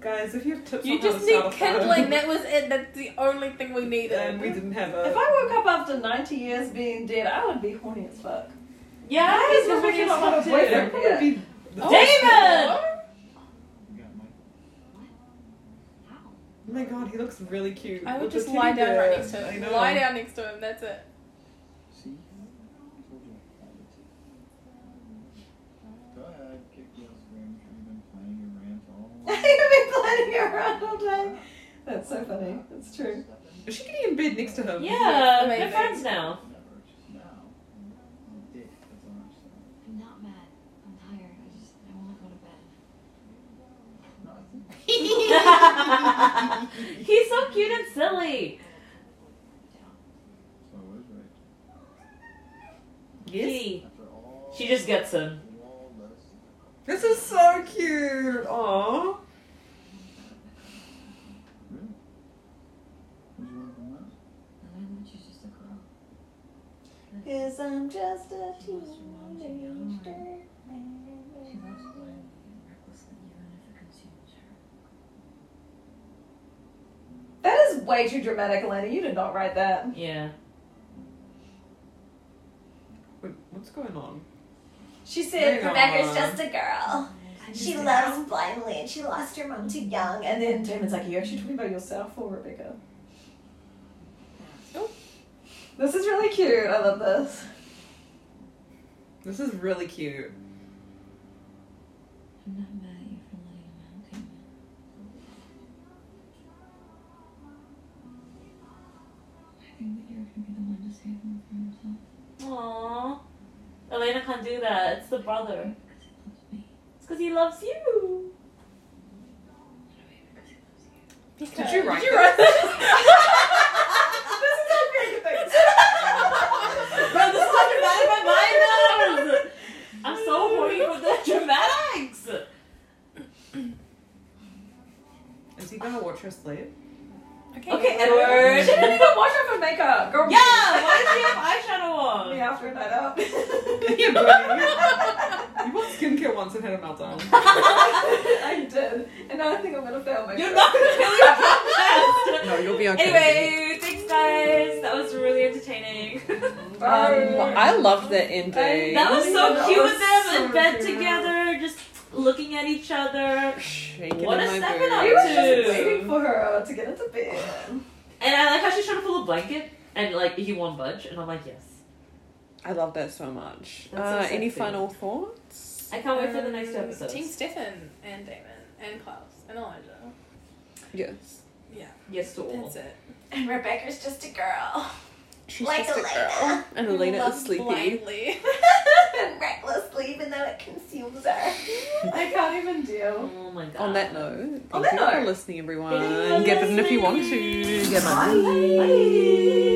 Speaker 1: Guys, if you have tips
Speaker 11: You
Speaker 1: on how
Speaker 11: just
Speaker 1: to
Speaker 11: need
Speaker 1: start a fire- [laughs]
Speaker 11: kindling. That was it. That's the only thing we
Speaker 1: and we
Speaker 11: needed.
Speaker 1: didn't have
Speaker 4: [laughs] If
Speaker 1: a.
Speaker 4: I woke up after 90 years being dead, I would be horny as fuck.
Speaker 3: Yeah,
Speaker 4: Why
Speaker 3: he's
Speaker 4: is this
Speaker 3: really
Speaker 4: really not
Speaker 3: fucked
Speaker 4: a
Speaker 3: up.
Speaker 4: boyfriend?
Speaker 1: That'd probably be the-
Speaker 11: Oh,
Speaker 3: David!
Speaker 6: You got Michael.
Speaker 1: Oh my god, he looks really cute.
Speaker 11: I would
Speaker 1: with the
Speaker 11: just lie
Speaker 1: teddy
Speaker 11: down
Speaker 1: bear.
Speaker 11: right next to
Speaker 1: I
Speaker 11: him.
Speaker 1: know.
Speaker 11: Lie down next to him. That's it.
Speaker 6: See? Told you I had it. Go ahead, kick Gail's dream. You've been playing your
Speaker 4: [laughs]
Speaker 6: rant all
Speaker 4: You've been planning around all day. That's so funny. That's true.
Speaker 1: Is she getting in bed next to him?
Speaker 3: Yeah, they're
Speaker 11: Amazing.
Speaker 3: friends now.
Speaker 6: Never, just now. You dick, that's all I'm saying.
Speaker 5: I'm not mad. I'm tired. I just I want to go to bed.
Speaker 6: No, I think
Speaker 3: [laughs] he's so cute and silly.
Speaker 6: so is right.
Speaker 3: Yes.
Speaker 6: After all
Speaker 3: She just gets him.
Speaker 6: all this.
Speaker 1: This is so cute. Aww.
Speaker 6: Really? Where'd you learn from that?
Speaker 5: And then she's just a girl.
Speaker 4: Cause I'm just a
Speaker 5: She loves her mom too young. She loves playing recklessly, even if it consumes her.
Speaker 4: That is way too dramatic, Elena. You did not write that.
Speaker 3: Yeah.
Speaker 1: Wait, what's going on?
Speaker 4: She said
Speaker 1: Hang
Speaker 4: Rebecca's
Speaker 1: on.
Speaker 4: just a girl. She loves blindly and she lost her mom too young. And then Damon's like, Are you actually talking about yourself or Rebecca?
Speaker 11: Oh.
Speaker 4: This is really cute. I love this.
Speaker 1: This is really cute.
Speaker 5: I'm not mad at you for letting him out, Damon. I okay, but you're gonna be the one to save him from
Speaker 3: Aww.
Speaker 5: himself.
Speaker 3: Elena can't do that. It's the brother.
Speaker 5: Because he loves me.
Speaker 3: It's because he loves you.
Speaker 5: Maybe because he loves you.
Speaker 1: Did you write
Speaker 4: Did you
Speaker 1: that?
Speaker 4: write [laughs] this?
Speaker 3: But this is how dramatic my mind is. I'm so horny for the dramatics.
Speaker 1: Is he gonna watch her sleep? [laughs]
Speaker 3: Okay, Edward.
Speaker 4: She didn't even wash up her makeup. Girl,
Speaker 3: Yeah, why does she have eyeshadow on?
Speaker 2: Me after that up. [laughs]
Speaker 1: you bought skincare once and had a meltdown.
Speaker 2: I did. And now I think I'm gonna fail my
Speaker 3: You're not gonna kill your podcast.
Speaker 1: No, you'll
Speaker 3: [laughs]
Speaker 1: be okay.
Speaker 3: Anyway, thanks guys. That was really entertaining.
Speaker 1: Um, I love the ending.
Speaker 3: that was so
Speaker 2: That
Speaker 3: cute
Speaker 2: was
Speaker 3: with them in
Speaker 2: so
Speaker 3: bed
Speaker 2: cute.
Speaker 3: together, just looking at each other.
Speaker 1: Shaking
Speaker 3: What
Speaker 1: in
Speaker 3: a
Speaker 1: my
Speaker 3: step it
Speaker 1: boots.
Speaker 3: up.
Speaker 2: He was just
Speaker 3: Dude.
Speaker 2: waiting for her uh, to get into bed.
Speaker 3: And I like how she's trying to pull a blanket, and like he won't budge, and I'm like, yes.
Speaker 1: I love that so much.
Speaker 3: That's so
Speaker 1: Uh, any
Speaker 3: sexy.
Speaker 1: final thoughts?
Speaker 3: I can't wait for the next two
Speaker 8: Um,
Speaker 3: episodes.
Speaker 8: Team Stefan and Damon and Klaus and Elijah.
Speaker 1: Yes.
Speaker 8: Yeah,
Speaker 3: Yes to all.
Speaker 8: that's it.
Speaker 4: And Rebecca's just
Speaker 2: [laughs]
Speaker 4: a girl.
Speaker 1: She's
Speaker 4: Like
Speaker 1: just a
Speaker 4: Elena.
Speaker 3: [laughs]
Speaker 1: girl. And Elena
Speaker 8: Love
Speaker 1: is sleepy.
Speaker 8: Blindly.
Speaker 4: and recklessly, even though it consumes her.
Speaker 2: I can't even deal.
Speaker 3: Oh my god.
Speaker 1: On that uh, note,
Speaker 2: On
Speaker 1: thank
Speaker 2: that
Speaker 1: you for
Speaker 2: note.
Speaker 1: listening, everyone.
Speaker 3: Thank you for
Speaker 1: Get them if you want to. Get money.
Speaker 2: Bye.